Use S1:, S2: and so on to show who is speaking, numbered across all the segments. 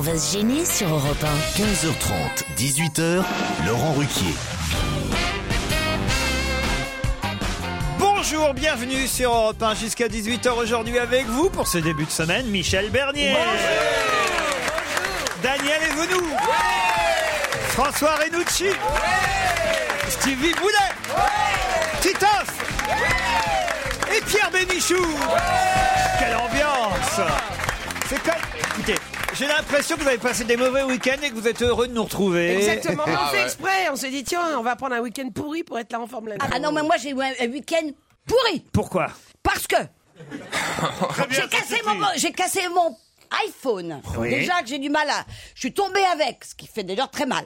S1: va se gêner sur Europe
S2: 15h30, 18h, Laurent Ruquier.
S3: Bonjour, bienvenue sur Europe 1 jusqu'à 18h aujourd'hui avec vous pour ce début de semaine, Michel Bernier. Daniel Evenou. François Renucci. Stevie Boulet. Titoff. Et Pierre Bénichou. Quelle ambiance. C'est comme... Écoutez, j'ai l'impression que vous avez passé des mauvais week-ends et que vous êtes heureux de nous retrouver.
S4: Exactement,
S3: Ah
S4: on fait exprès, on se dit tiens, on va prendre un week-end pourri pour être là en forme lundi.
S1: Ah non, mais moi j'ai eu un un week-end pourri
S3: Pourquoi
S1: parce que j'ai cassé, mon, j'ai cassé mon iPhone.
S3: Oui.
S1: Déjà que j'ai du mal à. Je suis tombée avec, ce qui fait d'ailleurs très mal.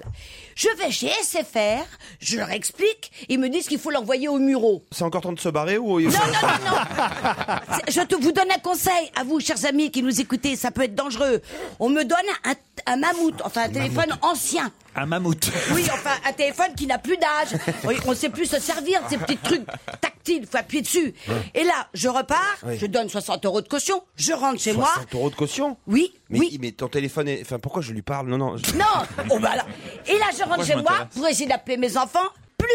S1: Je vais chez SFR, je leur explique, ils me disent qu'il faut l'envoyer au Muro.
S5: C'est encore temps de se barrer ou
S1: Non, non, non, non C'est- Je te, vous donne un conseil, à vous, chers amis qui nous écoutez, ça peut être dangereux. On me donne un, un mammouth, enfin un téléphone ancien.
S3: Un mammouth.
S1: Oui, enfin, un téléphone qui n'a plus d'âge. Oui, On ne sait plus se servir de ces petits trucs tactiles, faut appuyer dessus. Et là, je repars, je donne 60 euros de caution, je rentre chez moi.
S5: 60 euros de caution
S1: Oui,
S5: mais,
S1: oui.
S5: mais ton téléphone est... Enfin, pourquoi je lui parle Non, non. je-
S1: Non oh, bah, alors. Et là, je rentre chez moi pour essayer d'appeler mes enfants. Plus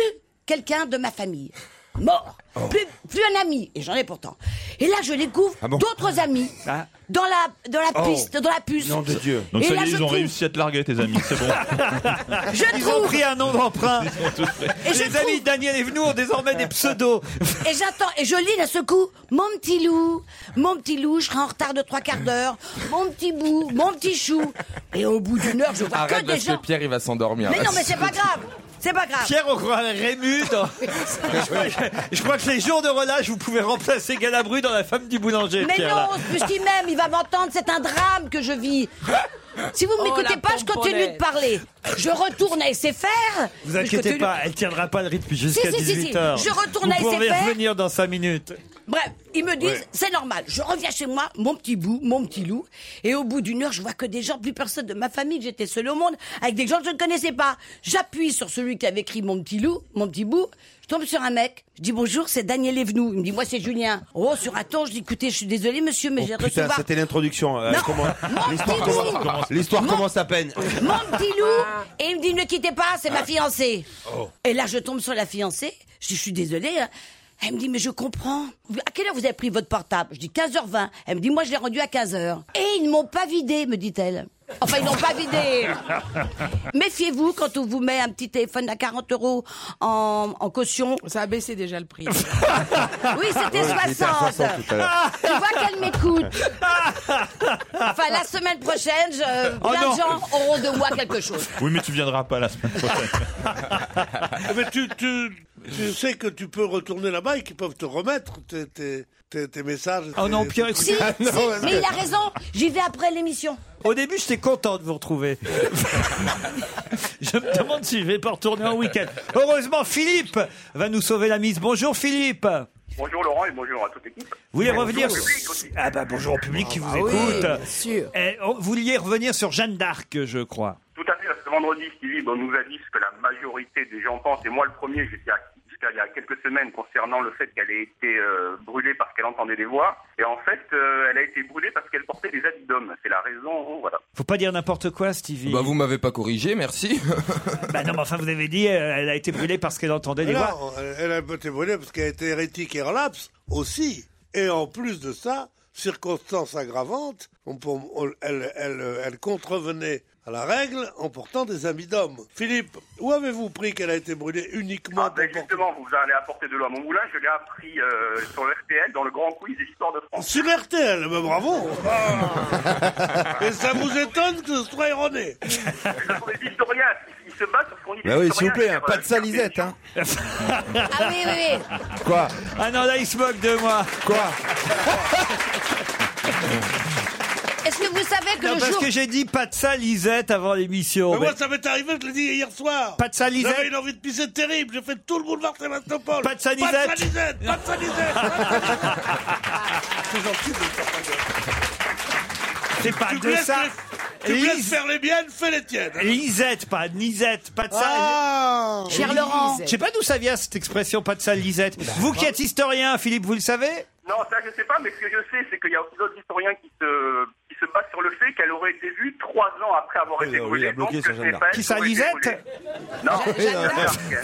S1: quelqu'un de ma famille. Mort. Plus, plus un ami. Et j'en ai pourtant. Et là, je découvre
S5: Oh. Ah bon Oh.
S1: d'autres amis.
S3: Ah.
S1: Dans la, dans la piste, dans la puce.
S5: Nom de Dieu.
S6: Donc
S1: Et
S6: ça
S1: là,
S6: y est,
S1: je
S6: ils ont
S1: trouve-
S6: réussi à te larguer, tes amis. C'est bon.
S1: Je
S3: Ils ont
S1: trouve.
S3: pris un nom d'emprunt.
S1: Et je
S3: Les amis de Daniel Evenou ont désormais des pseudos.
S1: Et j'attends, et je lis d'un seul coup, mon petit loup, mon petit loup, je serai en retard de trois quarts d'heure, mon petit bout, mon petit chou. Et au bout d'une heure, je vois
S7: Arrête
S1: que des
S7: parce
S1: gens.
S7: que Pierre il va s'endormir.
S1: Mais non, mais c'est pas grave, c'est pas grave.
S3: Pierre, on croirait Rému dans- je, crois, je- je crois que les jours de relâche, vous pouvez remplacer Galabru dans La femme du boulanger.
S1: Mais
S3: Pierre,
S1: non,
S3: là.
S1: ce petit même, il va m'entendre, c'est un drame que je vis. Si
S3: Oh,
S1: vous ne m'écoutez
S4: la
S1: pas, je continue de
S4: pomponnette.
S1: parler. Je retourne à SFR.
S3: Vous
S1: je
S3: inquiétez
S1: continue-
S3: pas, elle tiendra pas le rythme jusqu'à
S1: Si, si, si, si.
S3: 18h.
S1: Je retourne à
S3: Vous pourrez
S1: SFR.
S3: revenir dans 5 minutes.
S1: Bref, ils me disent, c'est normal. Je reviens chez moi, mon petit bout, mon petit loup. Et au bout d'une heure, je vois que des gens, plus personne de ma famille, j'étais seule au monde, avec des gens que je ne connaissais pas. J'appuie sur celui qui avait écrit mon petit loup, mon petit bout. Je tombe sur un mec. Je dis bonjour, c'est Daniel Evenou. Il me dit, moi, c'est Julien. Oh, sur un ton, je dis, écoutez, je suis désolé, monsieur, mais j'ai
S5: Oh,
S1: reçu
S5: putain, c'était l'introduction. euh,
S1: Non.
S5: comment-
S1: Mon
S5: L'histoire
S1: petit
S5: commence,
S1: loup.
S5: l'histoire
S1: Mon-
S5: commence à peine.
S1: mon petit loup et il me dit ne quittez pas c'est ma fiancée
S5: Oh.
S1: et là je tombe sur la fiancée je dis je suis désolée hein. elle me dit mais je comprends à quelle heure vous avez pris votre portable je dis 15h20 elle me dit moi je l'ai rendu à 15h et ils ne m'ont pas vidé me dit-elle Enfin, ils n'ont pas vidé. Méfiez-vous quand on vous met un petit téléphone à 40 euros en, en caution.
S4: Ça a baissé déjà le prix.
S1: Oui, c'était
S5: Ouais, il était à
S1: 60.
S5: 60 tout à l'heure.
S1: Tu vois qu'elle m'écoute. Enfin, la semaine prochaine, je,
S3: Oh
S1: plein
S3: non.
S1: de gens auront de moi quelque chose.
S6: oui, mais tu viendras pas la semaine prochaine.
S8: Mais Eh ben, tu, tu, tu sais que tu peux retourner là-bas et qu'ils peuvent te remettre tes, tes, tes, tes messages.
S3: Oh
S8: tes- Ah,
S3: non, Pierre, écoutez,
S1: Si, si, mais il a raison, j'y vais après l'émission.
S3: au début, j'étais content de vous retrouver. je me demande si je vais pas retourner en week-end. Heureusement, Philippe va nous sauver la mise. Bonjour, Philippe.
S9: Bonjour Laurent et bonjour à toute l'équipe.
S3: Vous voulez
S9: Bonjour
S3: revenir
S9: au
S3: sur-
S9: public aussi.
S3: Ah bah bonjour au public qui vous
S4: oui,
S3: écoute.
S4: bien sûr.
S3: Eh, oh, vous vouliez revenir sur Jeanne d'Arc, je crois.
S9: Tout à fait, parce que vendredi, Stevie, ben, on nous a dit ce que la majorité des gens pensent, et moi le premier, j'étais à- jusqu'à il y a quelques semaines concernant le fait qu'elle ait été euh, brûlée parce qu'elle entendait des voix. Et en fait, euh, elle a été brûlée parce qu'elle portait des habits d'homme. C'est la raison, voilà.
S3: Faut pas dire n'importe quoi, Stevie.
S7: Bah vous m'avez pas corrigé, merci.
S3: Bah non, mais enfin, vous avez dit, euh, elle a été brûlée parce qu'elle entendait des voix.
S8: Alors, elle a été volée parce qu'elle était hérétique et relapse aussi. Et en plus de ça, circonstance aggravante, on peut- on- elle, elle- elle contrevenait à la règle en portant des habits d'homme. Philippe, où avez-vous pris qu'elle a été brûlée uniquement
S9: Ah, ben,
S8: pour porter-
S9: justement, vous allez apporter de l'eau à mon moulin, je l'ai appris euh, sur RTL dans le grand quiz des histoires de France.
S8: Sur RTL, ben bravo Ah. Et ça vous étonne que ce soit erroné
S9: Ce sont des historiens, ils se battent sur ce qu'on dit.
S5: Bah
S9: des
S5: oui, s'il vous plaît,
S9: historiens,
S5: hein, pas de
S9: Pierre, euh,
S5: salisette. Hein.
S1: Ah oui, oui, oui.
S5: Quoi
S3: Ah non, là, il se moque de moi.
S5: Quoi
S1: Est-ce que vous savez que
S3: Non,
S1: le
S3: parce
S1: jour...
S3: que j'ai dit pas de ça, Lisette, avant l'émission.
S8: Mais
S3: Mais
S8: moi, ça m'est arrivé, je l'ai dit hier soir.
S3: ben- Pas de ça, Lisette.
S8: J'avais une envie de pisser terrible. J'ai fait tout le boulevard Sébastopol.
S3: Pas de ça,
S8: Pas de
S3: Lisette.
S8: salisette. Pas de salisette. Pas de salisette. C'est gentil de faire pas de-
S3: C'est pas
S8: Tu me
S3: de
S8: laisses
S3: ça.
S8: les- tu me laisses
S3: Lis-
S8: faire les miennes, fais les tiennes.
S3: Lisette, pas Nisette, pas de ça.
S8: Ah
S1: Cher Laurent,
S3: Je sais pas d'où ça vient cette expression, pas de ça, Lisette. vous qui êtes historien, Philippe, vous le savez
S9: Non, ça je sais pas, mais ce que je sais, c'est qu'il y a aussi d'autres historiens qui se, qui se battent sur le fait qu'elle aurait été vue trois ans après avoir
S5: Oui,
S9: été
S5: oui,
S9: brûlée.
S5: elle a bloqué
S9: donc
S5: sa
S9: que
S5: Jeanne
S9: c'est
S5: d'Arc.
S9: pas elle
S3: Qui ça,
S9: aurait été
S3: Lisette
S9: brûlée. Non,
S5: Oui,
S9: Jeanne
S5: euh,
S9: d'Arc.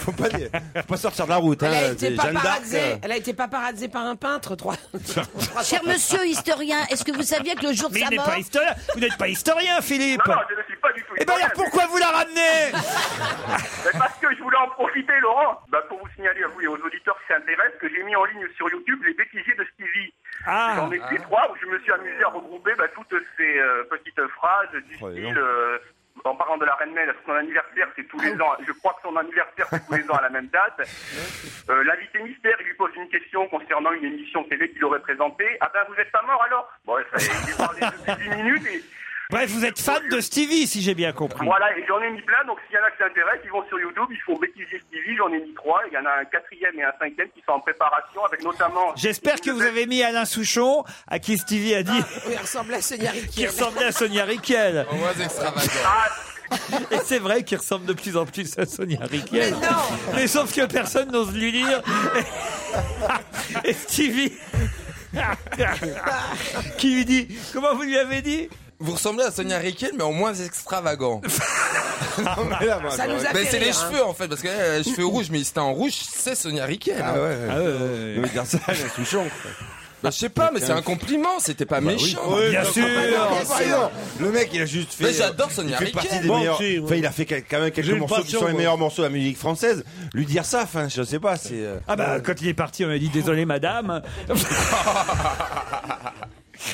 S5: faut, pas, dire- faut pas sortir de la route.
S4: Elle a
S3: Ah,
S5: Hein,
S4: été
S5: c'est Jeanne d'Arc.
S3: euh.
S4: paparazzée. Elle a été paparazzée par un peintre. Trois...
S10: Cher monsieur historien, est-ce que vous saviez que le jour de
S3: Mais il
S10: sa
S3: n'est
S10: mort...
S3: pas historien. Vous n'êtes pas historien, Philippe.
S9: Non, non, je ne suis pas du tout.
S3: Eh ben alors
S9: historienne.
S3: pourquoi vous la ramenez
S9: Mais parce que je voulais en profiter, Laurent, bah, pour vous signaler à vous et aux auditeurs qui s'intéressent que j'ai mis en ligne sur YouTube les bêtisiers de Stevie.
S3: Ah.
S9: J'en ai fait trois où je me suis amusé à regrouper bah, toutes ces euh, petites phrases du
S5: Oh, dis
S9: style.
S5: donc.
S9: euh, en parlant de la reine Nell, son anniversaire c'est tous
S3: Ah
S9: les ans, je crois que son anniversaire c'est tous les ans à la même date. Euh, L'invité mystère, il lui pose une question concernant une émission télé qu'il aurait présentée. Ah ben vous êtes pas mort alors Bon, ça, il est parlé depuis 10 minutes et
S3: Bref, vous êtes fan de Stevie, si j'ai bien compris.
S9: voilà, et j'en ai mis plein, donc s'il y en a qui s'intéressent, ils vont sur YouTube, ils font Bêtisier TV, j'en ai mis trois, il y en a un quatrième et un cinquième qui sont en préparation, avec notamment...
S3: J'espère que vous avez mis Alain Souchon, à qui Stevie a
S9: Ah.
S3: dit
S4: Oui, elle ressemble à Sonia
S3: qu'il
S4: Riquel.
S3: ressemblait à Sonia Riquel.
S7: Au moins extravagant.
S9: Ah,
S3: Et c'est vrai qu'il ressemble de plus en plus à Sonia Riquel.
S4: Mais non
S3: Mais sauf que personne n'ose lui dire. Et Stevie. qui lui dit Comment vous lui avez dit
S7: Vous ressemblez à Sonia Riquel, mais au moins extravagant.
S4: Ah,
S3: Ah, bah,
S4: Ça nous a fait
S7: Ben, c'est les
S4: rire, hein.
S7: cheveux en fait, parce que euh, cheveux rouges, mais si t'es en rouge, c'est Sonia Riquel.
S5: Ah ouais, ouais.
S3: euh,
S5: Non, mais dire ça, elle est insouchante.
S7: Ben, je sais pas, mais c'est un compliment, c'était pas méchant.
S3: Bah
S7: Bah,
S3: Bien sûr
S5: Le mec, il a juste fait. euh,
S7: Mais j'adore
S5: Il
S7: Sonia
S5: fait
S7: Riquel.
S5: partie des
S8: Bon,
S5: meilleurs.
S8: si, ouais.
S5: Enfin, il a fait quel- quand même quelques
S8: J'ai une
S5: morceaux qui
S8: passion,
S5: sont les
S8: moi.
S5: meilleurs morceaux de la musique française. Lui dire ça, enfin, je sais pas, c'est. euh,
S3: Ah bah quand il est parti, on lui a dit désolé madame.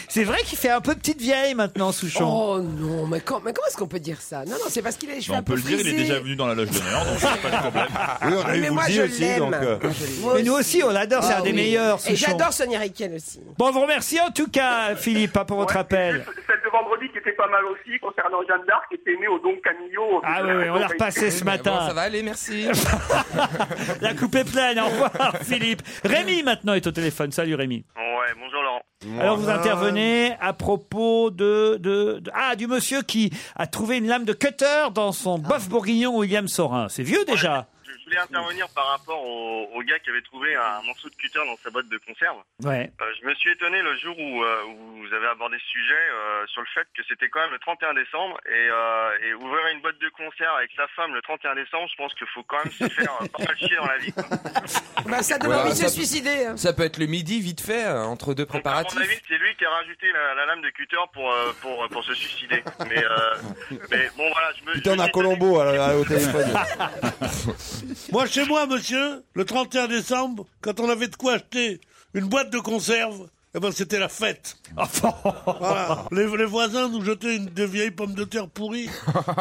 S3: C'est vrai qu'il fait un peu petite vieille maintenant, Souchon. Bah,
S4: Oh non, mais, quand- mais comment est-ce qu'on peut dire ça Non, non, c'est parce qu'il a les cheveux
S6: Bah, on
S4: un
S6: peut
S4: peu
S6: le dire, il est
S4: frisés.
S6: déjà venu dans la loge d'honneur, donc pas de problème.
S5: Oui, on a
S4: Mais
S5: eu vous
S4: moi,
S5: le
S4: je
S5: dire aussi,
S4: l'aime.
S5: donc. euh,
S3: Mais nous aussi, on l'adore, c'est
S4: Ah
S3: un des
S4: oui.
S3: meilleurs, Souchon.
S4: Et j'adore Sonia Riquel aussi.
S3: Bon, on vous remercie en tout cas, Philippe, hein, pour votre
S9: ouais,
S3: appel.
S9: juste Celle de vendredi qui était pas mal aussi, concernant Jeanne d'Arc, qui était née au Don Camillo.
S3: Ah oui, oui, on l'a repassé ce
S7: Eh ben, Bon, ça
S3: matin.
S7: va aller, merci.
S3: La coupe est pleine, au revoir, Philippe. Rémi, maintenant, est au téléphone. Salut, Rémi.
S9: Ouais, bonjour Laurent.
S3: Alors, vous intervenez à propos de, de, de- Ah, du monsieur qui a trouvé une lame de cutter dans son boeuf bourguignon William Sorin. C'est vieux, déjà
S9: Je voulais intervenir par rapport au, au gars qui avait trouvé un morceau de cutter dans sa boîte de conserve.
S3: Ouais.
S9: Euh, je me suis étonné le jour où, euh, où vous avez abordé ce sujet euh, sur le fait que c'était quand même le 31 décembre et, euh, et ouvrir une boîte de concert avec sa femme le 31 décembre, je pense qu'il faut quand même se faire euh, pas mal chier dans la vie. quoi. Donc,
S4: Bah, ça donne
S7: Voilà,
S4: envie de
S7: ça-
S4: se suicider. hein.
S7: Ça peut être le midi, vite fait, euh, entre deux
S9: à mon avis,
S7: préparatifs.
S9: c'est lui qui a rajouté la, la lame de cutter pour, euh, pour, pour se suicider. Mais, euh, mais bon, voilà, je me.
S5: Putain,
S9: je
S5: on
S9: me
S5: a
S9: suis
S5: Colombo à la- à- au téléphone. euh.
S8: Moi, chez moi, monsieur, le 31 décembre, quand on avait de quoi acheter une boîte de conserve, eh ben, c'était la fête. Voilà. Les, les voisins nous jetaient une, des vieilles pommes de terre pourries.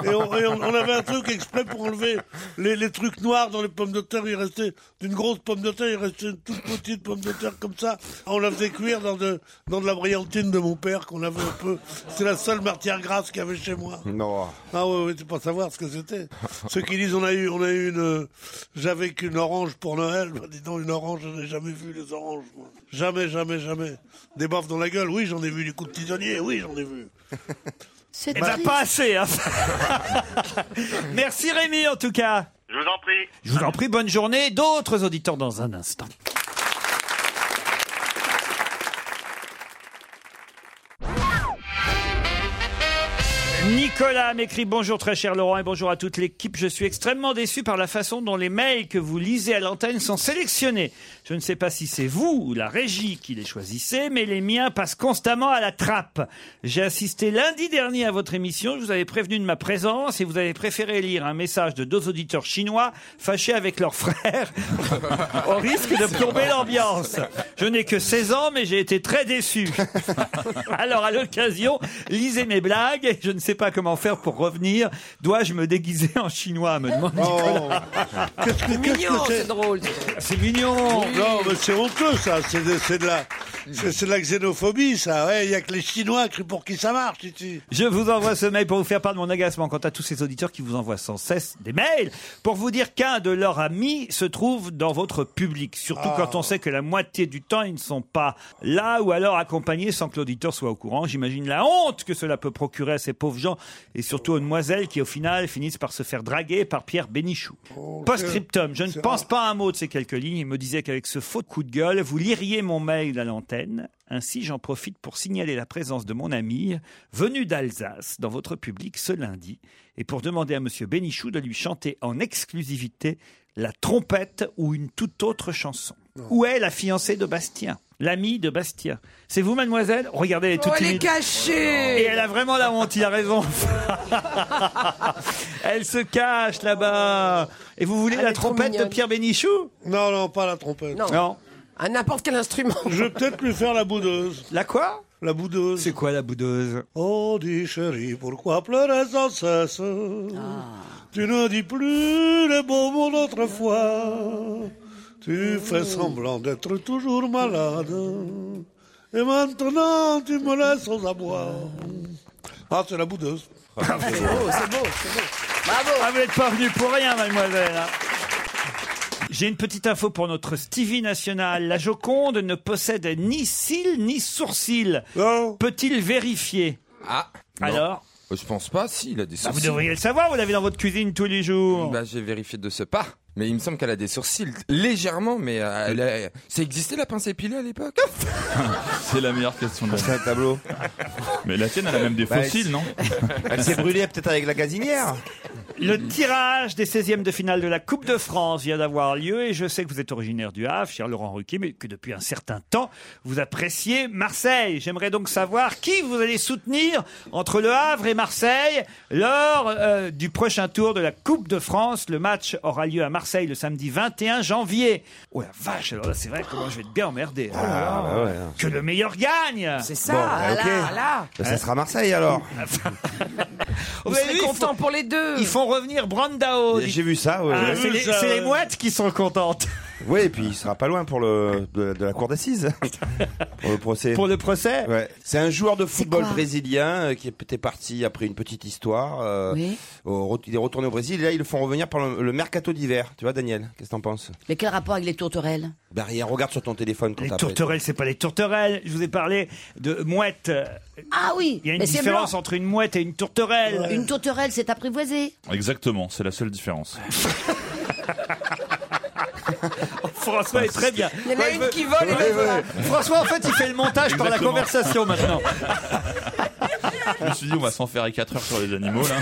S8: Et on, et on- on avait un truc exprès pour enlever les, les trucs noirs dans les pommes de terre. Il restait d'une grosse pomme de terre, il restait une toute petite pomme de terre comme ça. On la faisait cuire dans de, dans de la brillantine de mon père qu'on avait un peu. C'est la seule matière grasse qu'il y avait chez moi.
S5: non.
S8: Ah ouais, ouais, tu peux pas savoir ce que c'était. Ceux qui disent on a eu, on a eu une, euh, j'avais qu'une orange pour Noël. Bah, dis donc, une orange, je n'ai jamais vu les oranges. moi. Jamais, jamais, jamais. Des baffes dans la gueule, oui, j'en ai vu. Des coups de tisonnier, oui, j'en ai vu.
S10: C'est
S3: Eh ben,
S10: triste.
S3: pas assez, hein. Merci, Rémi, en tout cas.
S9: dit- Je vous en prie.
S3: Je vous en prie, bonne journée. D'autres auditeurs dans un instant. Nicolas m'écrit bonjour très cher Laurent et bonjour à toute l'équipe. Je suis extrêmement déçu par la façon dont les mails que vous lisez à l'antenne sont sélectionnés. Je ne sais pas si c'est vous ou la régie qui les choisissez, mais les miens passent constamment à la trappe. J'ai assisté lundi dernier à votre émission, je vous avais prévenu de ma présence et vous avez préféré lire un message de deux auditeurs chinois fâchés avec leur frère au risque de plomber l'ambiance. Je n'ai que 16 ans, mais j'ai été très déçu. Alors, à l'occasion, lisez mes blagues. et Je ne sais pas comment faire pour revenir. Dois-je me déguiser en chinois me demande.
S8: Oh. Qu'est-ce que qu'est-ce que
S4: Mignon,
S8: c'est
S4: c'est drôle. c'est drôle.
S3: C'est mignon.
S8: Non, mais c'est honteux, ça. C'est de, c'est de la, c'est c'est de la xénophobie, ça. Ouais, il y a que les Chinois qui- pour qui ça marche ici.
S3: Je vous envoie ce mail pour vous faire part de mon agacement quant à tous ces auditeurs qui vous envoient sans cesse des mails pour vous dire qu'un de leurs amis se trouve dans votre public. Surtout quand
S8: Ah.
S3: on sait que la moitié du temps, ils ne sont pas là ou alors accompagnés sans que l'auditeur soit au courant. J'imagine la honte que cela peut procurer à ces pauvres gens, et surtout aux demoiselles, qui au final finissent par se faire draguer par Pierre Bénichou. Post-scriptum, je ne pense pas un mot de ces quelques lignes. Il me disait qu'avec ce faux coup de gueule, vous liriez mon mail à l'antenne. Ainsi, j'en profite pour signaler la présence de mon ami, venu d'Alsace, dans votre public ce lundi, et pour demander à Monsieur Bénichou de lui chanter en exclusivité la trompette ou une toute autre chanson. Où est la fiancée de Bastien L'ami de Bastien. C'est vous, mademoiselle Regardez, elle est toute
S4: Oh, elle est
S3: timide.
S4: cachée
S3: Et elle a vraiment la honte, il a raison. elle se cache là-bas. Et vous voulez
S4: Ah, Elle
S3: la
S4: est trop
S3: trompette de
S4: mignonne.
S3: Pierre Bénichou
S8: Non, non, pas la trompette.
S4: Non.
S3: Non.
S4: À n'importe quel instrument.
S8: Je vais peut-être lui faire la boudeuse.
S3: La quoi
S8: La boudeuse.
S3: C'est quoi la boudeuse
S8: Oh, dis chérie, pourquoi pleurer sans cesse
S4: Ah.
S8: Tu ne dis plus les beaux mots d'autrefois. Tu fais semblant d'être toujours malade. Et maintenant, tu me laisses aux abois. Ah, c'est la boudeuse.
S3: Ah, vous n'êtes pas venu pour rien, mademoiselle. hein. J'ai une petite info pour notre Stevie National. La Joconde ne possède ni cils ni sourcils.
S8: Non.
S3: Peut-il vérifier
S7: Ah. non.
S3: Alors
S7: Euh, Je pense pas, si, il a des
S3: Bah, Vous
S7: sourcils.
S3: devriez le savoir, vous l'avez dans votre cuisine tous les jours.
S7: Bah, j'ai vérifié de ce pas. Mais il me semble qu'elle a des sourcils légèrement, mais euh, elle a- ça existait la pince épilée à l'époque
S6: C'est la meilleure question de la
S5: C'est un tableau.
S6: Mais la tienne, elle a même des
S5: Bah,
S6: fossiles,
S5: c'est-
S6: non
S5: Elle s'est brûlée peut-être avec la gazinière.
S3: Le tirage des 16e de finale de la Coupe de France vient d'avoir lieu et je sais que vous êtes originaire du Havre, cher Laurent Ruquier, mais que depuis un certain temps, vous appréciez Marseille. J'aimerais donc savoir qui vous allez soutenir entre le Havre et Marseille lors euh, du prochain tour de la Coupe de France. Le match aura lieu à Marseille le samedi 21 janvier. Oh la vache, alors là c'est vrai comment je vais être bien emmerdé.
S5: Ah
S3: Que le meilleur gagne
S4: C'est ça,
S5: Bon, bah, hein. ok.
S4: là, là.
S5: Bah, ça sera Marseille alors.
S3: Vous
S4: Vous
S3: avez vu,
S4: serez
S3: ils
S4: content
S3: font-
S4: pour les deux.
S3: Ils font revenir Brandao.
S5: J'ai vu ça, oui.
S3: Ah,
S5: oui.
S3: c'est les-
S8: ça,
S3: c'est les
S8: ouais.
S3: mouettes qui sont contentes.
S5: Oui, et puis il sera pas loin pour le de, de la cour d'assises pour le procès.
S3: pour le procès.
S5: Ouais. C'est un joueur de football
S1: quoi
S5: brésilien euh, qui était parti après une petite histoire. euh,
S1: Oui.
S5: au- il est retourné au Brésil. Et là, ils le font revenir pendant le, le mercato d'hiver. Tu vois, Daniel, qu'est-ce que t'en penses
S1: Mais quel rapport avec les tourterelles
S5: Bah rien, regarde sur ton téléphone quand
S3: Les
S5: t'as
S3: tourterelles, c'est pas les tourterelles. Je vous ai parlé de mouettes.
S1: Ah oui
S3: Il y a une
S1: mais c'est
S3: différence
S1: blanc.
S3: entre une mouette et une tourterelle.
S1: Une tourterelle, c'est
S3: Eh,
S1: apprivoisé.
S6: Exactement, c'est la seule différence.
S3: François est très bien.
S4: Il y en a une qui vole et l'autre. là.
S3: François, en fait, il fait le montage par la
S6: Exactement.
S3: conversation maintenant.
S6: Je me suis dit, on va s'enferrer 4 heures sur les animaux, là.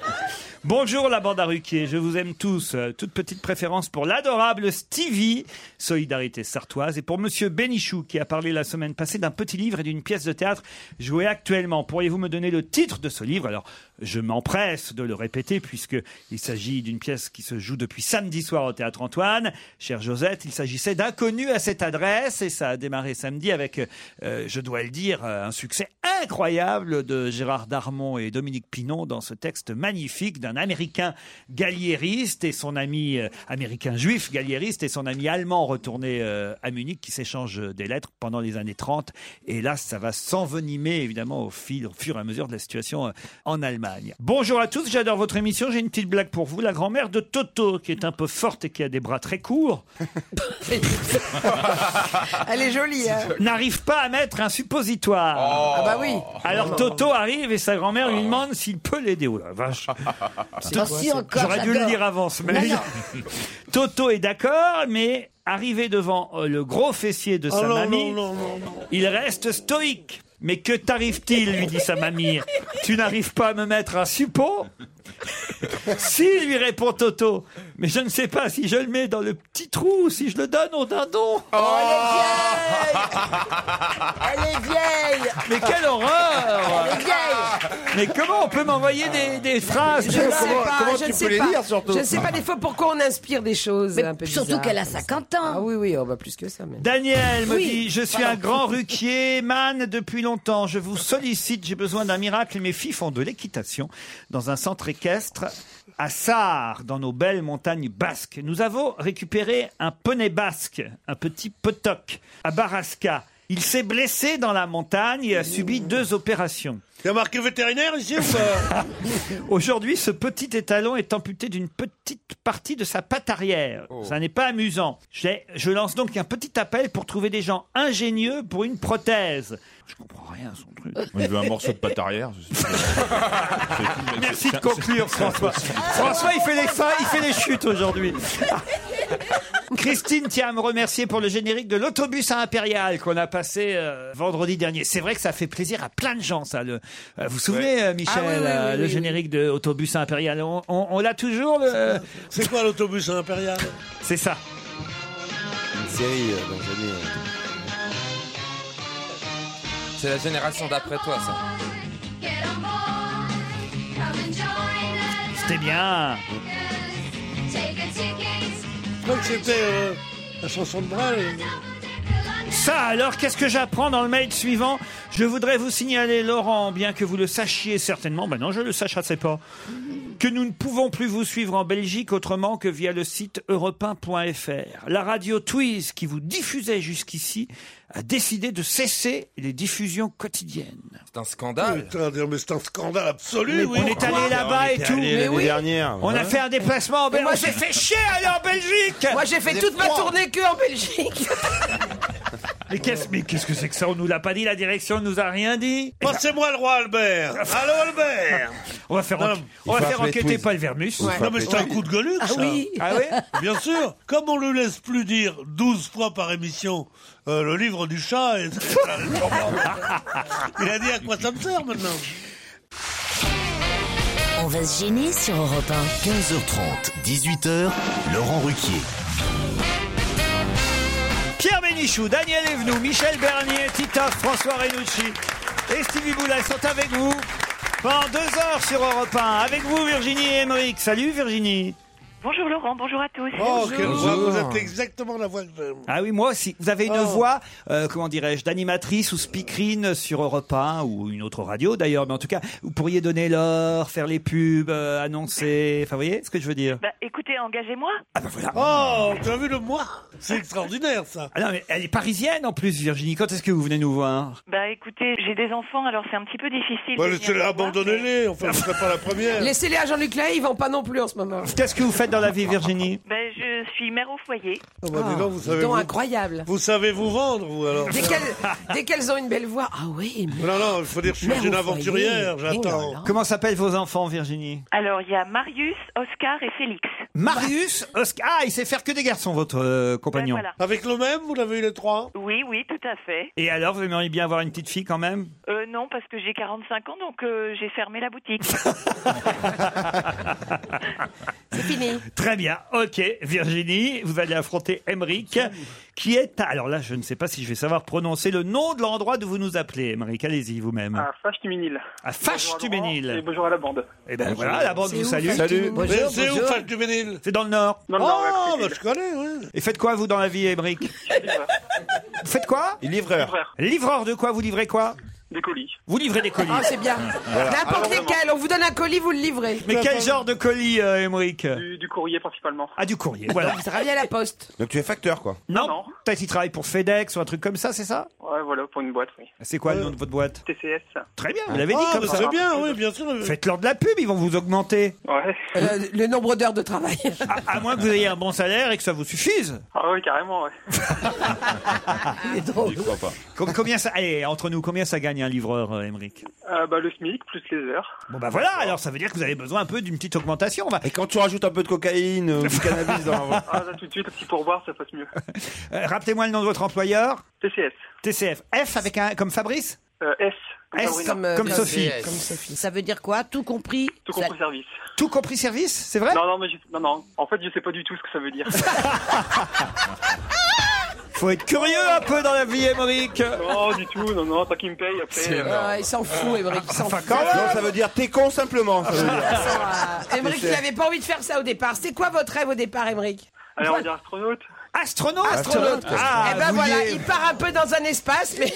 S3: Bonjour la bande à Ruquier, je vous aime tous. Euh, Toute petite préférence pour l'adorable Stevie, solidarité sartoise, et pour Monsieur Bénichou qui a parlé la semaine passée d'un petit livre et d'une pièce de théâtre jouée actuellement. Pourriez-vous me donner le titre de ce livre Alors, je m'empresse de le répéter puisque il s'agit d'une pièce qui se joue depuis samedi soir au théâtre Antoine. Cher Josette, il s'agissait d'inconnus à cette adresse et ça a démarré samedi avec, euh, je dois le dire, euh, un succès incroyable de Gérard Darmon et Dominique Pinon dans ce texte magnifique d'un Américain galliériste et son ami euh, américain juif galliériste et son ami allemand retourné euh, à Munich qui s'échangent euh, des lettres pendant les années 30. Et là, ça va s'envenimer évidemment au, fil, au fur et à mesure de la situation euh, en Allemagne. Bonjour à tous, j'adore votre émission. J'ai une petite blague pour vous. La grand-mère de Toto, qui est un peu forte et qui a des bras très courts,
S4: Elle est jolie. hein.
S3: n'arrive pas à mettre un suppositoire.
S4: Ah bah oui.
S3: Alors Toto arrive et sa grand-mère lui demande s'il peut l'aider. Oh la vache.
S1: Ah, si, encore,
S3: J'aurais dû le
S1: j'adore.
S3: dire avant ce mail.
S1: Non,
S3: Toto est d'accord, mais arrivé devant euh, le gros fessier
S1: Oh
S3: de sa
S8: Ah, non,
S3: mamie,
S8: non, non, non.
S3: il reste stoïque. Mais que t'arrive-t-il lui dit sa mamie. Tu n'arrives pas à me mettre un suppôt Si, lui répond Toto. Mais je ne sais pas si je le mets dans le petit trou ou si je le donne au dindon.
S4: Oh,
S1: Elle est vieille
S3: Mais quelle horreur
S1: Elle est vieille
S3: Mais comment on peut m'envoyer des, des phrases
S4: Je ne sais
S5: Comment-
S4: pas.
S5: comment tu
S4: je ne
S5: peux
S4: sais
S5: les
S4: pas.
S5: lire, surtout
S4: Je ne sais pas des fois pourquoi on inspire des choses
S1: Mais
S4: un peu
S1: surtout
S4: bizarres
S1: qu'elle a
S4: comme ça.
S1: 50 ans.
S4: Ah oui, oui, on va plus que ça. Même.
S3: Daniel me
S1: Oui.
S3: dit Je suis un grand ruquier, man depuis longtemps. Je vous sollicite, j'ai besoin d'un miracle. Mes filles font de l'équitation dans un centre équestre à Sarre, dans nos belles montagnes basques. Nous avons récupéré un poney basque, un petit potoc, à Barasca. Il s'est blessé dans la montagne et a subi deux opérations.
S8: Il y a marqué vétérinaire ici ou pas
S3: Aujourd'hui, ce petit étalon est amputé d'une petite partie de sa patte arrière.
S8: Oh.
S3: Ça n'est pas amusant. J'ai- Je lance donc un petit appel pour trouver des gens ingénieux pour une prothèse. Je comprends rien à son truc.
S6: Moi, je veux un morceau de pâte arrière.
S3: Merci de conclure, François. François, il fait les fins, il fait les chutes aujourd'hui. Christine tient à me remercier pour le générique de l'autobus à Impérial qu'on a passé euh, vendredi dernier. C'est vrai que ça fait plaisir à plein de gens, ça. Le, euh, vous vous souvenez, euh, Michel,
S8: Ah oui, oui, oui,
S3: euh,
S8: oui,
S3: le
S8: oui.
S3: générique de autobus à Impérial On, on- on l'a toujours le...
S8: C'est quoi l'autobus impérial
S3: C'est ça.
S5: Une série euh, dans les années, euh,
S7: C'est la génération d'après toi, ça.
S3: C'était bien.
S8: Je crois que c'était euh, la chanson de Brel.
S3: Ça alors, qu'est-ce que j'apprends dans le mail suivant Je voudrais vous signaler, Laurent, bien que vous le sachiez certainement, ben non, je le sache assez pas, que nous ne pouvons plus vous suivre en Belgique autrement que via le site europe La radio Twiz qui vous diffusait jusqu'ici a décidé de cesser les diffusions quotidiennes.
S7: C'est un scandale.
S8: Putain, mais c'est un scandale absolu,
S3: Mais
S8: oui.
S3: on est allé là-bas et tout.
S5: l'année
S4: Mais oui.
S5: dernière.
S3: On a
S5: hein.
S3: fait un déplacement en Belgique.
S4: moi,
S3: Moi, j'ai fait chier aller en Belgique
S4: Moi, j'ai fait toute ma tournée que en Belgique.
S3: Mais qu'est-ce mais qu'est-ce que c'est que ça On nous l'a pas dit, la direction nous a rien dit.
S8: Passez-moi Oh, le roi Albert Allô Albert
S3: On va faire,
S8: Non,
S3: enqu-
S8: il
S3: on va
S5: faut
S3: faire
S5: appeler
S3: enquêter
S5: Twiz.
S3: Paul Vermus.
S8: Non mais c'est un coup de gueuluc,
S11: Ah
S8: ça.
S11: oui
S3: Ah oui
S8: Bien sûr, comme on ne le laisse plus dire 12 fois par émission euh, le livre du chat, et- il a dit à quoi ça me sert maintenant
S12: On va se gêner sur Europe
S2: 15h30, 18h, Laurent Ruquier.
S3: Pierre Bénichou, Daniel Evenou, Michel Bernier, Titoff, François Renucci et Stevie Boulet sont avec vous pendant deux heures sur Europe 1. Avec vous, Virginie et Émeric. Salut, Virginie.
S13: Bonjour Laurent, bonjour à tous.
S8: Oh, quelle voix, vous êtes exactement la voix que j'aime.
S3: Ah oui, moi aussi. Vous avez une voix, euh, comment dirais-je, d'animatrice ou speakerine sur Europe 1 ou une autre radio d'ailleurs, mais en tout cas, vous pourriez donner l'or, faire les pubs, euh, annoncer. Enfin, vous voyez ce que je veux dire
S13: Bah écoutez, engagez-moi.
S3: Ah, bah,
S8: Oh, tu as vu le moi C'est extraordinaire, ça
S3: Ah non, mais elle est parisienne en plus, Virginie. Quand est-ce que vous venez nous voir
S13: Bah écoutez, j'ai des enfants, alors c'est un petit peu difficile.
S8: Bah,
S13: de venir
S8: laissez-les,
S13: vous voir, mais-
S8: abandonnez-les, enfin, vous serez pas la première.
S4: Laissez-les à Jean-Luc Lahaye, ils vont pas non plus en ce moment.
S3: Qu'est-ce que vous faites dans la vie, Virginie
S13: Bah je suis mère au foyer.
S8: Oh, bah, dis donc, vous savez
S4: Ah, Donc
S8: vous,
S4: incroyable.
S8: vous savez vous vendre, vous, alors
S4: Dès qu'elles, dès qu'elles ont une belle voix. Ah oui, mais
S8: Non, non, il faut dire que je
S4: mère
S8: suis une
S4: au foyer.
S8: aventurière,
S4: Oh là
S8: j'attends.
S4: là.
S3: Comment s'appellent vos enfants, Virginie
S13: Alors il y a Marius, Oscar et Félix.
S3: Marius, Oscar. Ah, il sait faire que des garçons, votre euh,
S13: Bah,
S3: compagnon.
S13: voilà.
S8: Avec le même, vous l'avez eu les trois
S13: Oui, oui, tout à fait.
S3: Et alors, vous aimeriez bien avoir une petite fille quand même
S13: Euh, non, parce que j'ai 45 ans, donc euh, j'ai fermé la boutique.
S4: c'est fini.
S3: Très bien. Ok, Virginie, vous allez affronter Emeric, qui est. à- Alors là, je ne sais pas si je vais savoir prononcer le nom de l'endroit d'où vous nous appelez, Emeric. Allez-y vous-même.
S4: Ah,
S9: À Fâche-Tuménil.
S3: À Fache-Tuménil.
S9: bonjour à la bande.
S3: Ah, Eh ben voilà, la bande
S4: C'est
S3: vous
S4: où,
S3: salue.
S4: Fache-Tuménil Salut.
S8: Mais
S4: Bonjour,
S8: C'est où,
S4: bonjour.
S8: Fal du Ménil
S3: C'est dans le Nord.
S9: Dans
S8: Oh, bah, je connais, oui.
S3: Et faites quoi vous dans la vie, Emeric Faites quoi
S5: Il livreur.
S3: Livreur de quoi Vous livrez quoi
S9: des colis.
S3: Vous livrez des colis. Ah,
S4: Ah, c'est bien. N'importe lesquels, on vous donne un colis, vous le livrez.
S3: Mais quel genre de colis, euh, Emeric
S9: Du, courrier principalement.
S3: Ah, du courrier. Voilà.
S4: Ça revient à la poste.
S5: Donc tu es facteur, quoi.
S3: Non,
S9: non.
S3: peut-être il travaille pour FedEx ou un truc comme ça, c'est ça
S9: Ouais, voilà, pour une boîte, oui.
S3: Ah, C'est quoi
S7: Euh,
S3: le nom de votre boîte
S9: TCS.
S3: Très bien, vous l'avez dit
S8: Ah,
S3: comme
S8: bah,
S3: ça.
S8: c'est bien, oui, bien sûr.
S3: Faites-leur de la pub, ils vont vous augmenter.
S9: Ouais.
S4: Le, Euh, le nombre d'heures de travail.
S3: À, à moins que vous ayez un bon salaire et que ça vous suffise.
S9: Ah ouais, carrément, ouais.
S6: Je crois pas.
S3: Com- combien ça, allez, entre nous, combien ça gagne un livreur, euh, Emeric
S9: Euh, bah, le SMIC plus les heures.
S3: Bon bah voilà, alors ça veut dire que vous avez besoin un peu d'une petite augmentation. On va-
S5: Et quand tu rajoutes un peu de cocaïne euh, ou du cannabis dans la
S9: Ah, là, tout de suite, un petit pourboire, ça passe mieux.
S3: Euh, Rappelez-moi le nom de votre employeur.
S9: TCS.
S3: TCF. F avec un, comme Fabrice
S9: Euh, S. comme
S3: S
S9: Sabrina.
S4: euh,
S3: Ah Comme
S4: bien
S3: Sophie.
S4: sûr, Comme Sophie.
S11: Ça veut dire quoi Tout compris
S9: Tout compris service.
S3: Tout compris service, c'est vrai
S9: Non, non, mais je- non, non. En fait, je sais pas du tout ce que ça veut dire.
S3: Faut être curieux un peu dans la vie, Emeric.
S9: non, Oh, du tout. Non, non. Tant qu'il me paye, après. euh,
S4: Ah, il s'en fout, Émeric. Il s'en fout.
S5: Non, ça veut dire t'es con simplement. ça veut dire.
S4: Ah,
S3: Ah,
S4: Émeric, il n'avait pas envie de faire ça au départ. C'est quoi votre rêve au départ, Émeric
S9: Allez, on va dire astronaute.
S3: Astronaute
S4: Astronaute.
S3: Ah,
S4: eh ben
S3: vous y
S4: voilà,
S3: êtes.
S4: il part un peu dans un espace, mais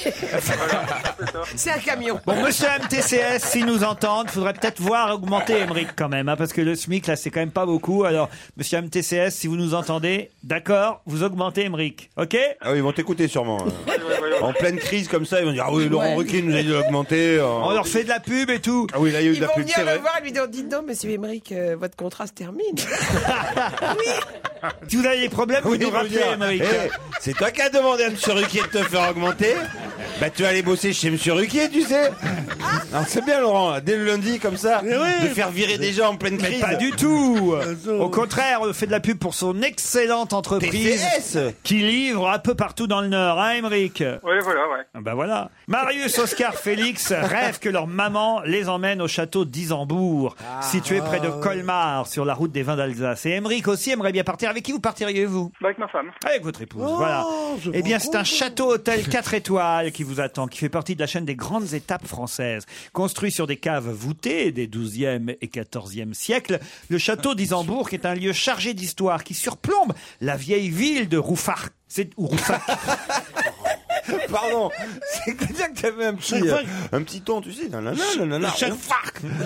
S4: c'est un camion.
S3: Bon, monsieur MTCS, s'ils nous entendent, faudrait peut-être voir augmenter Emmerich quand même, hein, parce que le SMIC, là, c'est quand même pas beaucoup. Alors, monsieur MTCS, si vous nous entendez, d'accord, vous augmentez Emmerich, ok
S5: Ah oui, ils vont t'écouter sûrement. euh. en pleine crise comme ça, ils vont dire Ah oui, Laurent
S3: Ouais.
S5: Ruquier nous a dit d'augmenter.
S3: On leur fait de la pub et tout.
S5: Ah oui, là, il y a eu
S4: Ils
S5: de la
S4: vont
S5: pub,
S4: venir
S5: c'est
S4: le
S5: vrai.
S4: voir, lui dire dites donc, monsieur Emmerich, euh, votre contrat se termine.
S3: Si vous avez des problèmes,
S5: Oui,
S3: vous nous
S5: ils vont
S3: rappelez,
S5: dire,
S3: Emmerich.
S5: Eh, c'est toi qui as demandé à M. Ruquier de te faire augmenter. Bah, tu vas aller bosser chez M. Ruquier, tu sais. Non, c'est bien, Laurent, là, dès le lundi, comme ça, de faire virer des gens en pleine
S3: Mais
S5: crise.
S3: pas du tout
S8: Euh,
S3: Au contraire, on fait de la pub pour son excellente entreprise
S5: TCS.
S3: qui livre un peu partout dans le Nord, hein, Emmerich
S9: Oui, voilà, ouais.
S3: Ah Ben voilà. Marius, Oscar, Félix rêvent que leur maman les emmène au château d'Isambourg, situé près de Colmar, sur la route des vins d'Alsace. Et Émeric aussi aimerait bien partir. Avec qui vous partiriez-vous
S9: Bah, Avec ma femme.
S3: Avec votre épouse, voilà.
S9: je
S3: Eh bien,
S9: prends
S3: c'est un
S9: compte.
S3: château-hôtel 4 étoiles qui vous attend, qui fait partie de la chaîne des grandes étapes françaises. Construit sur des caves voûtées des 12e et 14e siècles, le château d'Isambourg est un lieu chargé d'histoire qui surplombe la vieille ville de Rouffach. C'est ou Rouffac.
S5: Pardon, c'est bien que t'avais un petit,
S8: Chaque fois
S5: euh, un petit ton, tu sais. Nanana, nanana,
S8: Chaque-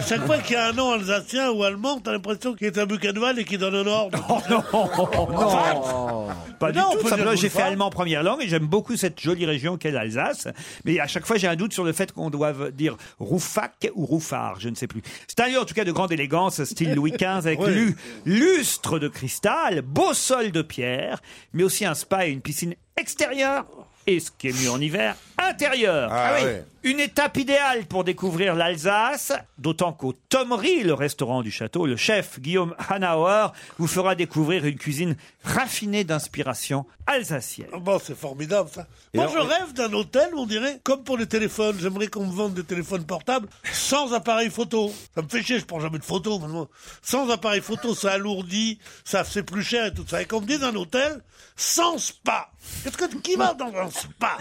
S8: Chaque fois qu'il y a un nom alsacien ou allemand, t'as l'impression qu'il est à Buchenwald et qu'il donne un ordre.
S3: non, Oh, Pas
S8: Non,
S3: du
S8: on peut
S3: tout.
S8: dire
S3: Simplement, j'ai
S8: Rouffach.
S3: fait allemand première langue et j'aime beaucoup cette jolie région qu'est l'Alsace. Mais à chaque fois, j'ai un doute sur le fait qu'on doive dire Rouffac ou Rouffard, je ne sais plus. C'est un lieu en tout cas de grande élégance, style Louis XV, avec
S14: Ouais.
S3: lu- lustre de cristal, beau sol de pierre, mais aussi un spa et une piscine extérieure. Et ce qui est mieux en hiver, intérieure.
S5: Ah Ah oui. ouais.
S3: Une étape idéale pour découvrir l'Alsace, d'autant qu'au Tomery, le restaurant du château, le chef Guillaume Hanauer vous fera découvrir une cuisine raffinée d'inspiration alsacienne.
S8: Ah Bon, c'est formidable ça.
S3: Et
S8: Moi,
S3: alors,
S8: je
S3: on-
S8: rêve d'un hôtel, on dirait, comme pour les téléphones. J'aimerais qu'on me vende des téléphones portables sans appareil photo. Ça me fait chier, je prends jamais de photo. maintenant. Sans appareil photo, ça alourdit, ça c'est plus cher et tout ça. Et qu'on me dise un hôtel sans spa. Qu'est-ce que qui va dans un spa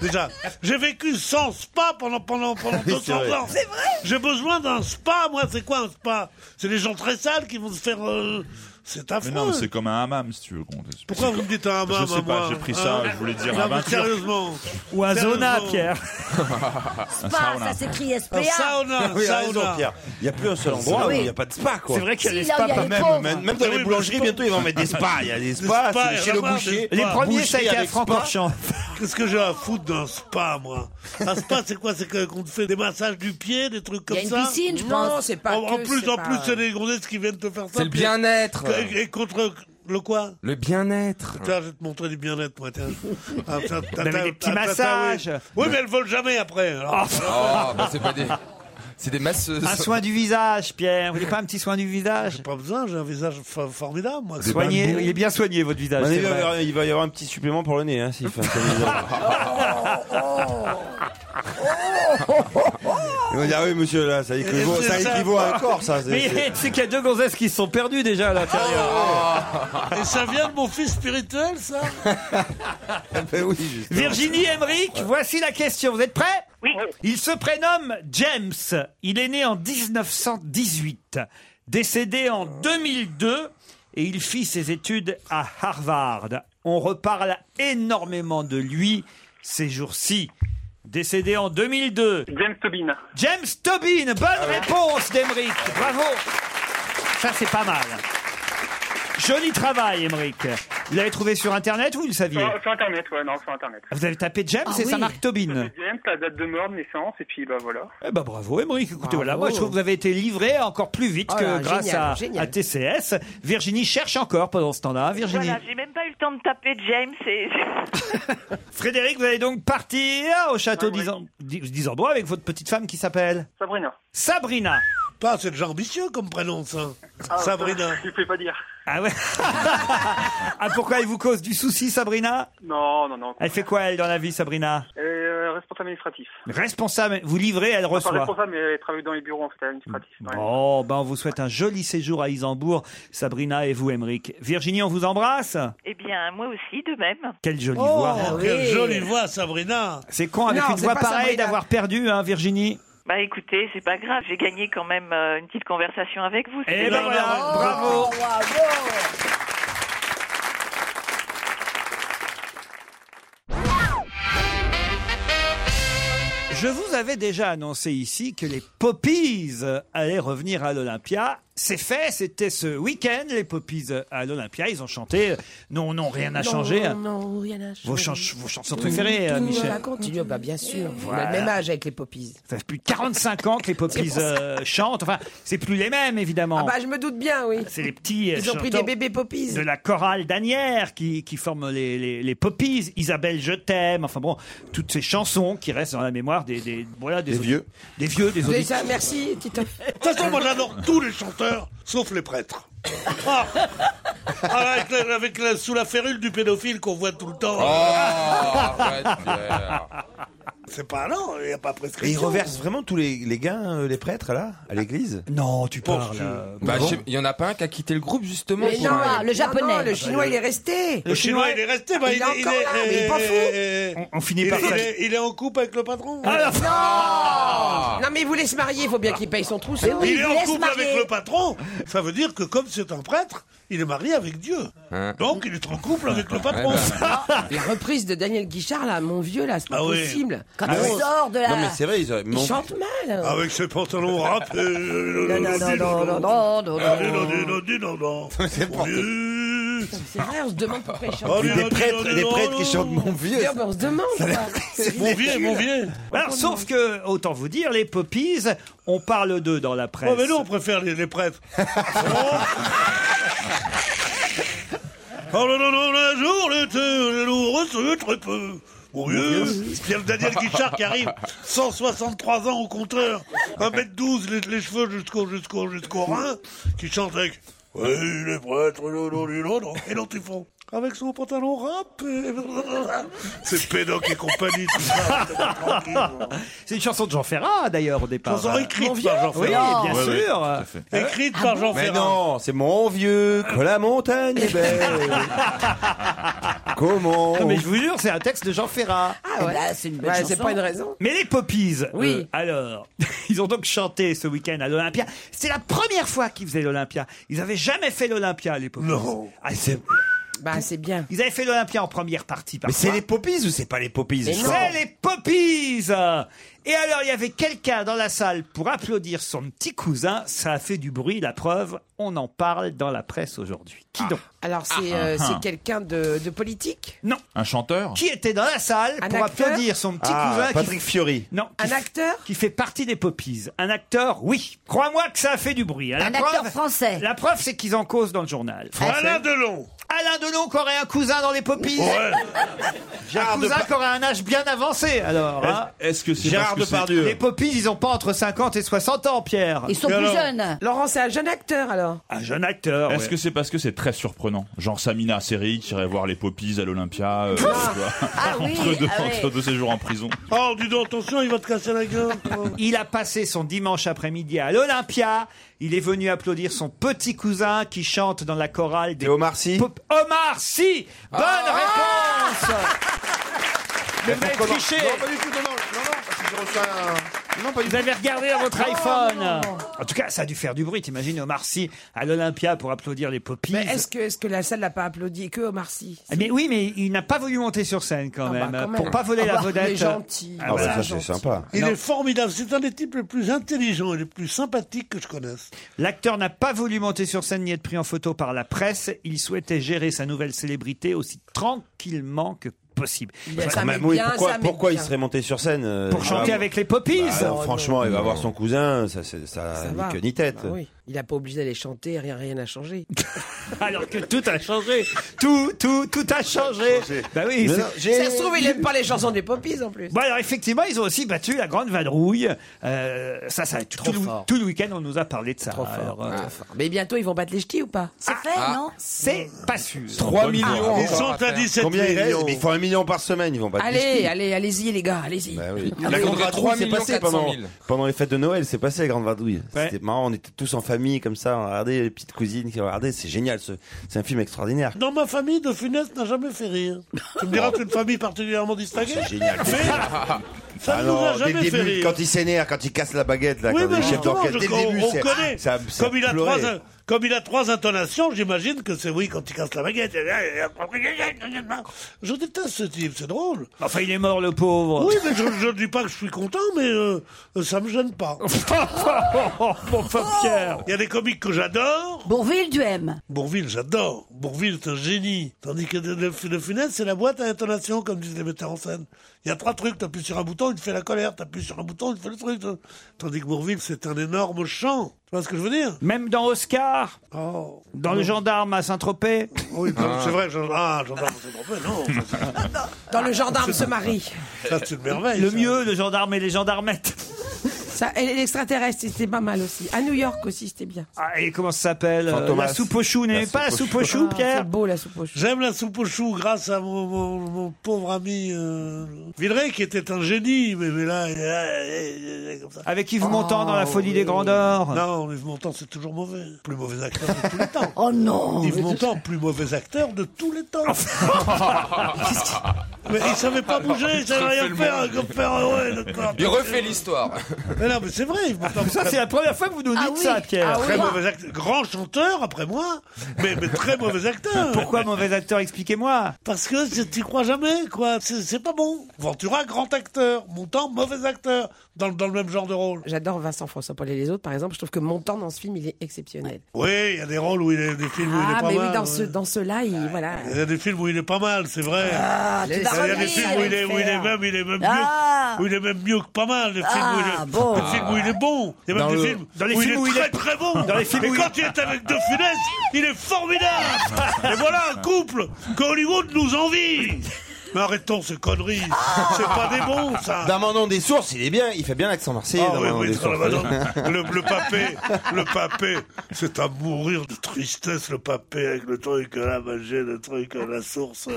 S8: Déjà, j'ai vécu sans spa pendant pendant pendant
S5: C'est
S8: 200
S5: vrai.
S8: ans.
S5: C'est
S8: J'ai besoin d'un spa. Moi, c'est quoi un spa C'est les gens très sales qui vont se faire. euh, C'est
S6: Mais
S8: affreux.
S6: non, mais c'est comme un hammam, si tu veux. qu'on-
S8: Pourquoi vous me dites un hammam
S6: Je sais
S8: à
S6: pas,
S8: moi
S6: j'ai pris ça,
S8: Hein
S6: je voulais dire
S8: Non,
S6: un
S8: mais
S6: bain turc.
S8: sérieusement.
S3: Ou un
S8: Sérieusement.
S3: zona, Pierre.
S6: un
S5: Bah,
S15: Spa,
S6: sauna.
S15: ça s'écrit SPA.
S5: Un sauna, Oui, raison, sauna. Pierre. Il n'y a plus un seul endroit
S15: Oui.
S5: où il n'y a pas de spa, quoi.
S15: C'est vrai qu'il y a Si, des là où spas il y a pas les
S5: même,
S15: pauvres.
S5: même, même dans les boulangeries, bientôt, ils vont mettre des spas. Il y a des spas,
S8: Des spas,
S5: c'est
S8: il y
S5: chez
S8: en a
S5: le
S8: marre,
S5: boucher.
S8: des spas.
S5: Boucherie avec spa.
S8: Qu'est-ce que j'ai à foutre d'un spa, moi Un spa, c'est quoi C'est que- qu'on te fait des massages du pied, des trucs
S4: Il
S8: comme
S4: y
S8: ça
S4: a une piscine, je Non, pense. c'est pas
S8: En, en
S4: que,
S8: plus,
S4: c'est
S8: en
S4: pas-
S8: plus, c'est les gondesses qui viennent te faire ça.
S7: C'est le
S8: puis-
S7: bien-être.
S8: Et, et contre le quoi
S7: Le bien-être.
S8: Tiens, je vais te montrer du bien-être, moi, tiens. Ah, tiens,
S7: Mais avec des petits
S8: ah,
S7: massages.
S8: oui. Oui, mais elles volent jamais après. alors.
S7: Oh, bah c'est pas des. C'est des masseuses.
S3: Un soin du visage, Pierre. Vous voulez pas un petit soin du visage
S8: J'ai pas besoin, j'ai un visage fo- formidable, moi.
S3: Soigné, il est bien soigné votre visage.
S5: Bon,
S3: c'est
S5: il, va y
S3: vrai.
S5: avoir, il va y avoir un petit supplément pour le nez, hein, s'il fait un Oh, Ils vont dire, ah oui, monsieur, là, ça équivaut, ça équivaut à un corps, ça. c'est-
S3: Mais
S5: c'est-
S3: c'est qu'il y a deux gonzesses qui se sont perdues déjà à l'intérieur.
S8: Et ça vient de mon fils spirituel, ça
S3: Virginie Emmerich, voici la question. Vous êtes prêts Oui. Il se prénomme James. Il est né en 1918, décédé en 2002 et il fit ses études à Harvard. On reparle énormément de lui ces jours-ci. Décédé en 2002.
S9: James Tobin.
S3: James Tobin, bonne réponse d'Emeric. Bravo. Ça, c'est pas mal. Joli travail, Emeric. Vous l'avez trouvé sur Internet ou vous le saviez
S9: Sur, sur Internet, ouais, non, sur Internet.
S3: vous avez tapé James
S9: Ah
S3: et ça
S9: oui.
S3: marque Tobin.
S9: James, la date de mort, de naissance, et puis bah voilà.
S3: Eh ben bravo, Émeric. Écoutez, voilà, moi je trouve que vous avez été livré encore plus vite
S9: Oh
S3: que
S9: là,
S3: grâce
S9: génial,
S3: à,
S9: génial.
S3: à TCS. Virginie cherche encore pendant ce temps-là. Virginie.
S13: Voilà, j'ai même pas eu le temps de taper James et.
S3: Frédéric, vous allez donc partir au château d'Isan- d'I- d'Isambois avec votre petite femme qui s'appelle
S9: Sabrina.
S3: Sabrina.
S8: Pas, c'est déjà ambitieux comme prénom, ça.
S9: Ah, bah.
S8: Sabrina.
S9: Je ne peux pas dire.
S3: Ah ouais Ah pourquoi elle vous cause du souci, Sabrina
S9: Non, non, non.
S3: Elle fait quoi, elle, dans la vie, Sabrina
S9: Elle est, euh, responsable administratif.
S3: Responsable, vous livrez, elle
S9: Enfin,
S3: reçoit.
S9: responsable, mais elle travaille dans les bureaux en fait administratifs. ouais.
S3: Bon, ben on vous souhaite un joli séjour à Isambourg, Sabrina et vous, Émeric. Virginie, on vous embrasse.
S13: Eh bien, moi aussi, de même.
S3: Quelle jolie
S13: Oh,
S8: Ah,
S3: voix.
S8: Quelle jolie voix, Sabrina
S3: C'est con avec
S13: Non,
S3: une
S13: c'est
S3: voix
S13: pas
S3: pareille
S13: Sabrina.
S3: d'avoir perdu, hein, Virginie.
S13: Bah écoutez, c'est pas grave, j'ai gagné quand même euh, une petite conversation avec vous.
S3: Eh
S13: c'est
S3: ben
S13: pas
S3: voilà,
S13: grave.
S3: bravo. Je vous avais déjà annoncé ici que les Poppies allaient revenir à l'Olympia. C'est fait, c'était ce week-end, les Poppies à l'Olympia. Ils ont chanté Non, non, rien n'a changé. hein.
S4: Non, non, rien n'a changé.
S3: Vos, chans- vos chansons préférées,
S4: Tout
S3: euh, Michel
S4: va continuer, bah, bien sûr. On
S3: Voilà.
S4: a le même âge avec les poppies.
S3: Ça fait plus de 45 ans que les
S4: C'est
S3: Poppies
S4: pour ça.
S3: euh, chantent. Enfin, c'est plus les mêmes, évidemment.
S4: Ah bah, je me doute bien, oui.
S3: C'est les petits. euh,
S4: Ils ont pris
S3: chanteurs
S4: des bébés poppies.
S3: De la chorale d'Anières qui, qui forme les, les, les Poppies. Isabelle, je t'aime. Enfin bon, toutes ces chansons qui restent dans la mémoire des, des, voilà, des, vieux. Des vieux, des
S4: C'est
S3: auditeurs.
S4: ça, merci, Tito.
S8: De toute façon, moi j'adore tous les chanteurs, sauf les prêtres. Ah. Ah, avec la- avec la- sous la férule du pédophile qu'on voit tout le temps.
S7: Oh,
S8: C'est pas non, il n'y a pas
S5: Et ils
S8: prescription.
S5: reversent vraiment tous les, les gains, euh, les prêtres, là, à l'église
S3: Non, tu
S5: parles. euh,
S7: Bah, je sais- il y en a pas un qui a quitté le groupe justement.
S4: Mais
S7: pour
S4: non,
S7: aller-
S4: le japonais. le chinois, il est resté.
S8: Le chinois, il est resté. bah,
S4: il, est encore là, mais il est pas fou.
S3: On, finit
S8: il,
S3: par
S8: il
S3: ça.
S8: est, il est en couple avec le
S5: Ah,
S8: patron.
S4: Non, mais il voulait se marier, il faut bien qu'il paye son trousseau.
S8: Ah il est en couple avec le patron. Ça veut dire que comme c'est un prêtre, il est marié avec Dieu.
S7: Hein.
S8: Donc il est en couple avec le patron.
S4: La reprise de Daniel Guichard, là, mon vieux, là, c'est pas
S8: Ah oui.
S4: possible.
S8: Quand Ah il oui. sort de la- Non, mais c'est Ah vrai, ils auraient-
S4: Il
S8: mais on-
S4: chante mal. hein.
S7: Ah
S8: Avec ses pantalons rap.
S4: C'est vrai, on se demande pourquoi il chante.
S8: Oh, des prêtres- des prêtres qui chantent
S5: mon vieux.
S4: D'ailleurs, ben, on se demande. quoi.
S8: Mon vieux, mon vieux.
S3: Alors, sauf que, autant vous dire, les Poppies, on parle d'eux dans la presse.
S8: Oh, mais nous, on préfère les, les prêtres. Oh non, non, non, un jour, l'été, les lourds, c'est très peu. Mon vieux, il y a le Daniel Guichard qui arrive, 163 ans au compteur, 1m12, les, les cheveux jusqu'au jusqu'au jusqu'au rein, qui chante avec « Oui, les prêtres, non, non, non, non », et l'autre, ils font « Avec son pantalon rap ». C'est Pédoc et compagnie, tout ça.
S3: C'est une chanson de Jean Ferrat, d'ailleurs, au départ.
S8: Chanson écrite
S3: Mon
S8: par
S3: vieux.
S8: Jean
S3: Oui,
S8: Ferrat.
S3: bien
S5: Ouais, ouais,
S3: sûr.
S5: tout à fait.
S8: Écrite
S3: Ah
S4: Ah
S8: par Jean
S5: Mais
S8: Ferrat.
S5: non, c'est mon vieux que la montagne est belle. Comment
S3: Non, mais je vous jure, c'est un texte de Jean Ferrat.
S4: Ah ouais. c'est une belle Ouais, c'est chanson. pas une raison.
S3: Mais les Poppies,
S4: Oui.
S3: eux, alors, ils ont donc chanté ce week-end à l'Olympia. C'est la première fois qu'ils faisaient l'Olympia. Ils n'avaient jamais fait l'Olympia, les Poppies.
S5: Non.
S3: Ah, c'est...
S4: Bah, c'est bien.
S3: Ils avaient fait l'Olympia en première partie.
S5: Mais
S3: parfois.
S5: c'est les poppies ou c'est pas les poppies
S3: Mais
S5: je
S3: non.
S5: crois.
S3: C'est les Poppies Et alors, il y avait quelqu'un dans la salle pour applaudir son petit cousin. Ça a fait du bruit, la preuve. On en parle dans la presse aujourd'hui.
S5: Ah.
S3: Qui donc
S4: Alors, c'est euh, c'est quelqu'un de, de politique
S3: Non.
S6: Un chanteur
S3: Qui était dans la salle
S4: Un
S3: pour
S4: acteur
S3: applaudir son petit
S5: Ah,
S3: cousin qui-
S5: Patrick Fiori.
S3: Non.
S4: Un acteur
S3: Qui fait partie des Poppies. Un acteur, oui. Crois-moi que ça a fait du bruit. hein. La
S16: Un acteur
S3: français. La preuve, c'est qu'ils en causent dans le journal.
S8: Alain Delon
S3: Alain Delon qui aurait un cousin dans les Poppies. Un cousin qui aurait un âge bien avancé, alors. hein.
S6: Est-ce que c'est
S3: Gérard
S6: parce que c'est-
S3: Depardieu. Les Poppies, ils ont pas entre 50 et 60 ans, Pierre.
S16: Ils sont plus jeunes.
S4: Laurent, c'est un jeune acteur, alors
S3: Un jeune acteur.
S6: Est-ce
S3: Ah ouais.
S6: que c'est parce que c'est très surprenant Genre Samina Seri qui irait voir les poppies à l'Olympia euh, tu vois,
S16: Ah oui,
S6: entre, deux,
S16: ah oui.
S6: entre deux séjours en prison.
S8: Oh, dis donc, attention, il va te casser la gueule.
S3: Il a passé son dimanche après-midi à l'Olympia. Il est venu applaudir son petit cousin qui chante dans la chorale des
S5: Omar Sy
S3: Pop- Omar Sy Bonne
S4: Ah.
S3: réponse Le mec
S5: Non,
S3: triché
S5: non, pas du tout, non, non, non, non, parce que j'ai reçu un- Non, pas du
S3: Vous
S5: tout.
S3: avez regardé à votre
S4: Ah,
S3: iPhone En tout cas, ça a dû faire du bruit. T'imagines Omar Sy à l'Olympia pour applaudir les poppies.
S4: Mais est-ce que, est que la salle n'a pas applaudi que Omar Sy
S3: Mais oui, mais il n'a pas voulu monter sur scène quand,
S4: Ah bah,
S3: même,
S4: quand même.
S3: pour pas voler
S4: Ah
S3: la
S4: bah,
S3: vedette.
S4: il est gentil.
S3: Ah
S5: Ah, bah,
S3: voilà.
S5: ça, c'est sympa.
S8: Il
S3: Non.
S8: est formidable. C'est un des types les plus intelligents et les plus sympathiques que je connaisse.
S3: L'acteur n'a pas voulu monter sur scène ni être pris en photo par la presse. Il souhaitait gérer sa nouvelle célébrité aussi tranquillement que possible.
S4: Ça,
S5: Quand
S4: met
S5: même, oui,
S4: bien,
S5: Ah, pourquoi,
S4: ça met
S5: pourquoi il
S4: bien.
S5: serait monté sur scène euh,
S3: Pour chanter
S5: bah,
S3: avec les poppies.
S5: bah, alors, franchement, il va voir son cousin, ça, c'est- ça,
S4: Ça
S5: ni
S4: va.
S5: queue euh, ni tête.
S4: Bah oui. Il n'a pas obligé d'aller chanter, rien rien n'a changé.
S3: Alors que tout a changé. Tout, tout, tout a changé. Bah oui.
S5: Mais
S3: c'est-
S5: non, j'ai-
S4: Ça se trouve, il aime pas les chansons des poppies en plus.
S3: Bon
S8: Bah-
S3: alors effectivement ils ont aussi battu la grande vadrouille. Euh, ça ça tout, le-
S4: fort.
S3: tout le week-end on nous a parlé de ça.
S4: Trop fort,
S3: Alors, euh,
S4: trop fort. Mais bientôt, ils vont battre les ch'tis ou pas
S16: C'est
S5: Ah,
S16: fait, non
S3: c'est pas sûr.
S5: 3 millions.
S8: Ils sont à 17
S5: Combien il reste
S8: millions.
S5: Mais il faut un million par semaine, ils vont pas te
S4: Allez,
S5: discuter.
S4: allez, allez-y les gars, allez-y.
S5: Bah oui.
S7: mais
S5: La
S7: on
S5: grande
S7: dirait
S5: vadrouille
S7: 3
S5: s'est passée
S7: 400 000.
S5: pendant, pendant les fêtes de Noël, c'est passé la grande vadrouille.
S3: Ouais.
S5: C'était marrant, on était tous en famille comme ça, on regardait les petites cousines qui regardaient, c'est génial, ce- c'est un film extraordinaire.
S8: Dans ma famille, De Funès n'a jamais fait rire. Tu me diras que c'est une famille particulièrement distinguée.
S5: C'est génial.
S8: Mais Ça
S5: Ah
S8: ne
S5: non,
S8: nous a
S5: dès
S8: jamais
S5: le
S8: fait
S5: début,
S8: rire.
S5: Quand il s'énerve, quand il casse la baguette, là,
S8: Oui,
S5: quand
S8: mais
S5: le chef
S8: justement,
S5: d'orchestre,
S8: je-
S5: dès le
S8: on-
S5: début,
S8: on
S5: c'est-
S8: connaît.
S5: ça- ça
S8: comme, il a
S5: pleurait.
S8: trois, in- comme il a trois intonations, j'imagine que c'est oui quand il casse la baguette. Eh, Je déteste ce type, c'est drôle.
S3: Enfin, il est mort, le pauvre.
S8: Oui, mais je je ne dis pas que je suis content, mais euh, ça me gêne pas.
S3: Oh, Mon Pierre
S8: Il y a des comiques que j'adore.
S1: Bourville, tu aimes
S8: Bourville, j'adore. Bourville, c'est un génie. Tandis que le, le, le Funès, c'est la boîte à intonation, comme disent les metteurs en scène. Il y a trois trucs. T'appuies sur un bouton, il te fait la colère. T'appuies sur un bouton, il te fait le truc. Tandis que Bourville, c'est un énorme chant. Tu vois ce que je veux dire
S3: Même dans Oscar
S8: Oh.
S3: Dans le gendarme à Saint-Tropez
S8: Oui, C'est vrai, que j'en- ah, gendarme, c'est trompé, non.
S4: Dans le gendarme se marie.
S8: Ça, c'est une merveille.
S3: Le
S8: ça.
S3: mieux, le gendarme et les gendarmettes.
S4: Ça, et l'extraterrestre, c'était pas mal aussi. À New York aussi, c'était bien.
S3: Ah, et comment ça s'appelle euh,
S5: Fantomas.
S3: La soupe aux choux. Vous n'aimez
S5: La
S3: pas la
S5: soupe
S3: soupe aux choux,
S4: Ah,
S3: Pierre
S4: C'est beau la soupe aux choux.
S8: J'aime la soupe aux choux grâce à mon, mon- mon pauvre ami euh, Villeray qui était un génie, mais, mais là, euh, euh, comme ça. Oh,
S3: Avec Yves Montand dans La Folie des Grandeurs.
S8: Non, Yves Montand, c'est toujours mauvais. Plus mauvais acteur de tous les temps.
S1: Oh non
S8: Yves Montand, plus mauvais acteur de tous les temps.
S16: Ah,
S8: mais il savait pas bouger, il savait rien faire. comme faire ouais, le corps.
S7: Il refait l'histoire.
S8: Mais non, mais c'est vrai, Yves Montand.
S3: Ah, Ça, c'est la première fois que vous nous dites
S1: Ah oui.
S3: ça, Pierre.
S1: Ah oui.
S8: Très mauvais acteur. Grand chanteur, après moi, mais, mais très mauvais acteur.
S3: Pourquoi mauvais acteur Expliquez-moi.
S8: Parce que c'est- tu crois jamais, quoi. C'est c'est pas bon. Ventura, grand acteur. Montant, mauvais acteur. Dans, le- dans le même genre de rôle.
S4: J'adore Vincent François Paul et les autres, par exemple. Je trouve que Montand dans ce film, il est exceptionnel.
S8: Oui, il y a des rôles où il est, des films où il est
S4: Ah,
S8: pas
S4: mais
S8: mal.
S4: oui, dans,
S8: ouais.
S4: ce, dans ceux-là, il. Voilà.
S8: Il y a des films où il est pas mal, c'est vrai.
S1: Ah, tu
S8: il y
S1: vas
S8: a des
S1: revenir
S8: films où il est, où il est
S1: faire.
S8: même, il est même
S1: Ah.
S8: mieux, où il est même mieux que pas mal. Les films, où, il
S1: Ah,
S8: est,
S1: bon.
S8: les films où il est bon. Il y a même
S7: Dans
S8: des
S7: le-
S8: films,
S3: dans les
S8: où,
S3: films où
S8: il
S3: il
S8: est très
S3: est-
S8: très bon.
S3: dans les films
S8: Mais
S3: où il-
S8: quand il est avec De Funès, il est formidable. Et voilà un couple que Hollywood nous envie. Mais arrêtons ces conneries.
S1: Ah.
S8: C'est pas des bons, ça.
S5: Damandon des sources, il est bien, il fait bien l'accent marseillais.
S8: Ah oui,
S5: Damandon
S8: oui,
S5: des
S8: très
S5: sources.
S8: bien. le, le papé, le papé, c'est à mourir de tristesse, le papé, avec le truc à la magie, le truc à la source.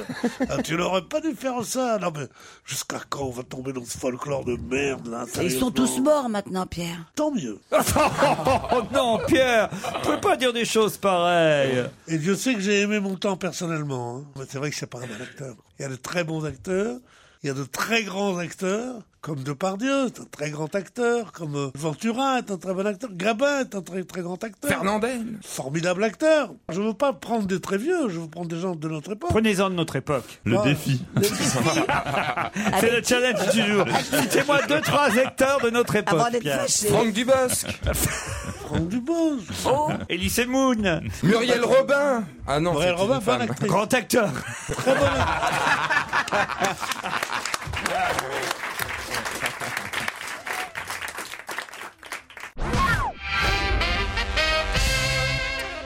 S8: Ah, tu n'aurais pas dû faire ça. Non, mais jusqu'à quand on va tomber dans ce folklore de merde, là
S1: Ils sont
S8: sérieusement
S1: tous morts maintenant, Pierre.
S8: Tant mieux.
S3: Oh non, Pierre, vous pouvez pas dire des choses pareilles.
S8: Et Dieu sait que j'ai aimé mon temps personnellement. hein. Mais c'est vrai que c'est pas un bon acteur. Il y a de très bons acteurs, il y a de très grands acteurs, comme Depardieu, c'est un très grand acteur, comme euh, Ventura est un très bon acteur, Gabin est un très très grand acteur.
S7: Fernandel.
S8: Formidable acteur. Je veux pas prendre des très vieux, je veux prendre des gens de notre époque.
S3: Prenez-en de notre époque.
S6: Le
S8: Ah.
S6: défi.
S3: C'est le challenge du jour. Citez-moi deux, trois acteurs de notre
S1: Avant
S3: époque.
S1: d'être
S3: Pierre.
S1: fâché.
S7: Franck Dubosc.
S8: Franck Dubosc.
S3: Oh. Elise Moon,
S7: Muriel Robin. Ah non,
S8: Aurel
S7: c'était
S8: Robin,
S7: une
S8: bonne
S7: femme.
S8: actrice.
S3: grand acteur.
S8: Très bonne actrice.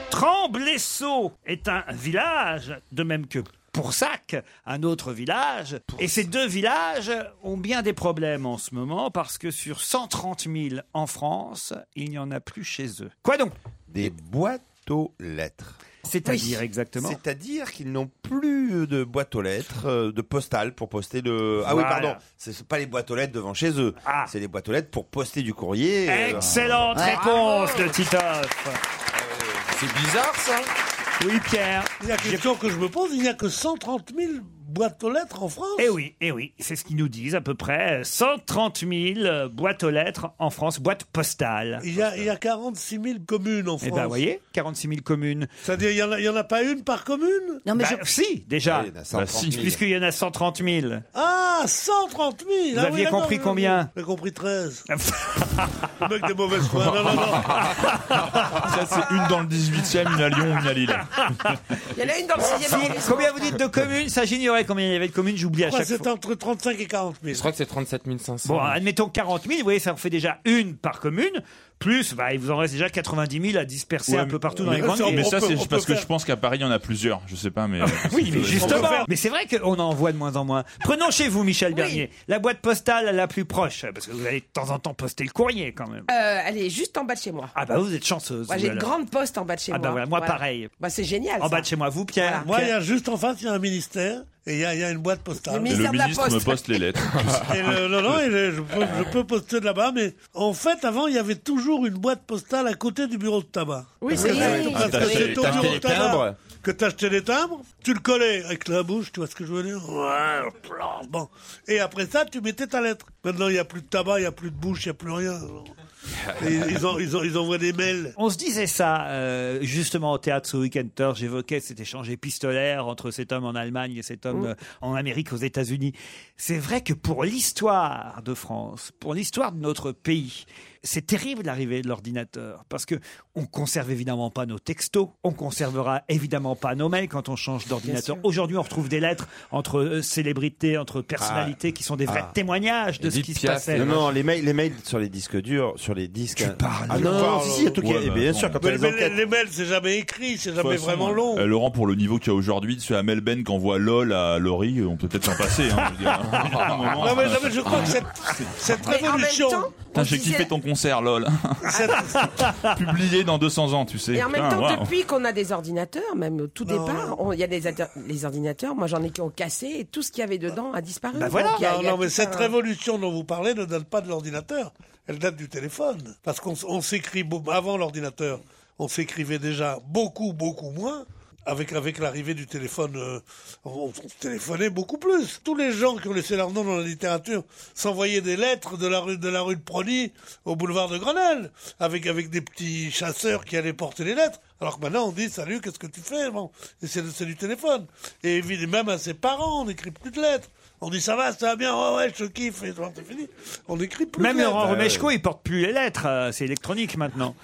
S3: Tremblay-Sceaux est un village, de même que Poursac, un autre village. Et ces deux villages ont bien des problèmes en ce moment parce que sur 130 000 en France, il n'y en a plus chez eux. Quoi donc
S5: Des boîtes aux lettres.
S3: C'est-à-dire exactement
S5: C'est-à-dire qu'ils n'ont plus de boîtes aux lettres, euh, de postales pour poster le. Ah
S3: Voilà.
S5: oui, pardon, c'est c'est pas les boîtes aux lettres devant chez eux.
S3: Ah.
S5: C'est les boîtes aux lettres pour poster du courrier. euh,
S3: Excellente réponse de Titoff.
S7: C'est bizarre ça.
S3: Oui, Pierre.
S8: Il y a une question que je me pose, il n'y a que 130 000 boîtes aux lettres en France.
S3: Eh oui, eh oui, c'est ce qu'ils nous disent à peu près. 130 000 boîtes aux lettres en France, boîtes postales.
S8: Il y, a, il y a 46 000 communes en France.
S3: Eh ben, vous voyez, 46 000 communes.
S8: C'est-à-dire, il n'y en, a- il y en a pas une par commune
S1: Non, mais
S3: Bah, Si, déjà.
S5: Ah, il y en a 130 000.
S3: Bah, si, Puisqu'il y en a 130 000.
S8: Ah, 130 000
S3: Vous
S8: Ah oui,
S3: aviez
S8: d'accord,
S3: compris
S8: oui, oui,
S3: combien
S8: oui. J'ai compris 13. Le mec des mauvaises foi. Non, non, non.
S16: ah.
S6: Ça, c'est une dans le 18e, une à Lyon, une à Lille.
S4: Il y en a une dans le 6
S3: Combien vous dites de communes Ça, j'ignorais combien il y avait de communes, j'oublie à
S8: Pourquoi
S3: chaque
S8: c'est
S3: fois.
S8: entre 35 et 40 000
S7: Je crois que c'est 37 500.
S3: Bon, admettons 40 000, vous voyez, ça en fait déjà une par commune, plus bah, il vous en reste déjà 90 000 à disperser
S6: Ouais,
S3: un peu partout dans les
S8: mais ça,
S3: grandes
S8: on
S6: Mais
S3: villes.
S6: ça,
S8: peut-
S6: c'est
S8: on peut
S6: parce que
S8: faire-
S6: je pense qu'à Paris, il y en a plusieurs. Je sais pas, mais.
S3: Oui, mais
S8: on peut
S3: justement.
S8: faire-
S3: Mais c'est vrai qu'on en voit de moins en moins. Prenons chez vous, Michel Bernier, la boîte postale la plus proche, parce que vous allez de temps en temps poster le courrier quand même.
S4: Elle est Euh, juste en bas de chez moi.
S3: Ah bah vous êtes chanceuse.
S4: Moi,
S3: vous,
S4: j'ai une
S3: alors.
S4: grande poste en bas de chez
S3: Ah
S4: moi.
S3: bah voilà, moi, pareil.
S4: Bah, c'est génial.
S3: En
S4: ça.
S3: bas de chez moi, vous, Pierre.
S8: Moi, il y
S3: Pierre.
S8: a juste en face, il y a un ministère et il y a, il y a une boîte postale.
S4: Le
S6: Et
S4: ministère de
S6: le
S4: la
S6: ministre me
S4: Poste.
S6: poste les lettres.
S8: Et le- non, non, et le- je, peux, je peux poster de là-bas, mais en fait, avant, il y avait toujours toujours une boîte postale à côté du bureau de tabac.
S4: Oui,
S8: Parce
S4: c'est
S8: que
S4: vrai.
S8: c'est-
S4: Ah,
S8: Parce
S4: t'as
S8: que
S4: acheté-
S8: c'est au
S4: t'as acheté
S8: bureau de
S4: les
S8: tabac
S4: timbres
S8: que t'as acheté les timbres, tu le collais avec la bouche, tu vois ce que je veux dire Ouais, plan, bon. Et après ça, tu mettais ta lettre. Maintenant, il n'y a plus de tabac, il n'y a plus de bouche, il n'y a plus rien. Et ils, ont, ils, ont, ils envoient des mails.
S3: On se disait ça euh, justement au théâtre ce week-end. Thor, J'évoquais cet échange épistolaire entre cet homme en Allemagne et cet homme
S4: Mm.
S3: euh, en Amérique, aux États-Unis. C'est vrai que pour l'histoire de France, pour l'histoire de notre pays, c'est terrible l'arrivée de l'ordinateur parce que on conserve évidemment pas nos textos, on conservera évidemment pas nos mails quand on change d'ordinateur.
S4: sûr.
S3: Aujourd'hui, on retrouve des lettres entre euh, célébrités, entre personnalités qui sont des vrais
S5: Ah.
S3: témoignages de ce
S5: Edith
S3: qui se
S5: Piaf,
S3: passait.
S5: Non, non, les mails, les mails sur les disques durs, sur les disques. Tu parles. Ah, non,
S8: Tu
S5: non,
S8: parles.
S5: si, si, il y a tout qui-
S6: Ouais,
S5: eh bien,
S6: bah,
S5: sûr,
S6: bon.
S5: quand
S8: Mais,
S5: les
S8: mais les,
S5: enquêtes.
S8: les mails, c'est jamais écrit, c'est
S6: De
S8: jamais
S6: toute façon,
S8: vraiment long.
S6: euh, Laurent, pour le niveau qu'il y a aujourd'hui, de ceux à Melben qu'envoie LOL à Laurie, on peut peut-être s'en passer. Hein, je veux dire. À un moment,
S8: Non, mais,
S6: euh,
S8: non, mais je crois que cette, cette
S4: Mais en même
S8: révolution.
S4: temps,
S6: Putain, j'ai
S4: on disait-
S6: kiffé ton concert, lol. Publié dans 200 ans, tu sais.
S4: Et en même
S3: Ah,
S4: temps,
S6: Putain, waouh.
S4: depuis qu'on a des ordinateurs, même au tout
S8: Non.
S4: départ, on- il y a des ater- les ordinateurs, moi j'en ai qui ont cassé et tout ce qu'il y avait dedans a disparu.
S8: Ben
S5: Bah,
S3: Bah,
S4: Donc,
S8: voilà.
S4: il y a-
S8: non,
S4: il y a
S8: non, mais
S4: tout
S8: cette
S4: un-
S8: révolution dont vous parlez ne date pas de l'ordinateur. Elle date du téléphone. Parce qu'on s- on s'écrit beau- avant l'ordinateur, on s'écrivait déjà beaucoup, beaucoup moins. Avec, avec l'arrivée du téléphone, euh, on, on se téléphonait beaucoup plus. Tous les gens qui ont laissé leur nom dans la littérature s'envoyaient des lettres de la rue de la rue de Prony au boulevard de Grenelle, avec avec des petits chasseurs qui allaient porter les lettres. Alors que maintenant on dit salut, qu'est-ce que tu fais Bon, Et c'est c'est du téléphone. Et évidemment, même à ses parents, on n'écrit plus de lettres. On dit ça va, ça va bien, ouais, ouais, je te kiffe, et toi, c'est fini. On n'écrit plus.
S3: Même
S8: de
S3: Laurent
S4: Bah
S8: lettres.
S3: Romeshko, il porte plus les lettres, euh, c'est électronique maintenant.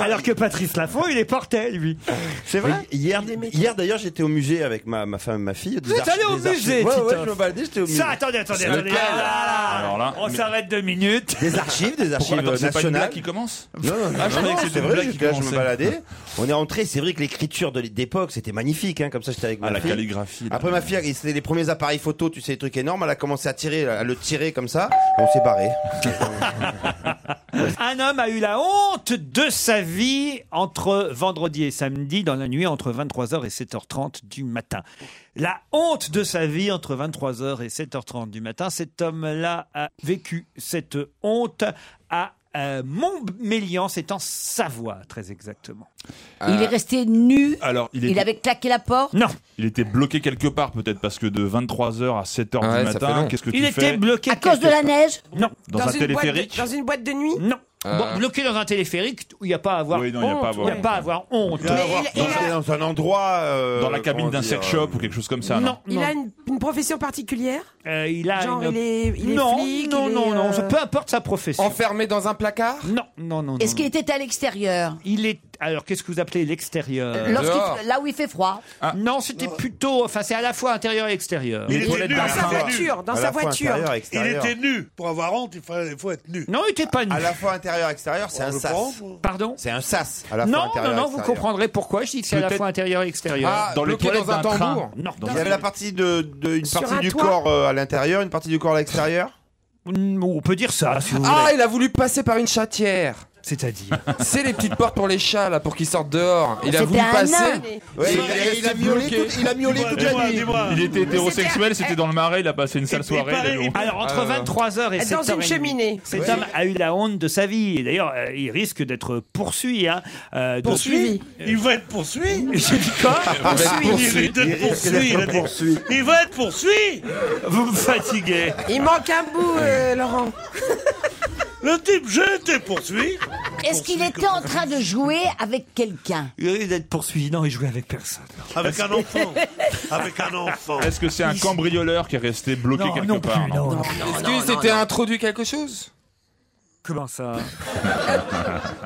S3: Alors que Patrice Lafont, il les portait, lui.
S5: C'est vrai. hier, hier d'ailleurs, j'étais au musée avec ma, ma femme et ma fille. des
S3: Vous êtes
S5: archi-
S3: allé au
S5: des archi- Ouais,
S3: musée,
S5: ouais,
S3: Titoff
S5: je me baladais, j'étais au musée.
S3: Ça, attendez, attendez,
S5: C'est
S3: attendez.
S5: lequel
S3: Ah, là, là.
S5: Alors là,
S3: on
S5: mais-
S3: s'arrête deux minutes.
S5: Des archives, des
S6: Pourquoi
S5: archives
S6: Attends, c'est pas une
S5: nationales.
S6: blague qui commence
S5: Non, non, non,
S6: Ah, je
S5: non,
S6: croyais que
S5: non,
S6: c'était
S5: c'est
S6: une
S5: vrai,
S6: blague
S5: je-
S6: qui
S5: là, je me
S6: commençait.
S5: baladais. On est rentré, c'est vrai que l'écriture de d'époque, c'était magnifique, hein, comme ça j'étais avec ma
S6: Ah, la
S5: fille.
S6: calligraphie, là.
S5: Après ma fille, c'était les premiers appareils photo, tu sais, les trucs énormes, elle a commencé à tirer, à le tirer comme ça, et on s'est barré.
S3: Un homme a eu la honte de sa vie entre vendredi et samedi dans la nuit entre 23h et 7h30 du matin. La honte de sa vie entre 23h et 7h30 du matin. Cet homme-là a vécu cette honte à euh, Montmélian, c'est en Savoie très exactement.
S1: Il est resté nu.
S6: Alors, il,
S1: Il,
S6: était-
S1: avait claqué la porte.
S3: Non.
S6: il était bloqué quelque part, peut-être, parce que de 23h à 7h
S7: Ah
S6: du
S7: ouais, ça fait
S6: matin,
S7: long.
S6: qu'est-ce que
S3: Il
S6: tu
S3: était
S6: fais
S3: bloqué
S1: À cause de la neige.
S3: Non,
S6: Dans, un
S4: une
S6: téléphérique
S4: boîte de- dans une boîte de nuit
S3: non.
S7: Euh.
S3: Bon, bloqué dans un téléphérique, où il n'y a pas à avoir
S6: Oui, non,
S3: honte.
S6: il n'y a pas à
S3: il
S6: avoir
S3: n'y a
S6: honte.
S3: pas à avoir honte.
S5: Il doit avoir-
S4: il-
S5: dans,
S4: il a-
S5: dans un endroit. euh,
S6: Dans la cabine
S5: comment
S6: d'un
S5: dire, euh,
S6: sex shop ou quelque chose comme ça, non,
S3: Non,
S4: Il
S3: non.
S4: a une, une profession particulière
S3: Euh, il a
S4: Genre,
S3: une-
S4: il est, il est
S3: non,
S4: flic,
S3: non,
S4: il est,
S3: non, non,
S4: euh,
S3: peu importe sa profession.
S7: Enfermé dans un placard
S3: Non, non, non.
S1: Est-ce
S3: non,
S1: qu'il
S3: non.
S1: était à l'extérieur
S3: Il est. Alors, qu'est-ce que vous appelez l'extérieur
S4: Euh,
S1: Lorsqu'il-
S7: dehors.
S1: Là où il fait froid.
S6: Ah.
S3: Non, c'était plutôt. Enfin, c'est à la fois intérieur et extérieur.
S8: Il
S5: Les
S8: était
S5: toilettes
S8: nu.
S5: d'un
S4: Dans sa
S5: Ah,
S4: voiture, dans
S5: à
S4: sa
S5: la fois
S4: voiture.
S5: intérieur,
S8: Il
S5: extérieur.
S8: était nu. Pour avoir honte, il fallait- il faut être nu.
S3: Non, il était pas nu.
S5: À la fois intérieur extérieur, c'est un
S8: Je
S5: sas.
S8: pense.
S3: Pardon
S5: C'est un sas. À la fois
S3: Non, non,
S5: intérieur,
S3: non, vous
S5: extérieur.
S3: comprendrez pourquoi je dis que c'est à la
S6: Peut-être-
S3: fois intérieur et extérieur.
S7: Ah,
S6: Dans les
S7: bloqué
S6: toilettes
S7: dans un
S6: d'un train.
S7: tambour
S3: Non, dans
S5: Il y avait la partie de, de- une
S4: Sur
S5: partie
S4: un
S5: du
S4: toit.
S5: corps euh, à l'intérieur, une partie du corps à l'extérieur.
S3: Mm, on peut dire ça, si vous voulez.
S7: Ah, il a voulu passer par une chatière.
S3: C'est-à-dire.
S7: C'est les petites portes pour les chats là pour qu'ils sortent dehors. Il a
S1: C'était
S7: voulu
S1: un nain.
S7: passer.
S5: Ouais,
S7: Et
S5: il,
S7: il est
S5: et
S7: resté
S5: il a miaulé
S7: bloqué.
S5: toute- il a miaulé toute la
S8: Dis-moi,
S5: nuit.
S8: dis-moi.
S6: Il était hétérosexuel, c'était dans le marais, il a passé une sale
S8: il paraît-
S6: soirée. Euh,
S8: il paraît-
S3: Alors,
S5: Euh,
S3: entre 23h et 7h30.
S4: Dans une cheminée.
S3: Cet homme a eu la honte de sa vie. Et D'ailleurs, euh, il risque d'être poursuivi. Hein, euh, de-
S4: Poursuivi.
S8: Il va être poursuivi.
S3: J'ai dit quoi
S8: Il va être poursuivi. Il a dit- Il va être poursuivi.
S3: Vous me fatiguez.
S4: Il manque un bout, euh, Laurent.
S8: Le type, j'ai été poursuivi.
S1: Est-ce qu'il était en train de jouer avec quelqu'un
S3: Il risque d'être poursuivi. Non, il jouait avec personne.
S6: Ah,
S8: Avec un enfant. Avec un enfant.
S6: Est-ce que c'est un cambrioleur qui est resté bloqué quelque part non
S3: non.
S7: Est-ce qu'il s'était introduit quelque chose
S3: Comment ça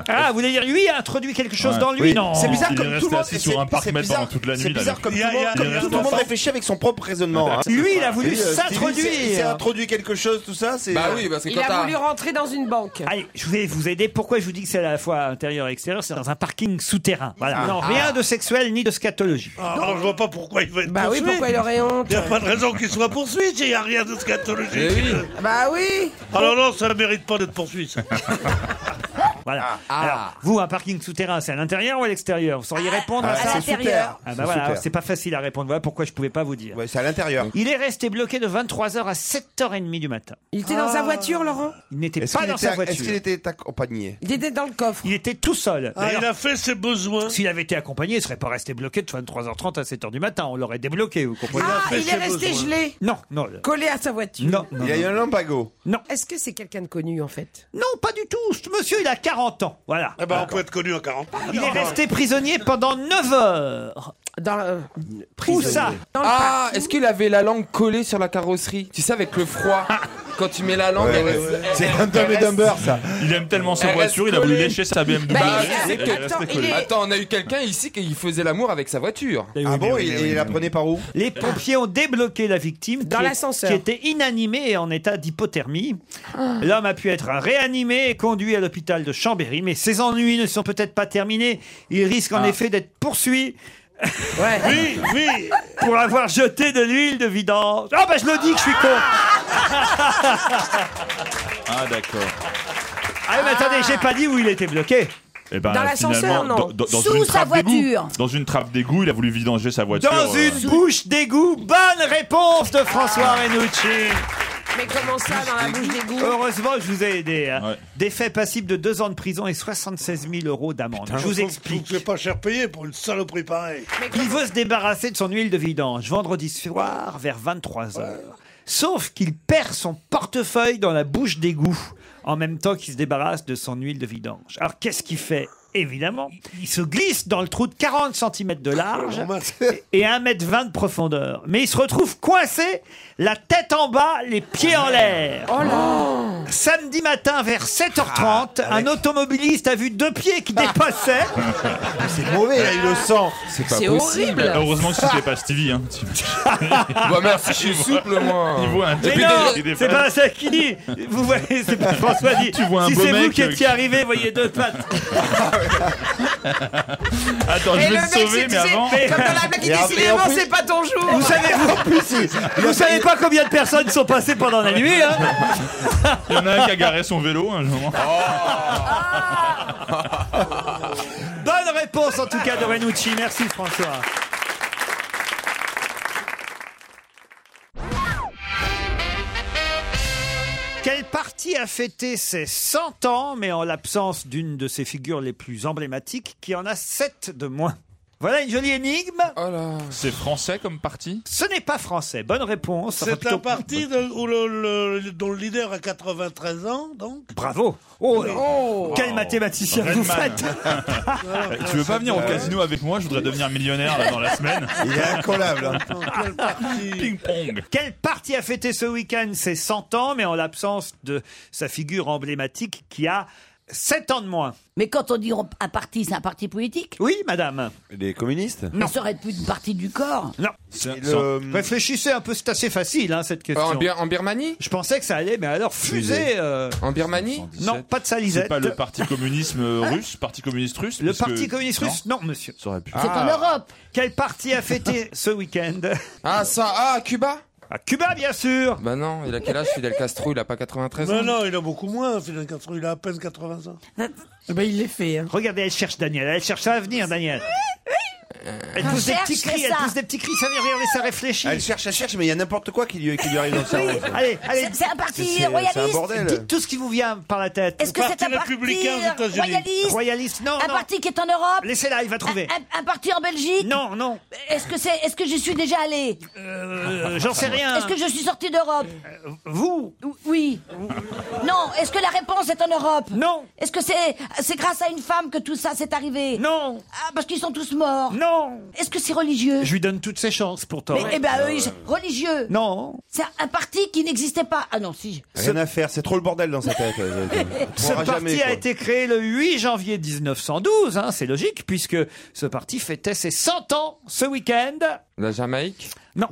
S3: Ah, vous voulez dire lui a introduit quelque chose
S6: Ouais.
S3: dans lui
S6: Oui.
S3: Non.
S5: C'est bizarre
S6: Il est
S5: comme
S6: resté
S5: tout le monde.
S6: assis sur
S5: c'est-
S6: un parc
S5: c'est
S6: mètre pendant
S5: bizarre-
S6: toute la
S5: c'est
S6: nuit, là,
S5: bizarre
S6: lui.
S5: comme tout
S8: Il y a-
S5: le monde-
S8: il y a-
S5: comme
S8: il y a
S5: tout le monde
S8: un
S5: réfléchit avec son propre raisonnement. hein.
S3: Lui, il a voulu
S5: Lui, euh, Stevie, c'est- c'est
S3: s'introduire.
S5: introduit quelque chose, tout
S3: Ah,
S5: ça. c'est-
S7: Bah oui, parce que
S4: Il
S7: quand
S4: a
S7: t'as.
S4: voulu rentrer dans une banque.
S3: Allez, je vais vous aider. Pourquoi je vous dis que c'est à la fois intérieur et extérieur C'est dans un parking souterrain. Voilà. Non, rien de sexuel ni de scatologie.
S8: Ah, Alors, je vois pas pourquoi il va être
S4: Bah oui,
S8: poursuivi.
S4: pourquoi il aurait honte
S8: Il n'y a pas de raison qu'il soit poursuivi, il n'y a rien de Ah scatologique.
S7: Eh oui.
S4: Bah oui
S8: Alors non, ça ne mérite pas d'être poursuivi. ça.
S3: Voilà.
S17: Ah.
S3: Alors, vous, un parking souterrain, c'est à l'intérieur ou à l'extérieur Vous sauriez répondre
S17: Ah,
S3: à
S17: c'est
S3: ça
S17: sous terre. l'intérieur.
S3: Ah
S17: C'est
S3: bah
S17: sous
S3: voilà,
S17: terre.
S3: c'est pas facile à répondre. Voilà pourquoi je pouvais pas vous dire.
S5: c'est à l'intérieur.
S3: Il est resté bloqué de 23h à 7h30 du matin.
S4: Il était
S17: Ah.
S3: Ah.
S4: dans sa voiture, Laurent
S3: Il n'était
S5: Est-ce
S3: pas
S5: qu'il
S3: dans
S5: était-
S3: sa voiture.
S5: Est-ce qu'il était accompagné
S4: Il était dans le coffre.
S3: Il était tout seul.
S8: Ah, il
S3: a fait ses besoins. S'il avait été accompagné, il serait pas resté bloqué de 23h30 à 7h du matin. On l'aurait débloqué, vous comprenez
S4: Ah, il est resté gelé.
S3: Non, non.
S4: Collé à sa voiture.
S3: Non, non, Il y a eu non. un
S5: lampago.
S3: Non.
S4: Est-ce que c'est quelqu'un de connu en fait
S3: Non, pas du tout. Ce monsieur, il a 40 ans. Voilà.
S8: Eh ben, on peut être connu à 40 ans.
S3: Il est
S4: Ah.
S3: resté prisonnier pendant 9 heures.
S4: Dans
S3: Où ça
S7: euh, Ah, est-ce qu'il avait la langue collée sur la carrosserie Tu sais, avec le froid, quand tu mets la langue,
S6: Ouais,
S7: elle
S6: ouais,
S7: reste-
S6: ouais.
S7: elle-
S6: C'est
S7: elle
S6: un Dumb et
S7: reste-
S6: Dumber, ça. Il aime tellement sa
S7: Elle reste
S6: voiture, il a voulu
S7: collée.
S6: lécher sa BMW.
S7: Bah,
S6: Elle
S7: il- c'est
S6: est restée
S7: que- attends,
S6: collée.
S7: il est- Attends, on a eu quelqu'un ici qui faisait l'amour avec sa voiture.
S5: Ah bon Et et il la prenait par où
S3: Les pompiers ont débloqué la victime
S5: Dans
S3: qui, est-
S5: l'ascenseur. Ah.
S3: qui était inanimée et en état d'hypothermie. L'homme a pu être réanimé et conduit à l'hôpital de Chambéry, mais ses ennuis ne sont peut-être pas terminés. Il risque
S6: Ah.
S3: en effet d'être poursuivi.
S8: Oui, oui.
S3: Pour avoir jeté de l'huile de vidange. Ah bah je le dis que je suis con.
S6: Ah, d'accord.
S3: Ah mais attendez, j'ai pas dit où il était bloqué.
S6: Eh ben,
S3: Dans l'ascenseur,
S6: finalement,
S3: non.
S6: dans- dans- dans
S3: Sous
S6: une
S3: sa
S6: trappe d'égout.
S3: voiture.
S6: Dans une trappe d'égout, il a voulu vidanger sa voiture.
S3: Dans
S6: euh,
S3: une bouche d'égout. Bonne réponse de François Renucci.
S4: Mais comment ça dans la bouche d'égout
S3: Heureusement, je vous ai aidé. hein. Des faits passibles de 2 ans de prison et 76 000 euros d'amende. Je vous explique.
S8: C'est pas cher payé pour une saloperie pareille.
S3: Il veut se débarrasser de son huile de vidange vendredi soir vers 23h. Sauf qu'il perd son portefeuille dans la bouche d'égout en même temps qu'il se débarrasse de son huile de vidange. Alors qu'est-ce qu'il fait Évidemment, il se glisse dans le trou de 40 cm de
S5: Oh,
S3: large et 1m20 de profondeur. Mais il se retrouve coincé, la tête en bas, les pieds en l'air. Samedi matin vers 7h30,
S5: Ah,
S3: un automobiliste a vu deux pieds qui dépassaient.
S5: C'est mauvais, là, il le sent.
S7: C'est
S3: pas C'est possible. horrible.
S6: Heureusement que c'était pas Stevie. Hein.
S7: Bah, merci, je suis
S6: Il voit-
S7: souple, moi.
S6: Il voit un
S3: Mais
S6: type
S3: non,
S6: qui dépasse.
S3: c'est pas ça qui dit. Vous voyez, c'est pas François dit.
S6: Tu vois un
S3: si
S6: beau
S3: c'est vous
S6: mec,
S3: qui
S6: euh,
S3: étiez arrivé, voyez deux pattes.
S6: Attends,
S3: Et
S6: je vais
S3: le
S6: le
S3: mec,
S6: sauver,
S3: c'est-
S6: mais avant.
S3: c'est comme dans la blague, il Et après, décidément, en plus- c'est
S4: pas ton jour.
S3: Vous savez, vous, vous savez pas combien de personnes sont passées pendant la nuit. Hein
S6: Il y en a un qui a garé son vélo un jour.
S3: Bonne réponse en tout cas de Renucci. Merci François. Quel parti a fêté ses 100 ans, mais en l'absence d'une de ses figures les plus emblématiques, qui en a 7 de moins Voilà une jolie énigme.
S8: Oh
S6: C'est français comme parti
S3: Ce n'est pas français. Bonne réponse. Enfin,
S8: C'est
S3: plutôt-
S8: un parti de- où le- le- dont le leader a 93 ans, donc
S3: Bravo. Oh,
S8: Oui.
S3: oh, quel mathématicien
S6: Redman.
S3: vous faites Ah,
S6: Euh, tu veux pas venir au casino avec moi Je voudrais devenir millionnaire là, dans la semaine.
S5: Il est incollable. hein.
S6: Ping-pong.
S3: Quel parti a fêté ce week-end ses 100 ans, mais en l'absence de sa figure emblématique qui a 7 ans de moins
S1: Mais quand on dit un parti, c'est un parti politique
S3: Oui, madame.
S5: Les communistes
S1: Non. Ça serait plus une partie du corps
S3: Non.
S5: Et le-
S3: Réfléchissez un peu, c'est assez facile, hein, cette question.
S7: Ah, En, Bir- en Birmanie
S3: Je pensais que ça allait, mais alors fusée.
S7: Fusée.
S3: euh,
S7: En Birmanie
S3: Non, pas de salisette.
S6: C'est pas le parti communisme russe Parti communiste russe
S3: Le
S6: parce
S3: parti
S6: que-
S3: communiste russe Non, monsieur.
S6: Ça aurait pu.
S3: C'est
S6: Ah.
S3: Europe. Quel parti a fêté ce week-end
S7: Ah, ça, ah, Cuba
S3: À Cuba, bien sûr
S7: Bah non, il a quel âge Fidel Castro Il a pas 93 ans
S8: Mais non, il a beaucoup moins, Fidel Castro, il a à peine 80 ans.
S1: Ah, eh ben,
S4: il l'est
S1: hein.
S4: fait.
S3: Regardez, elle cherche Daniel. Elle cherche à venir, Daniel.
S1: Euh.
S3: Elle pousse des petits cris, elle pousse des petits cris, ça vient, regardez, ça réfléchit.
S5: Elle cherche, elle cherche, mais il y a n'importe quoi qui lui, qui lui arrive dans le cerveau.
S3: Allez, allez.
S1: C'est- c'est un
S5: C'est-
S1: parti
S5: c'est- c'est un
S1: royaliste.
S5: bordel.
S3: Dites tout ce qui vous vient par la tête.
S1: Est-ce que c'est un parti royaliste
S3: Royaliste, non,
S1: Un
S3: non.
S1: parti qui est en Europe
S3: Laissez-la, il va trouver.
S1: un, un parti en Belgique
S3: Non, non.
S1: Est-ce que c'est, est-ce que j'y suis déjà allé
S3: Euh, J'en sais rien. Euh,
S1: Est-ce que je suis sorti d'Europe
S3: Vous
S1: Oui. Non. Est-ce que la réponse est en Europe
S3: Non.
S1: Est-ce que c'est, c'est grâce à une femme que tout ça s'est arrivé
S3: Non.
S1: Ah, parce qu'ils sont tous morts.
S3: Non.
S1: Est-ce que c'est religieux
S3: Je lui donne toutes ses chances pourtant.
S1: Mais, Eh ben, oui, je- religieux.
S3: Non.
S1: C'est un parti qui n'existait pas. Ah non, si.
S5: Rien à faire, c'est trop le bordel dans sa tête.
S3: Ce parti a été créé le 8 janvier 1912, hein, c'est logique, puisque ce parti fêtait ses 100 ans ce week-end.
S7: La Jamaïque
S3: Non.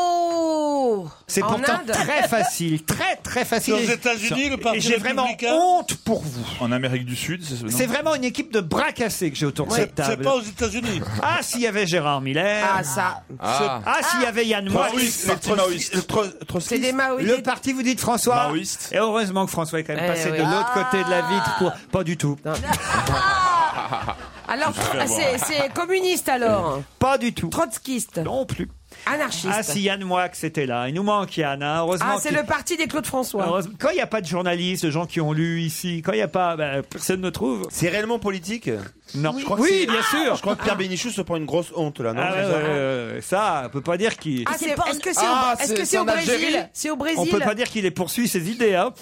S1: Oh
S3: C'est pourtant très facile, très très facile.
S6: Aux États-Unis, le Parti
S3: Et j'ai vraiment
S6: républicain
S3: honte pour vous.
S6: En Amérique du Sud, c'est non
S3: C'est vraiment une équipe de bras cassés que j'ai autour de
S6: C'est-
S3: cette table.
S6: c'est pas aux
S3: États-Unis. Ah, s'il y avait Gérard Miller.
S4: Ah, ça.
S3: Ah,
S4: Ah.
S3: s'il y avait Yann Moix.
S6: Maoïste,
S3: Le
S6: parti
S3: Trotski-
S6: maoïste.
S3: le Tro- Trotski-
S4: C'est des maoïstes.
S3: Le parti, vous dites François. Et heureusement que François est quand même
S4: Eh
S3: passé
S4: oui. Ah.
S3: de l'autre côté de la vitre pour. Pas du tout.
S4: Alors,
S3: Je me suis fait
S4: c'est
S3: avoir.
S4: c'est communiste alors
S3: Pas du tout.
S4: Trotskiste
S3: Non plus.
S4: Anarchiste
S3: Ah, si Yann Moix était là. Il nous manque Yann, hein. heureusement.
S4: Ah, c'est
S3: qu'il-
S4: le parti des Claude François.
S3: Heureusement- Quand il n'y a pas de journalistes, de gens qui ont lu ici, quand il n'y a pas, bah, personne ne trouve. C'est réellement politique Non.
S5: Je
S3: Oui,
S5: crois que c'est-
S3: bien sûr.
S5: Je crois que Pierre Bénichou se prend une grosse honte là. Non
S3: Ah,
S5: C'est
S3: ouais,
S5: ça
S3: ouais, ouais, ouais. ça, on peut pas dire qu'il.
S4: Ah, c'est- est-ce que c'est au-
S5: Ah,
S4: est-ce
S5: c'est-
S4: que c'est
S5: c'est
S4: au
S5: en
S4: Brésil
S5: Algérie.
S4: C'est au Brésil
S3: On peut pas dire qu'il ait poursuivi ses idées. Hein.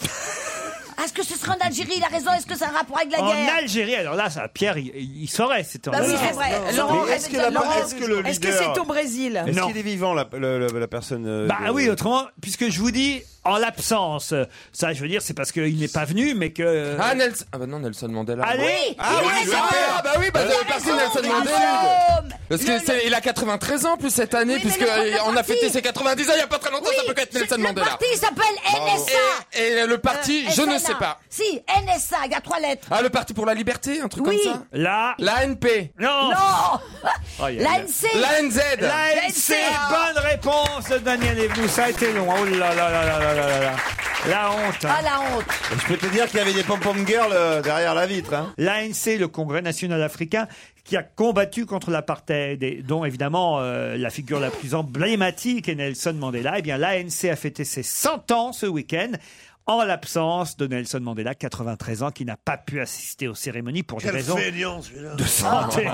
S1: Ah, Est-ce que ce sera en Algérie Il a raison. Est-ce que ça a un rapport avec la
S3: En
S1: guerre
S3: Algérie, alors là, ça, Pierre, il, il saurait. C'était en
S1: Bah oui,
S3: Algérie.
S1: c'est vrai.
S4: Laurent,
S5: Mais est-ce que, la-
S4: Laurent,
S5: est-ce que le leader
S4: est-ce que c'est au Brésil
S5: Est-ce
S3: Non.
S5: qu'il est vivant la, le- le- la personne euh,
S3: Bah
S5: de-
S3: oui, autrement, puisque je vous dis en l'absence, ça, je veux dire, c'est parce qu'il n'est pas venu, mais que.
S7: Ah, Nelson. Ah, bah non, Nelson Mandela.
S3: Allez
S7: Ah, oui,
S3: Il
S7: oui,
S3: a raison.
S7: ah, bah oui, bah
S3: Il a
S7: j'avais passé
S3: raison,
S7: Nelson
S3: il a
S7: Mandela.
S3: raison.
S7: Parce que c'est- il a 93 ans plus cette année, puisque
S1: mais le
S7: euh, on a
S1: parti-
S7: fêté ses 90 ans il y a pas très longtemps, ça peut qu'être Nelson
S1: Le
S7: Mandela.
S1: parti s'appelle
S7: Bravo.
S1: NSA.
S7: Et, et le parti,
S1: Euh,
S7: je ne
S1: SLA.
S7: sais pas.
S1: Si, NSA, il y a trois lettres.
S7: Ah, le parti pour la liberté, un truc
S1: Oui.
S7: comme ça
S3: La.
S7: L'ANP.
S3: Non.
S7: Oh.
S1: Non
S3: Aïe, aïe, aïe.
S1: L'ANC.
S7: L'ANZ.
S3: L'ANC.
S1: Ah,
S3: Bonne réponse, de Daniel Evoux. Ça a été long. Oh là là là là là là là là. La honte. hein.
S1: Ah, la honte.
S5: Je peux te dire qu'il y avait des pom-pom girls euh, derrière la vitre. hein.
S3: L'ANC, le Congrès national africain, qui a combattu contre l'apartheid, et dont évidemment euh, la figure la plus emblématique est Nelson Mandela. Eh bien, l'ANC a fêté ses 100 ans ce week-end. En l'absence de Nelson Mandela, 93 ans, qui n'a pas pu assister aux cérémonies pour des
S8: Quel
S3: raisons
S8: fainéant, celui-là. Oh.
S3: de santé.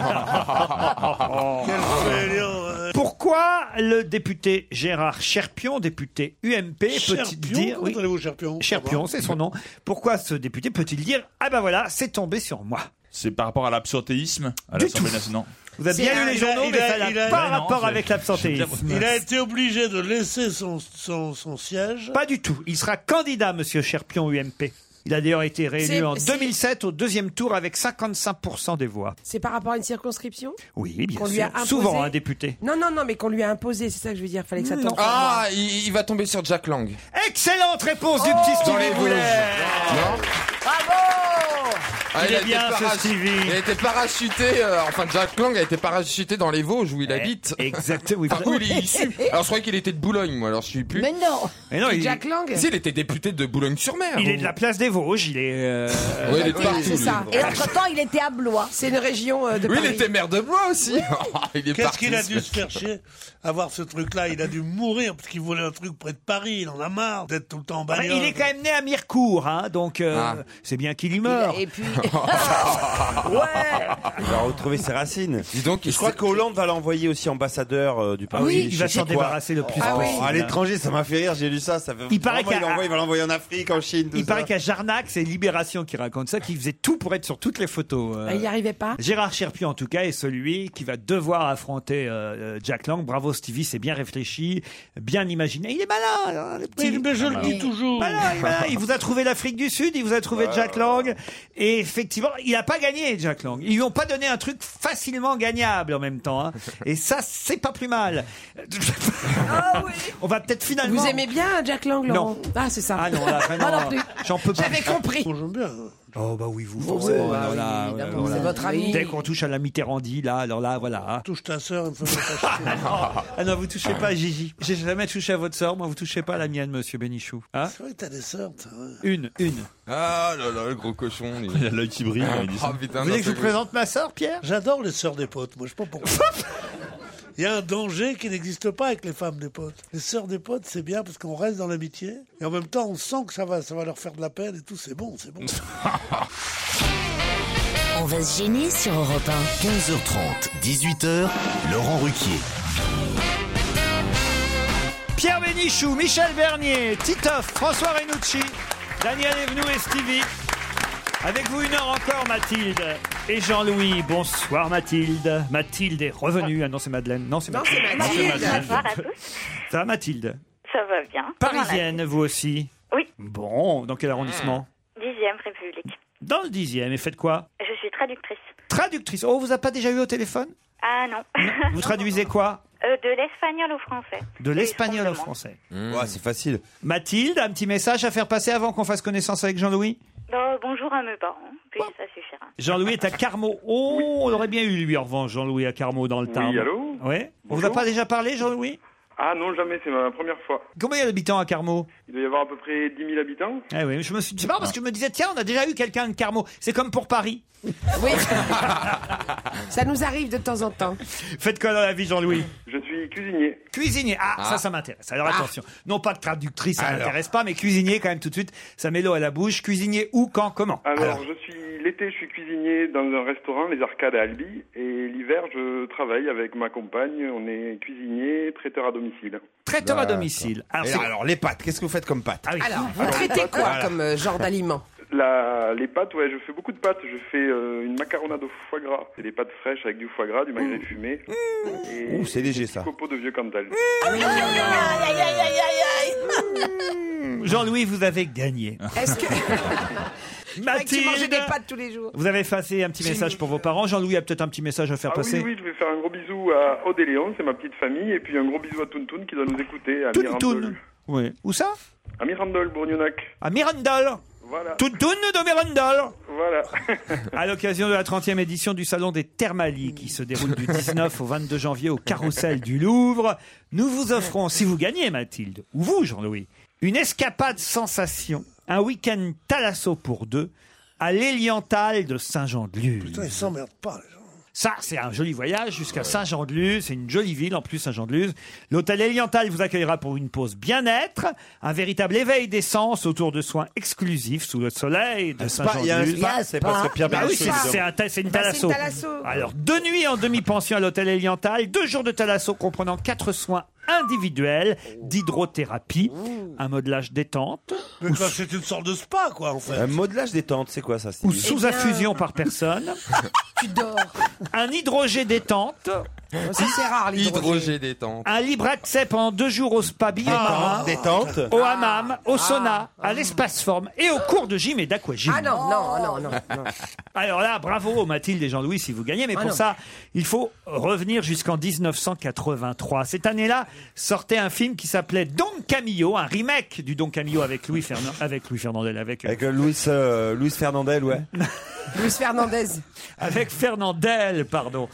S8: Quel fainéant, hein.
S3: Pourquoi le député Gérard Cherpion, député UMP, peut-il
S8: Cherpion,
S3: dire...
S8: comment allez-vous, Cherpion
S3: Cherpion, c'est son nom. Pourquoi ce député peut-il dire « Ah ben voilà, c'est tombé sur moi ».
S6: C'est par rapport à l'absentéisme à
S3: Du
S6: l'Assemblée
S3: tout.
S6: nationale.
S3: Vous avez
S8: C'est
S3: bien
S8: un-
S3: lu les
S8: il a-
S3: journaux,
S8: il
S3: mais
S8: a-
S3: ça
S8: il a-
S3: n'a pas
S8: Ouais, non,
S3: rapport
S8: c'est-
S3: avec l'absentéisme.
S8: Il a été obligé de laisser son, son, son siège.
S3: Pas du tout. Il sera candidat, monsieur Cherpion, UMP. Il a d'ailleurs été
S4: C'est-
S3: réélu en
S4: c'est-
S3: 2007 au deuxième tour avec 55% des voix.
S4: C'est par rapport à une circonscription
S3: Oui, bien
S4: Qu'on lui
S3: sûr.
S4: a imposé-
S3: Souvent un député.
S4: Non, non, non, mais qu'on lui a imposé, c'est ça que je veux dire. Fallait que ça tombe.
S7: Ah, il, il va tomber sur Jack Lang.
S3: Excellente réponse du
S4: Oh
S8: Oh,
S3: petit
S7: Dans les
S3: Stevie Boulet.
S7: Vosges. Non
S1: Bravo
S7: Ah,
S3: Il est bien, ce Stevie.
S7: Il a été parachuté, euh, enfin Jack Lang a été parachuté dans les Vosges où il habite.
S3: Eh, Exactement. oui,
S7: Enfin,
S3: vous-
S7: où il est issu. Alors je croyais qu'il était de Boulogne, moi, alors je suis plus.
S1: Mais non
S3: Mais non, il,
S4: Jack Lang
S7: Si, il était député de Boulogne-sur-Mer.
S3: il est de la place des Vosges. Il est. euh,
S7: Oui, il est Ah. de partout.
S4: C'est ça.
S7: lui.
S1: Et entre-temps, il était à Blois.
S4: C'est une région euh, de
S7: Oui,
S4: Paris.
S7: il était maire de Blois aussi. Ah, Il est
S8: Qu'est-ce
S7: parti,
S8: qu'il a
S7: ce
S8: dû
S7: mec.
S8: se faire chier Avoir ce truc-là, il a dû mourir parce qu'il voulait un truc près de Paris. Il en a marre d'être tout le temps en
S3: bah,
S8: bagnole.
S3: il est quand même né à Mirecourt, hein, donc euh,
S7: Ah.
S3: c'est bien qu'il y
S1: Il a-
S3: meure.
S1: Et puis,
S5: Il va retrouver ses racines.
S7: Dis donc, il
S5: Je crois
S7: s'est-
S5: que Hollande va l'envoyer aussi ambassadeur euh, du Parti.
S3: Ah oui,
S5: je
S3: il va
S5: sais
S3: s'en
S5: quoi.
S3: débarrasser le plus
S4: Ah
S5: Oh,
S3: possible.
S5: À l'étranger, ça m'a fait rire, j'ai lu ça. ça fait...
S3: Il paraît
S5: Vraiment,
S3: qu'à-
S5: il l'envoie, il va l'envoyer en Afrique, en Chine. tout
S3: Il paraît
S5: ça.
S3: qu'à Jarnac, c'est Libération qui raconte ça, qui faisait tout pour être sur toutes les photos. euh.
S4: Ah, Il n'y arrivait pas.
S3: Gérard Cherpion, en tout cas, est celui qui va devoir affronter euh, euh, Jack Lang. Bravo Stevie, c'est bien réfléchi, bien imaginé. Il est malin, hein, le petit.
S8: Mais, mais je le dis toujours.
S3: Malin, il est malin. Il vous a trouvé l'Afrique du Sud, il vous a trouvé Jack Lang. Et effectivement, il n'a pas gagné, Jack Lang. Ils lui ont pas donné un truc facilement gagnable en même temps. hein. Et ça, c'est pas plus mal. On va peut-être finalement.
S4: Vous aimez bien Jack Lang, Laurent
S3: Non.
S4: Ah, c'est ça.
S3: Ah non, là, vraiment,
S4: Moi non plus.
S3: j'en peux pas.
S4: J'avais compris.
S8: Bon, j'aime bien.
S3: Oh bah oui, vous.
S4: forcément, bah
S3: voilà,
S4: oui,
S3: voilà,
S4: évidemment,
S3: voilà.
S4: c'est votre ami.
S3: Dès qu'on touche à la Mitterrandi, là, alors là, voilà. hein.
S8: Touche ta sœur, elle me fait pas chier.
S3: Ah non, vous touchez pas à Gigi. J'ai jamais touché à votre sœur, moi vous touchez pas à la mienne, monsieur Bénichou. Hein
S8: C'est vrai que t'as des sœurs, toi. ouais.
S3: une, une.
S7: Ah là là, le gros cochon. lui.
S6: Il a l'œil qui brille, il dit
S7: Ah
S6: ça.
S7: putain,
S3: Vous
S7: non,
S3: voulez que je
S7: c'est
S3: vous présente ma sœur, Pierre
S8: J'adore les sœurs des potes, moi, je sais pas pourquoi. Il y a un danger qui n'existe pas avec les femmes des potes. Les sœurs des potes, c'est bien parce qu'on reste dans l'amitié et en même temps, on sent que ça va, ça va leur faire de la peine et tout. C'est bon, c'est bon.
S18: On va se gêner sur Europe
S2: 15h30, 18h, Laurent Ruquier.
S3: Pierre Bénichou, Michel Bernier, Titoff, François Renucci, Daniel Evenou et Stevie. Avec vous une heure encore, Mathilde et Jean-Louis. Bonsoir, Mathilde. Mathilde est revenue. Ah non, c'est Madeleine. Non, c'est
S4: Non,
S3: Mathilde.
S4: c'est Mathilde.
S13: Bonsoir à tous.
S3: Ça va, Mathilde
S13: Ça va bien.
S3: Parisienne, vous aussi
S13: Oui.
S3: Bon, dans quel arrondissement
S13: Dixième République.
S19: Hmm.
S3: Dans le dixième. Et faites quoi
S13: Je suis traductrice.
S3: Traductrice. Oh, on vous a pas déjà eu au téléphone
S13: Ah non.
S3: Vous traduisez quoi
S13: Euh,
S20: de l'espagnol au français.
S3: De l'espagnol au français.
S5: Hmm. Ouais, c'est facile.
S3: Mathilde, un petit message à faire passer avant qu'on fasse connaissance avec Jean-Louis
S20: Bon, bonjour à mes parents, puis ça suffira.
S3: Jean-Louis est à Carmo. Oh, on aurait bien eu lui en revanche, Jean-Louis à Carmo dans le
S19: Oui,
S3: Tarn.
S19: allô
S3: Ouais. On vous a
S19: Bonjour.
S3: pas déjà parlé, Jean-Louis
S19: Ah non, jamais, c'est ma première fois.
S3: Combien d'habitants à Carmo
S19: Il doit y avoir à peu près 10 000 habitants.
S3: Eh oui, je me suis. C'est marrant parce que je me disais, tiens, on a déjà eu quelqu'un de Carmo. C'est comme pour Paris.
S4: Ça nous arrive de temps en temps.
S3: Faites quoi dans la vie, Jean-Louis
S19: Je suis cuisinier.
S3: Cuisinier. Ah,
S19: Ah.
S3: ça, ça m'intéresse. Alors
S19: Ah.
S3: attention. Non pas de traductrice, ça
S19: Alors.
S3: m'intéresse pas, mais cuisinier quand même tout de suite. Ça met l'eau à la bouche. Cuisinier où, quand, comment
S19: Alors, je suis l'été, je suis cuisinier dans un restaurant, les Arcades à Albi, et l'hiver, je travaille avec ma compagne. On est cuisinier, traiteur à domicile.
S3: Traiteur à domicile. Ah
S5: Alors,
S19: c'est-
S5: Bah. alors, les pâtes, qu'est-ce que vous faites comme pâtes
S4: Alors, vous traitez quoi
S19: Voilà.
S4: comme euh, genre d'aliment
S19: La, les pâtes, ouais, je fais beaucoup de pâtes. Je fais euh, une macaronade au foie gras. C'est des pâtes fraîches avec du foie gras, du
S3: Mmh.
S19: magret fumé. Et
S5: Ouh, c'est léger ça.
S19: des copeaux de vieux cantal.
S1: Mmh. Aïe, aïe, aïe, aïe, aïe.
S3: Jean-Louis, vous avez gagné.
S4: Est-ce que.
S3: Mathilde
S4: Tu mangeais des pâtes tous les jours.
S3: Vous avez passé un petit message pour vos parents. Jean-Louis a peut-être un petit message à faire
S19: Ah oui,
S3: passer.
S19: oui, je vais faire un gros bisou à Odéléon, c'est ma petite famille, et puis un gros bisou à Tountoun qui doit nous écouter, à Mirandol.
S3: Oui. Où ça
S19: À Mirandol, Bourgnac.
S3: À Mirandol.
S19: Voilà.
S3: Toutoune de Mirandol.
S19: Voilà.
S3: À l'occasion de la 30e édition du Salon des Thermalies qui se déroule du 19 au 22 janvier au Carrousel du Louvre, nous vous offrons, si vous gagnez Mathilde, ou vous Jean-Louis, une escapade sensation, un week-end thalasso pour deux à l'Éliantal de Saint-Jean-de-Luz.
S8: Putain, ils s'emmerdent pas, les gens.
S3: Ça, c'est un joli voyage jusqu'à Saint-Jean-de-Luz. C'est une jolie ville en plus, Saint-Jean-de-Luz. L'hôtel Eliantal vous accueillera pour une pause bien-être, un véritable éveil des sens autour de soins exclusifs sous le soleil de
S5: spa, il y a un
S3: Saint-Jean-de-Luz.
S5: spa, c'est parce que Pierre
S3: Bah oui,
S5: Bénichou,
S3: c'est-
S5: évidemment.
S3: c'est un ta- c'est une
S5: Bah, c'est
S3: thalasso.
S5: une thalasso.
S3: Alors, deux nuits en demi-pension à l'hôtel Eliantal, deux jours de thalasso comprenant quatre soins individuels d'hydrothérapie, un modelage détente.
S5: C'est une sorte de spa, quoi, en fait. Un modelage détente, c'est quoi ça
S3: Ou sous infusion par personne. tu dors. Un hydrogé détente.
S4: Ça, c'est rare,
S7: Hydrogé détente.
S3: Un libre accès pendant deux jours au spa billet
S7: Ah,
S3: marin,
S7: détente.
S3: au hammam, au sauna, à l'espace forme et au cours de gym et d'aquagym.
S4: Ah non, non, non, non.
S3: Alors là, bravo Mathilde et Jean-Louis si vous gagnez, mais
S4: Ah
S3: pour
S4: non.
S3: ça, il faut revenir jusqu'en 1983. Cette année-là, sortait un film qui s'appelait Don Camillo, un remake du Don Camillo avec Louis, Fernan- avec Louis Fernandel, avec,
S5: Avec euh, Louis, euh, Louis Fernandel, ouais.
S4: Luis Fernandez.
S3: avec Fernandel, pardon.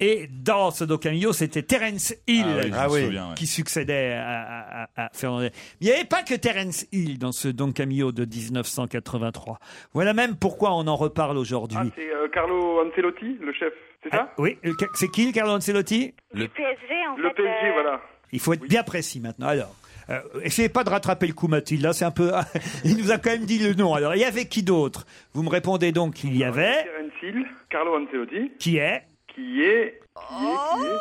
S3: Et dans ce Don Camillo, c'était Terence Hill
S6: Ah oui, je me Ah oui. souviens, ouais.
S3: qui succédait à, à- à- à Fernandel. Mais il n'y avait pas que Terence Hill dans ce Don Camillo de 1983. Voilà même pourquoi on en reparle aujourd'hui. Ah,
S19: Ah, c'est euh, Carlo Ancelotti, le chef, c'est ça
S3: Oui, le- c'est qui le Carlo Ancelotti
S19: Le
S20: PSG, en
S19: Le
S20: fait,
S19: PSG,
S20: euh,
S19: voilà.
S3: Il faut être bien précis maintenant. Alors, euh, essayez pas de rattraper le coup, Mathilde. Là, c'est un peu. il nous a quand même dit le nom. Alors, il y avait qui d'autre Vous me répondez donc qu'il y
S19: Ah,
S3: avait.
S19: Terence Hill, Carlo Ancelotti,
S3: Qui est
S19: qui est...
S4: Oh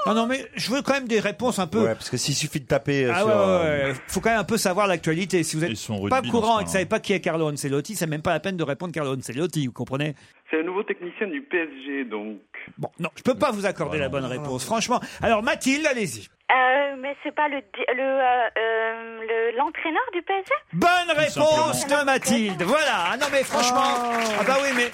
S3: Non, non, mais je veux quand même des réponses un peu.
S5: Ouais, parce que s'il suffit de taper euh,
S3: Ah
S5: sur.
S3: ouais,
S5: euh,
S3: ouais, ouais. faut quand même un peu savoir l'actualité. Si vous êtes pas
S5: rugby dans ce hein.
S3: courant et
S5: coin-là.
S3: que vous savez pas qui est Carlo Ancelotti, c'est même pas la peine de répondre Carlo Ancelotti, vous comprenez
S19: C'est le nouveau technicien du PSG, donc...
S3: Bon, non, je peux pas vous accorder la bonne réponse, franchement. Alors Mathilde, allez-y.
S20: Euh, mais c'est pas le di- le euh, euh, le- l'entraîneur du PSG
S3: Bonne réponse de Mathilde. Voilà. Ah non mais franchement, ah bah oui mais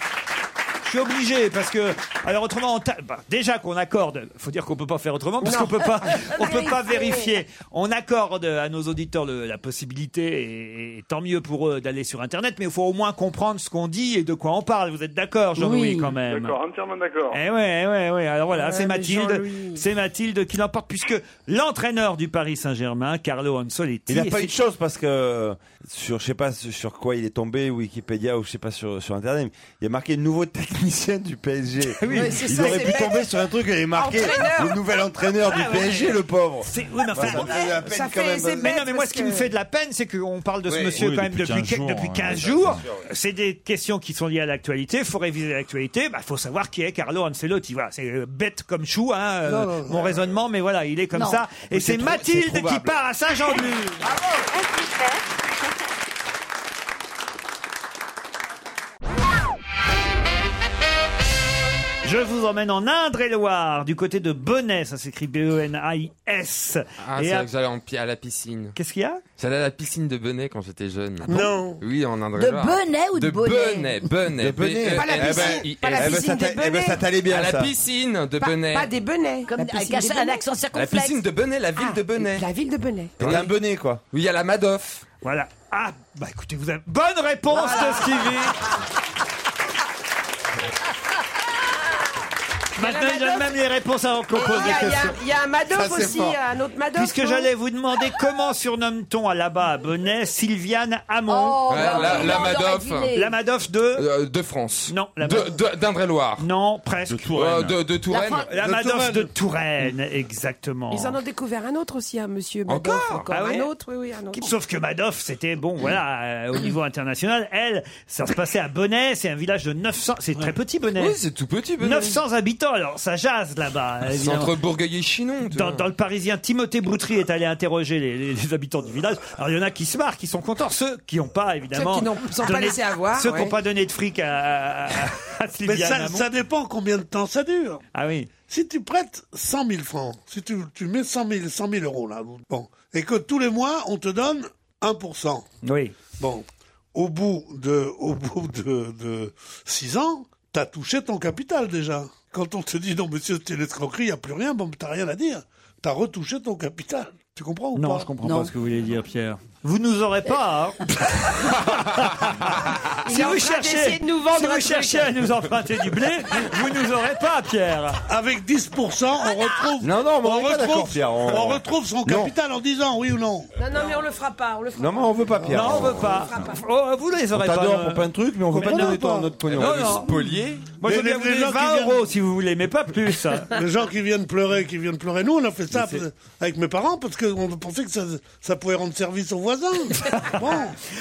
S3: je suis obligé parce que alors autrement on ta- bah, déjà qu'on accorde, faut dire qu'on peut pas faire autrement parce
S17: Non.
S3: qu'on peut pas on peut pas
S17: Vérifier.
S3: vérifier. On accorde à nos auditeurs le- la possibilité et, et tant mieux pour eux d'aller sur internet mais il faut au moins comprendre ce qu'on dit et de quoi on parle. Vous êtes d'accord Jean-Louis quand même
S19: D'accord, entièrement d'accord.
S3: eh ouais, eh ouais, ouais. Alors voilà,
S19: Ouais,
S3: c'est
S19: mais
S3: Mathilde,
S19: Jean-Louis.
S3: c'est Mathilde qui l'emporte puisque l'entraîneur du Paris Saint-Germain, Carlo Ancelotti,
S5: Il n'a pas eu de chance parce que euh, sur je sais pas sur quoi il est tombé Wikipédia ou je sais pas sur sur internet il y a marqué nouveau technicien du PSG.
S3: Oui,
S5: il
S3: Ouais, c'est ça,
S5: aurait
S3: c'est
S5: pu
S3: bête.
S5: tomber sur un truc et il est marqué
S3: Entraîneur.
S5: le nouvel entraîneur
S3: Ah
S5: du
S3: ouais.
S5: PSG le pauvre.
S3: C'est oui, mais enfin,
S5: Ouais, eh, ça me fait de la peine
S3: ça
S5: quand
S3: fait-
S5: même.
S3: c'est Mais non, mais moi,
S5: parce
S3: ce qui me
S5: que-
S3: fait de la peine, c'est qu'on parle de ce
S5: Oui.
S3: monsieur
S5: Oui,
S3: quand même
S5: depuis
S3: depuis
S5: 15
S3: que-
S5: jours,
S3: depuis
S5: hein,
S3: 15
S5: ça,
S3: jours.
S5: c'est sûr, ouais.
S3: C'est des questions qui sont liées à l'actualité. Il faut réviser l'actualité. Il faut savoir qui est Carlo Ancelotti. Voilà, c'est euh, bête comme chou, hein, euh,
S17: Non, non,
S3: mon raisonnement, mais voilà, il est comme
S17: Non.
S3: ça. Et
S17: Mais
S3: c'est
S17: c'est trou- c'est
S3: Mathilde qui
S17: trouvable.
S3: part à Saint-Jean-de-Luz. Je vous emmène en Indre-et-Loire, du côté de Bonnet, ça s'écrit E B-E-N-I-S.
S7: Ah,
S3: Et
S7: c'est
S3: à-
S7: vrai que j'allais en pi- à la piscine.
S3: Qu'est-ce qu'il y a
S7: J'allais à la piscine de Benet quand j'étais jeune.
S3: bon Non.
S7: Oui, en Indre
S3: De Benet ou de Bonnet
S7: Benet Benet.
S5: De Benet.
S7: B-
S5: Pas la
S7: Eh ben,
S5: piscine,
S7: il-
S5: pas la
S7: eh ben,
S5: piscine
S7: ça t'a-
S5: de
S7: eh ben,
S5: Benet.
S7: ça t'allait bien
S5: À la
S7: ça.
S5: piscine de
S4: Pas,
S7: Benet.
S4: pas des benets.
S1: Comme,
S4: la piscine
S1: avec
S4: des
S1: un- un
S4: Benets.
S1: accent
S7: La
S1: circonflexe.
S7: piscine de Benet, la ville
S4: Ah,
S7: de Benet.
S4: La ville de Benet.
S7: T'es un Benet quoi. Oui, il y a la Madoff.
S3: Voilà. Ah, bah écoutez, vous avez bonne réponse de Stevie. Maintenant, il donne même les réponses avant qu'on
S4: Et
S3: pose
S4: Oh, il y
S3: des
S4: a- il y a-
S3: questions.
S4: il y a un Madoff Ça, c'est aussi, fort. un autre Madoff,
S3: Puisque
S4: non
S3: j'allais vous demander comment surnomme-t-on à là-bas à Bonnet Sylviane Hamon
S4: Oh,
S7: Ouais, bah, la- oui, la on aurait Madoff. deviné.
S3: La Madoff de
S7: De France.
S3: Non, la
S7: De- de- D'Indre-et-Loire.
S3: Non, presque. De
S7: Touraine. Oh, de, de Touraine.
S3: La, Madoff de Touraine, exactement.
S4: Ils en ont découvert un autre aussi, un monsieur Madoff.
S3: Oh. Encore Ah ouais
S4: un autre, oui, oui, un autre.
S3: Sauf que Madoff, c'était bon, voilà, euh, au niveau international. Elle, ça se passait à Bonnet, c'est un village de 900, c'est très petit Bonnet.
S7: Oui, c'est tout petit, Benet.
S3: 900 habitants, alors ça jase là-bas.
S5: Ah,
S7: C'est
S3: évidemment.
S7: entre Bourgueil et Chinon. tu
S3: Dans,
S7: vois.
S3: dans le Parisien, Timothée Boutry est allé interroger les, les- les habitants du village. Alors il y en a qui se marrent, qui sont contents. Ceux qui n'ont pas, évidemment.
S4: Ceux qui n'ont- sont pas
S3: donné-
S4: laissés avoir,
S3: Ceux qui
S4: ouais.
S3: n'ont pas donné de fric à, à, à
S8: Mais
S3: Sylviane
S8: ça,
S3: Hamon.
S8: ça dépend combien de temps ça dure.
S3: Ah oui.
S8: Si tu prêtes 100 000 francs, si tu, tu mets 100 000, 100 000 euros là, bon, et que tous les mois on te donne 1%.
S3: Oui.
S8: Bon, au bout de, au bout de, de 6 ans, t'as touché ton capital déjà. Quand on te dit non monsieur c'était l'escroquerie, il n'y a plus rien, bon t'as rien à dire. T'as retouché ton capital. Tu comprends ou pas
S3: Non, je comprends pas ce que vous voulez dire, Pierre. Vous nous aurez pas. hein.
S8: Il
S3: si
S8: est en
S3: vous
S8: train d'essayer
S3: cherchez,
S8: de nous vendre
S3: si
S8: un
S3: vous
S8: truc.
S3: cherchez à nous emprunter du blé, vous nous aurez pas, Pierre.
S8: Avec 10%, on retrouve.
S5: Non, non, mais on
S8: on
S5: est pas d'accord,
S8: retrouve,
S5: Pierre, on-
S8: on retrouve son
S5: Non.
S8: capital en 10 ans, oui ou non
S4: Non, non, mais on le fera pas, on le fera
S5: Non, mais on veut pas, Pierre.
S3: Non, on veut pas. Oh, vous les
S5: On
S3: aurez pas.
S5: t'adore
S3: euh,
S5: pour plein de trucs, mais on veut pas
S3: mais non,
S5: donner ton,
S3: pas.
S5: notre pognon.
S3: Non, non. Moi, je veux bien vous donner 20 euros si vous voulez, mais pas plus. hein.
S8: Les gens qui viennent pleurer, qui viennent pleurer. Nous, on a fait ça
S3: Mais c'est-
S8: avec mes parents parce qu'on pensait que ça, ça pouvait rendre service aux voisins. Bon.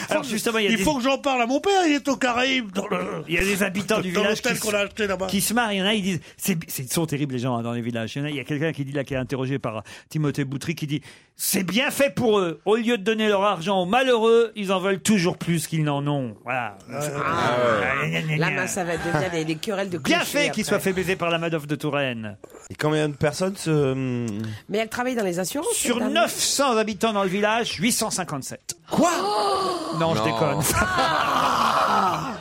S3: Alors, justement, il y a
S8: il
S3: des-
S8: faut que j'en parle à mon père. Il est aux Caraïbes. Dans le...
S3: Oh Il y a des habitants du
S8: dans
S3: village
S8: l'hôtel
S3: qui,
S8: qu'on a acheté là-bas.
S3: qui se marrent. Il y en a, ils disent. c'est- c'est- Ils sont terribles, les gens, hein, dans les villages. Il y en a, il y a quelqu'un qui dit là, qui est interrogé par Timothée Boutry, qui dit C'est bien fait pour eux. Au lieu de donner leur argent aux malheureux, ils en veulent toujours plus qu'ils n'en ont. Voilà. Ah, gna, gna,
S4: Là,
S3: gna.
S4: ben, ça va devenir des, des querelles de
S3: Bien
S4: clochers
S3: fait
S4: après.
S3: qu'il soit fait baiser par la Madoff de Touraine.
S5: Et combien de personnes se. euh,
S4: Mais elle travaille dans les assurances.
S3: Sur
S4: cette dame.
S3: 900 habitants dans le village, 857. Quoi
S4: Oh.
S3: non, je
S5: Non.
S3: déconne.
S4: Ah.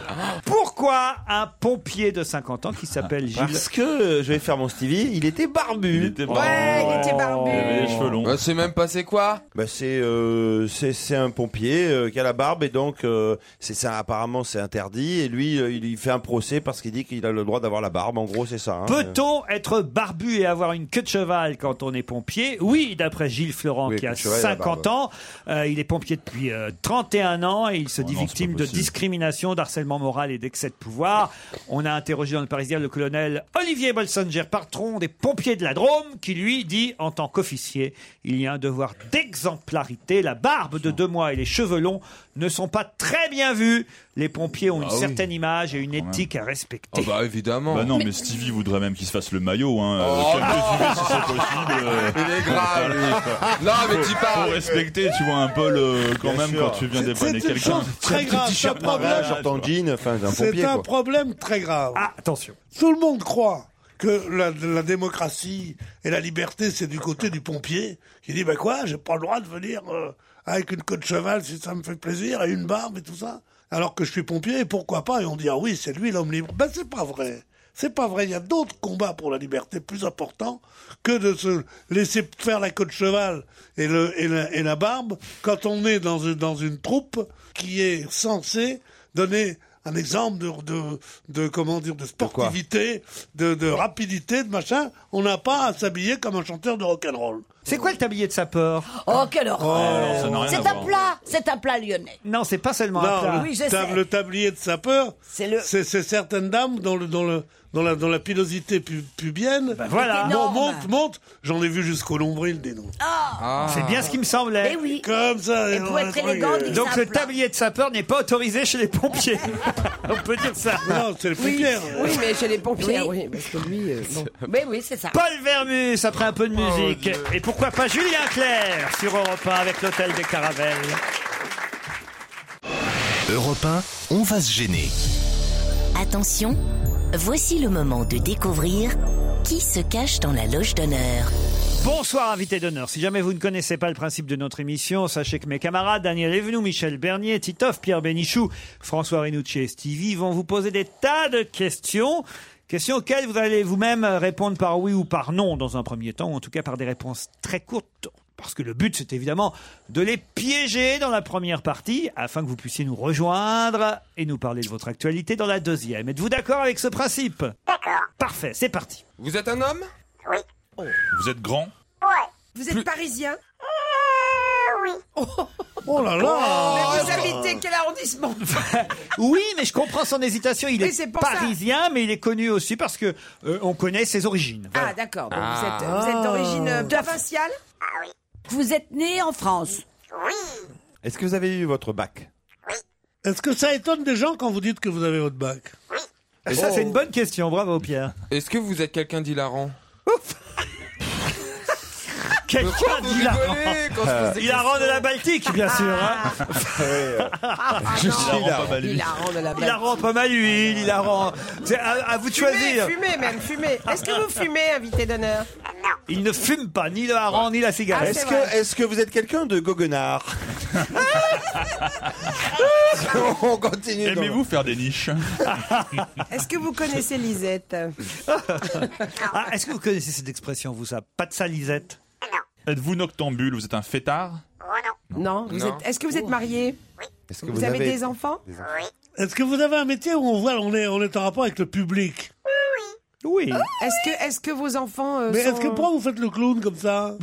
S3: Pourquoi un pompier de 50 ans qui s'appelle Gilles
S5: Ah, Parce que euh, je vais faire mon Stevie, il était barbu. Il était
S3: barbu. Ouais,
S5: Oh.
S3: il était barbu. Il avait les cheveux longs.
S5: Bah, c'est même passé quoi Bah c'est euh, c'est c'est un pompier euh, qui a la barbe et donc euh, c'est ça apparemment c'est interdit et lui euh, il, il fait un procès parce qu'il dit qu'il a le droit d'avoir la barbe. En gros c'est ça. hein.
S3: Peut-on être barbu et avoir une queue de cheval quand on est pompier Oui, d'après Gilles Florent qui
S5: queue
S3: a
S5: de cheval et la
S3: 50
S5: barbe.
S3: ans. Euh, il est pompier depuis euh, 31 ans et il se dit
S5: Oh non, c'est pas
S3: victime de
S5: possible.
S3: discrimination, d'harcèlement moral et d'excès de pouvoir. On a interrogé dans le Parisien le colonel Olivier Bolsinger, patron des pompiers de la Drôme, qui lui dit en tant qu'officier, il y a un devoir d'exemplarité. La barbe de deux mois et les cheveux longs ne sont pas très bien vus. Les pompiers ont une
S6: Ah oui.
S3: certaine image et une éthique à respecter.
S7: Ah,
S6: bah évidemment. Bah non, mais Stevie voudrait même qu'il se fasse le maillot. Hein. Euh,
S3: Oh.
S6: quelques UV, si c'est possible. euh,
S7: Il est grave, lui. Non, mais
S6: Faut-
S7: tu parles.
S6: Faut respecter, tu vois, un peu le- quand
S5: Bien
S6: même
S5: sûr.
S6: quand tu viens
S5: C'est-
S6: dépanner
S5: c'est une
S6: quelqu'un.
S5: chose très
S6: Un petit
S5: grave,
S6: t-shirt
S5: c'est un problème.
S6: normal,
S5: Short en
S6: tu vois.
S5: jean, enfin, d'un
S8: C'est
S5: pompier,
S8: un
S5: quoi.
S8: problème très grave.
S3: attention.
S8: Tout le monde croit que la, la démocratie et la liberté, c'est du côté du pompier qui dit ben quoi, j'ai pas le droit de venir euh, avec une queue de cheval si ça me fait plaisir et une barbe et tout ça. Alors que je suis pompier, pourquoi pas Et on dit ah oui, c'est lui l'homme libre. Ben c'est pas vrai. C'est pas vrai. Il y a d'autres combats pour la liberté plus importants que de se laisser faire la queue de cheval et, le, et, la, et la barbe quand on est dans une, dans une troupe qui est censée donner un exemple de, de, de comment dire de sportivité, de, de rapidité, de machin. On n'a pas à s'habiller comme un chanteur de rock'n'roll.
S3: C'est quoi le tablier de sapeur
S1: Oh, quelle horreur
S8: ça n'a rien à
S1: C'est un
S8: voir.
S1: plat, c'est un plat lyonnais.
S3: Non, c'est pas seulement
S8: Non, le,
S1: Oui, je sais.
S8: tab- le tablier de sapeur, c'est c'est certaines dames dont, le, dont, le, dont, la, dont la pilosité pu- pubienne
S3: Bah, voilà.
S8: Bon,
S3: Énorme.
S8: monte, monte. J'en ai vu jusqu'au nombril, des noms.
S1: Ah.
S8: Ah.
S3: C'est bien ce qui me
S4: Eh
S3: semblait.
S8: Comme ça.
S3: Et
S8: pour être élégant, il
S3: Donc le
S8: s'appla.
S3: tablier de sapeur n'est pas autorisé chez les pompiers. On peut dire ça.
S8: Non, c'est les
S4: Oui, oui, mais chez les pompiers, oui, parce que lui, euh, bon.
S1: Mais oui, c'est ça.
S3: Paul Vermus, après un peu de musique. Et pourquoi pas Julien Clerc sur Europe 1 avec l'hôtel des Caravelles.
S2: Europe 1, on va se gêner.
S18: Attention, Voici le moment de découvrir qui se cache dans la loge d'honneur.
S3: Bonsoir, invité d'honneur. Si jamais vous ne connaissez pas le principe de notre émission, sachez que mes camarades Daniel Evenou, Michel Bernier, Titoff, Pierre Bénichou, François Renucci et Stevie vont vous poser des tas de questions. Questions auxquelles vous allez vous-même répondre par oui ou par non dans un premier temps, ou en tout cas par des réponses très courtes. Parce que le but, c'est évidemment de les piéger dans la première partie, afin que vous puissiez nous rejoindre et nous parler de votre actualité dans la deuxième. Êtes-vous d'accord avec ce principe D'accord. Parfait, c'est parti.
S7: Vous êtes un homme
S20: Oui.
S6: Vous êtes grand
S20: Ouais. Euh,
S4: Vous êtes parisien
S20: Oui.
S3: Oh là
S4: mais vous habitez quel arrondissement
S3: Oui, mais je comprends son hésitation. Il
S4: Oui,
S3: est,
S4: c'est pour ça.
S3: parisien, mais il est connu aussi parce que euh, on connaît ses origines.
S4: Ah, d'accord. Bon, Vous êtes,
S3: Ah.
S4: vous êtes d'origine euh,
S1: De-
S4: provinciale
S1: Vous êtes né en France
S5: Est-ce que vous avez eu votre bac
S8: Est-ce que ça étonne des gens quand vous dites que vous avez votre bac
S3: Ça,
S5: Oh.
S3: c'est une bonne question. Bravo, Pierre.
S7: Est-ce que vous êtes quelqu'un d'hilarant
S3: Quelqu'un
S7: vous
S3: d'hilarant.
S7: rigolez quand je pose des
S3: Hilarant de la Baltique, bien sûr.
S4: Ah.
S3: hein.
S5: Ah
S7: Je non. suis hilarant.
S4: Hilarant de la Baltique.
S3: Hilarant pas mal huile, hilarant. C'est à, à vous de
S4: Fumez,
S3: choisir.
S4: fumez même, fumez. Est-ce que vous fumez, invité d'honneur
S3: Il ne fume pas ni le hareng ni
S4: Ah,
S3: la cigarette.
S5: Est-ce que, est-ce que vous êtes quelqu'un de goguenard On continue. dans-
S6: Aimez-vous faire des niches
S4: Est-ce que vous connaissez Lisette
S20: Oh,
S3: Ah, Est-ce que vous connaissez cette expression, vous, ça Pas de salisette
S6: Êtes-vous noctambule Vous êtes un fêtard
S4: Non. vous
S6: Non.
S4: êtes- Est-ce que vous êtes marié
S5: Est-ce
S4: vous, avez, des enfants
S8: Est-ce que vous avez un métier où on voit on est, on est en rapport avec le public Oh.
S3: Oui.
S4: Est-ce que, est-ce que vos enfants euh,
S8: Mais
S4: sont...
S8: est-ce que pourquoi vous faites le clown comme ça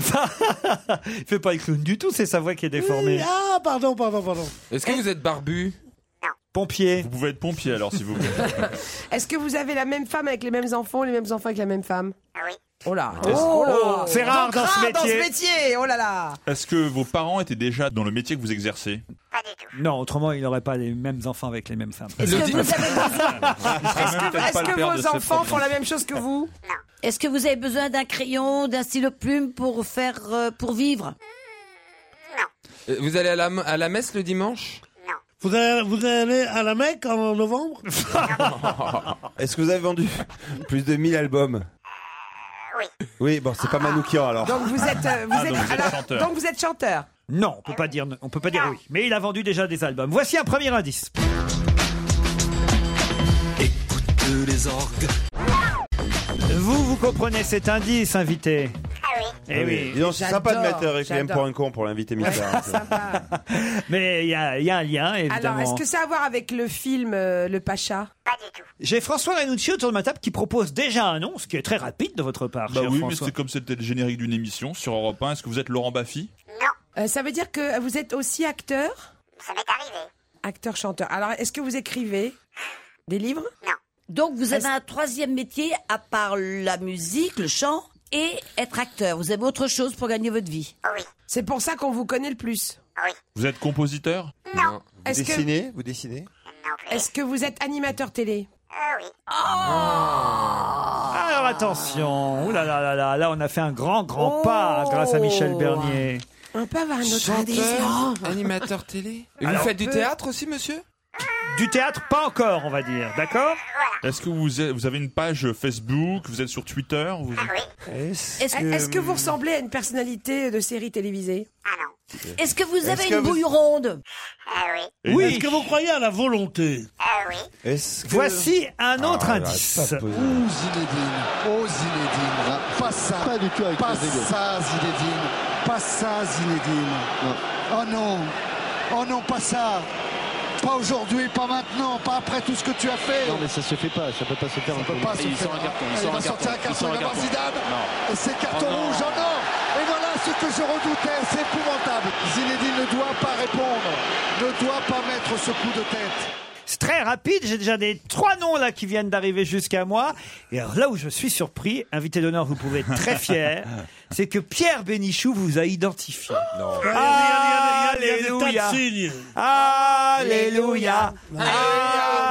S3: Il fait pas le clown du tout, c'est sa voix qui est déformée.
S8: Ah pardon pardon pardon.
S7: Est-ce que vous êtes barbu
S3: Pompier.
S6: Vous pouvez être pompier alors si vous voulez.
S4: Est-ce que vous avez la même femme avec les mêmes enfants, les mêmes enfants avec la même femme
S20: Ah Oui.
S4: Oh là
S6: Oh,
S4: là.
S3: c'est rare
S4: Donc
S3: dans ce
S4: rare
S3: métier.
S4: métier, Oh là là
S6: Est-ce que vos parents étaient déjà dans le métier que vous exercez
S3: Non, autrement, il n'aurait pas les mêmes enfants avec les mêmes femmes.
S1: Est-ce que, vous avez
S4: Est-ce
S1: Ah,
S4: que,
S6: peut-être
S4: est-ce
S6: pas le
S4: que
S6: père de
S4: vos
S6: ce
S4: enfants
S6: programme.
S4: font la même chose que vous
S1: est-ce que vous avez besoin d'un crayon, d'un stylo plume pour faire, euh, pour vivre
S7: Euh, Vous allez à la, m- à la messe le dimanche
S8: Vous allez, vous allez à la Mecque en novembre
S5: Est-ce que vous avez vendu plus de 1000 albums Oui. Oui, bon, c'est pas Manoukian alors.
S4: Donc vous êtes, euh, vous
S6: Ah,
S4: êtes,
S6: donc vous êtes
S4: alors,
S6: chanteur.
S4: donc vous êtes chanteur. Ah.
S3: Non, on peut pas dire, on peut pas dire oui. Mais il a vendu déjà des albums. Voici un premier indice. Vous, vous comprenez cet indice, invité Eh oui.
S5: Ah Dis donc, c'est sympa de
S4: J'adore,
S5: mettre Requiem
S4: j'adore.
S5: pour un con pour l'inviter mystère.
S3: Mais il y a, il y a un lien, évidemment.
S4: Alors, est-ce que ça a à voir avec le film euh, Le Pacha
S3: J'ai François Renucci autour de ma table qui propose déjà un nom, ce qui est très rapide de votre part,
S6: Bah
S3: cher
S6: oui, mais
S3: François.
S6: c'est comme c'était le générique d'une émission sur Europe 1. Est-ce que vous êtes Laurent Baffy
S4: Euh, Ça veut dire que vous êtes aussi acteur
S20: Ça m'est arrivé.
S4: Acteur-chanteur. Alors, est-ce que vous écrivez des livres
S1: Donc vous avez un troisième métier à part la musique, le chant et être acteur. Vous avez autre chose pour gagner votre vie.
S4: C'est pour ça qu'on vous connaît le plus.
S20: Ah
S6: Vous êtes compositeur
S5: Vous
S7: Non.
S4: Est-ce que-
S5: dessinez Vous dessinez
S4: Est-ce que vous êtes animateur télé
S3: Alors attention, Ouh là là là là, là on a fait un grand
S21: Oh.
S3: grand pas grâce à Michel Bernier.
S4: Un peu vers un autre indice.
S7: Chanteur Animateur télé Et Vous
S3: Alors,
S7: faites du
S4: peu.
S7: théâtre aussi, monsieur
S3: Du théâtre, pas encore, on va dire, d'accord
S6: Est-ce que vous, êtes- vous avez une page Facebook Vous êtes sur Twitter vous-
S5: Est-ce
S1: Est-ce
S4: Est-ce que vous ressemblez à une personnalité de série télévisée
S20: Ah
S1: est-ce que vous avez
S5: que
S1: une
S5: vous-
S1: bouille ronde
S20: Eh
S6: Et
S3: Oui.
S8: Est-ce que vous croyez à la volonté
S1: Ah
S5: Est-ce que-
S3: Voici un autre
S5: Ah,
S3: indice.
S5: pas de poser.
S21: Oh Zinedine, oh Zinedine, pas ça, pas du tout avec pas ça Zinedine, pas ça Zinedine. Oh non, oh non pas ça, pas aujourd'hui, pas maintenant, pas après tout ce que tu as fait. Non mais ça se fait pas, ça peut pas se faire. Ça peut pas se faire. Il va sortir un carton, il va voir Zidane, et c'est carton rouge, oh non Et voilà ce que je redoutais, c'est épouvantable. Zinedine ne doit pas répondre, ne doit pas mettre ce coup de tête.
S3: C'est très rapide, j'ai déjà des trois noms là qui viennent d'arriver jusqu'à moi. Et alors là où je suis surpris, invité d'honneur, vous pouvez être très fier, c'est que Pierre Bénichou vous a identifié.
S8: Ah, il y a des- il y a des- il y a des
S3: Alléluia.
S8: tas de signes.
S3: Alléluia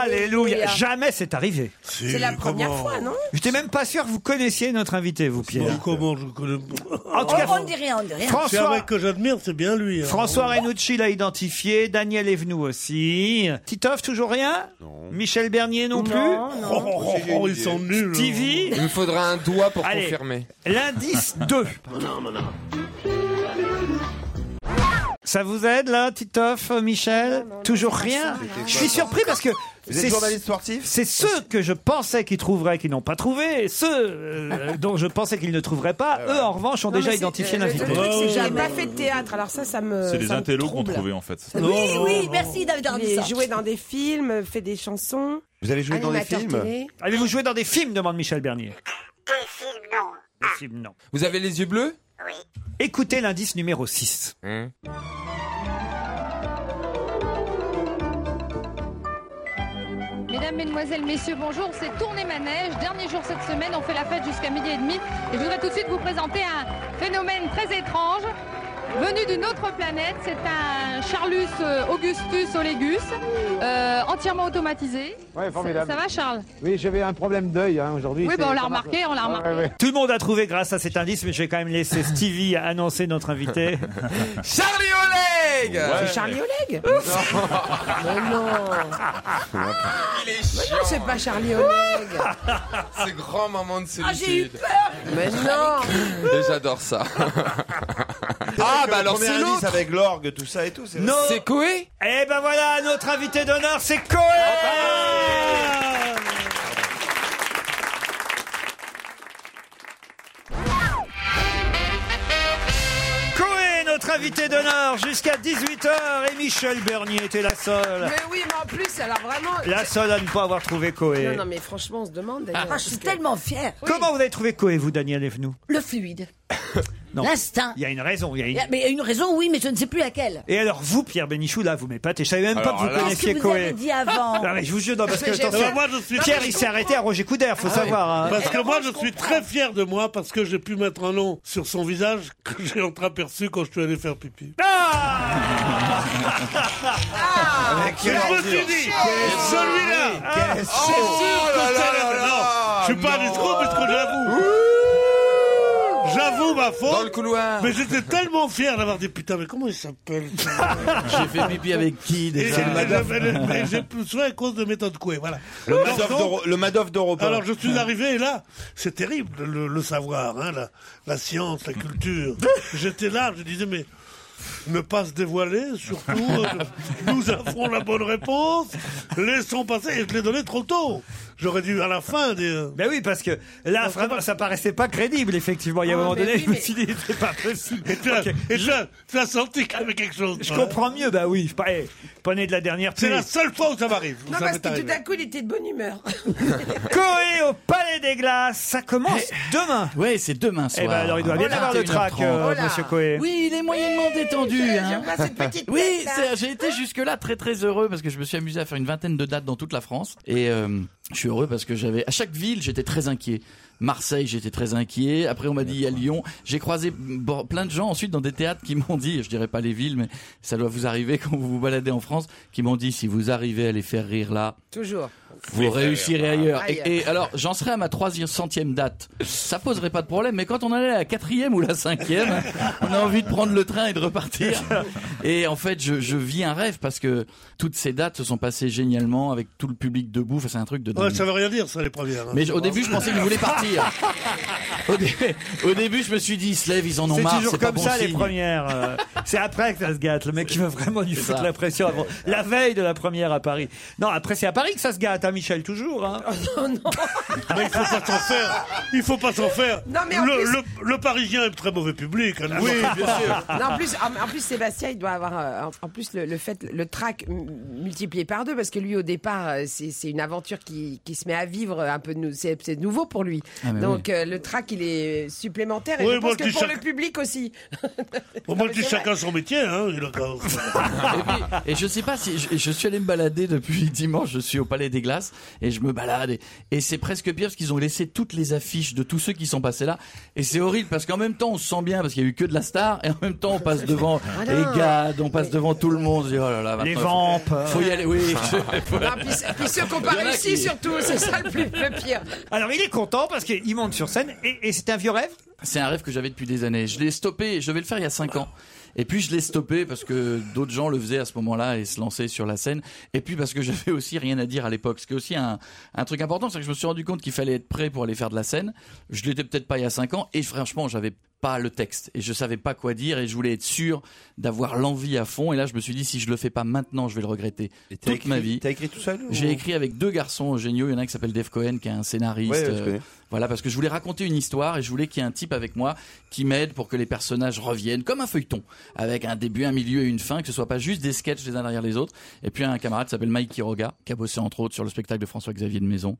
S3: Alléluia Jamais c'est arrivé.
S4: C'est la première
S8: comment
S4: fois, non
S3: J'étais même pas sûr que vous connaissiez notre invité, vous Pierre.
S8: Bon, comment je connais pas
S3: En tout
S1: on,
S3: cas,
S1: Oh, on ne dit rien, on ne dit rien.
S8: C'est
S3: François,
S8: un mec que j'admire, c'est bien lui. hein.
S3: François Renucci l'a identifié, Daniel Evenou aussi. Titoff toujours rien Michel Bernier non, plus
S8: Oh,
S7: ils sont nuls.
S3: Stevie
S8: hein.
S7: Il me faudra un doigt pour
S3: Allez,
S7: confirmer.
S3: L'indice 2. Ça vous aide là, Titoff, Michel Toujours rien Je suis surpris parce que.
S5: Vous êtes
S3: c'est-
S5: journaliste sportif
S3: C'est ceux que je pensais qu'ils trouveraient qu'ils n'ont pas trouvé, et ceux euh, dont je pensais qu'ils ne trouveraient pas, eux en revanche ont
S4: Non,
S3: déjà
S4: mais c'est-
S3: identifié
S4: euh, le
S3: l'invité.
S4: truc, c'est que J'ai pas fait de théâtre, alors ça, ça me.
S6: C'est les
S4: ça me
S6: intellos qu'on
S4: trouble.
S6: trouvait en fait.
S4: Oui,
S1: oui, merci d'avoir dit
S4: Il
S1: ça.
S4: est joué dans des films, fait des chansons.
S5: Vous allez jouer dans des
S4: animateur
S5: films
S4: télé.
S3: Allez-vous jouer dans des films demande Michel Bernier. Des films, non.
S7: Vous avez les yeux bleus
S3: Écoutez l'indice numéro 6.
S6: Hein
S22: Mesdames, Mesdemoiselles, Messieurs, bonjour, c'est Tournée Manège, dernier jour cette semaine, on fait la fête jusqu'à midi et demi et je voudrais tout de suite vous présenter un phénomène très étrange venu d'une autre planète, c'est un Charlus euh, Augustus Olegus, euh, entièrement automatisé.
S23: Ouais, formidable.
S22: Ça, ça va Charles
S23: Oui, j'avais un problème d'œil hein, aujourd'hui.
S22: Oui,
S23: c'est- Ah,
S22: bah, on l'a remarqué, on l'a remarqué.
S3: Tout le monde a trouvé grâce à cet indice, mais je vais quand même laisser Stevie annoncer notre invité.
S7: Charlie Oleg
S3: C'est Charlie
S4: Oleg Mais non
S7: Il est
S4: Mais
S7: chiant
S4: non, c'est pas Charlie Oleg
S7: Ce grand moment de
S4: Ah, j'ai eu
S7: solitude.
S4: peur Mais non
S7: Et J'adore ça.
S5: Ah,
S7: bah alors, c'est l'autre.
S5: avec l'orgue, tout ça et tout.
S3: Non.
S7: C'est Coé
S3: Eh ben voilà, notre invité d'honneur, c'est Coé Coé, notre invité d'honneur, jusqu'à 18h, et Michel Bernier était la seule.
S4: Mais oui, mais en plus, alors vraiment.
S3: La seule à ne pas avoir trouvé Coé.
S4: Non, non, mais franchement, on se demande
S1: Ah,
S4: d'ailleurs.
S1: je suis tellement fière.
S3: Comment vous avez trouvé Coé, vous, Daniel Evenou
S1: Le fluide.
S3: Non.
S1: L'instinct.
S3: Il y a une raison, il y a une...
S1: Mais il y a une raison, oui, mais je ne sais plus laquelle.
S3: Et alors vous, Pierre Bénichou, là, vous m'épatez. Je savais même
S1: Alors
S3: pas que vous
S1: là-
S3: connaissiez
S1: Qu'est-ce que vous
S3: Coé.
S1: avez dit avant
S3: Non, mais je vous jure, non, parce que
S1: J'ai
S3: attention,
S1: fait- Moi, je suis-
S3: Pierre,
S1: Non, mais
S3: il
S1: je
S3: s'est arrêté à Roger Couder, faut savoir. hein.
S8: Ah Parce que Eh, moi, je suis très fier de moi parce que j'ai pu mettre un nom sur son visage que j'ai entreaperçu quand je suis allé faire pipi.
S24: Ah
S3: Ah
S8: Et je me suis dit, celui-là, c'est sûr
S3: oh
S8: que c'est la- Non, je suis pas allé trop parce que j'avoue. J'avoue ma faute. Dans le
S7: couloir.
S8: Mais j'étais tellement fier d'avoir dit putain, mais comment il s'appelle
S24: J'ai fait pipi avec qui
S8: Et
S24: déjà
S8: j'ai- et j'ai plus soin à cause de méthode Coué, voilà.
S5: Le
S8: Alors,
S5: Madoff
S8: donc,
S5: d'Euro- le Madoff d'Europe.
S8: alors je suis arrivé et là, c'est terrible le, le savoir, hein, la, la science, la culture. J'étais là, je disais mais ne pas se dévoiler, surtout euh, nous avons la bonne réponse, laissons passer et je l'ai donné trop tôt. J'aurais dû à la fin des. euh,
S3: Ben oui parce que là vraiment ça paraissait pas crédible effectivement. Il y a un
S8: Ah,
S3: moment
S8: mais
S3: donné,
S8: oui,
S3: je me
S8: mais-
S3: suis dit c'est pas possible.
S8: Et tu as,
S3: Ok.
S8: et tu as- tu as senti qu'il y avait quelque chose.
S3: Je comprends mieux, bah oui. Pas- eh, Prenez de la dernière
S8: C'est
S3: pluie.
S8: la seule fois où ça m'arrive.
S4: Non, parce que tout d'un coup, il était de bonne humeur.
S3: Coé au Palais des Glaces, ça commence demain.
S24: Oui, c'est demain soir.
S3: Eh ben alors il doit bien
S24: Voilà.
S3: avoir le trac,
S24: 21h30.
S3: euh,
S24: Voilà.
S3: Monsieur Coé.
S24: Oui, il est moyennement détendu.
S3: j'ai-
S24: hein.
S3: j'ai pas cette petite
S24: oui,
S3: tête, là.
S4: hein.
S24: c'est- j'ai été jusque-là très très heureux parce que je me suis amusé à faire une vingtaine de dates dans toute la France. Et euh, je suis heureux parce que j'avais. À chaque ville, j'étais très inquiet. Marseille, j'étais très inquiet. Après, on m'a dit à Lyon. J'ai croisé bon, plein de gens ensuite dans des théâtres qui m'ont dit, je dirais pas les villes, mais ça doit vous arriver quand vous vous baladez en France, qui m'ont dit si vous arrivez à les faire rire là,
S4: Toujours.
S24: vous réussirez ailleurs.
S4: Ailleurs.
S24: Et, et alors, j'en serais à ma troisième centième date. Ça poserait pas de problème, mais quand on allait à la quatrième ou la cinquième, on a envie de prendre le train et de repartir. Et en fait, je, je vis un rêve parce que toutes ces dates se sont passées génialement avec tout le public debout. Enfin, c'est un truc de dingue.
S8: Ouais, ça veut rien dire ça les premières. hein.
S24: Mais au début, je pensais qu'ils voulaient partir. Au, dé- au début, je me suis dit, ils se lèvent, ils en ont
S3: C'est
S24: marre.
S3: toujours
S24: pas
S3: comme
S24: bon
S3: ça les
S24: signe.
S3: premières. euh, c'est après que ça se gâte. Le mec qui veut vraiment lui foutre la pression avant. La veille de la première à Paris. Non, après c'est à Paris que ça se gâte, hein, Michel, toujours. Hein.
S4: Oh,
S3: Ah,
S8: Mais il faut pas s'en faire. Il faut pas s'en faire.
S4: Non, mais en
S8: le,
S4: plus-
S8: le- le Parisien est très mauvais public. hein, nous.
S4: Ah Non, en plus, en, en plus, Sébastien, il doit avoir. euh, En, en plus, le, le fait, le track m- multiplié par deux, parce que lui, au départ, euh, c'est c'est une aventure qui, qui se met à vivre euh, un peu. de nou- C'est c'est nouveau pour lui.
S8: Ah, mais
S4: Donc, euh, le track, il est supplémentaire. Et
S8: Oui,
S4: je
S8: moi,
S4: pense
S8: je dis
S4: que pour
S8: chaque-
S4: le public aussi.
S8: Au moins, tu chacun son métier. Hein, il a quand-
S24: Et je sais pas si je, je suis allé me balader depuis dimanche. Je suis au Palais des Glaces et je me balade et, et c'est presque pire parce qu'ils ont laissé toutes les affiches de tous ceux qui sont passés là et c'est horrible parce qu'en même temps on se sent bien parce qu'il y a eu que de la star et en même temps on passe devant
S4: Ah non.
S24: les gars, on passe devant tout le monde. Je dis, oh là là,
S3: Les
S24: maintenant, faut-
S3: vampes.
S24: Faut y aller. Oui. faut-
S4: Non, puis, puis ceux qui n'ont pas
S24: Il y en a
S4: réussi,
S24: qui-
S4: surtout, c'est ça le, plus, le pire.
S3: Alors il est content parce qu'il monte sur scène et, et c'était un vieux rêve.
S24: C'est un rêve que j'avais depuis des années. Je l'ai stoppé, je devais le faire il y a 5 ans. Et puis je l'ai stoppé parce que d'autres gens le faisaient à ce moment-là et se lançaient sur la scène. Et puis parce que j'avais aussi rien à dire à l'époque. Ce qui est aussi un, un truc important, c'est que je me suis rendu compte qu'il fallait être prêt pour aller faire de la scène. Je l'étais peut-être pas il y a 5 ans et franchement, j'avais pas le texte et je savais pas quoi dire et je voulais être sûr d'avoir l'envie à fond et là je me suis dit si je le fais pas maintenant je vais le regretter toute
S5: écrit-
S24: ma vie
S5: t'as écrit tout seul ou-
S24: j'ai écrit avec deux garçons géniaux il y en a un qui s'appelle Dave Cohen qui est un scénariste
S5: Ouais, ouais, je
S24: euh,
S5: connais.
S24: voilà parce que je voulais raconter une histoire et je voulais qu'il y ait un type avec moi qui m'aide pour que les personnages reviennent comme un feuilleton avec un début un milieu et une fin que ce soit pas juste des sketchs les uns derrière les autres et puis un camarade qui s'appelle Mike Quiroga qui a bossé entre autres sur le spectacle de François-Xavier de Maison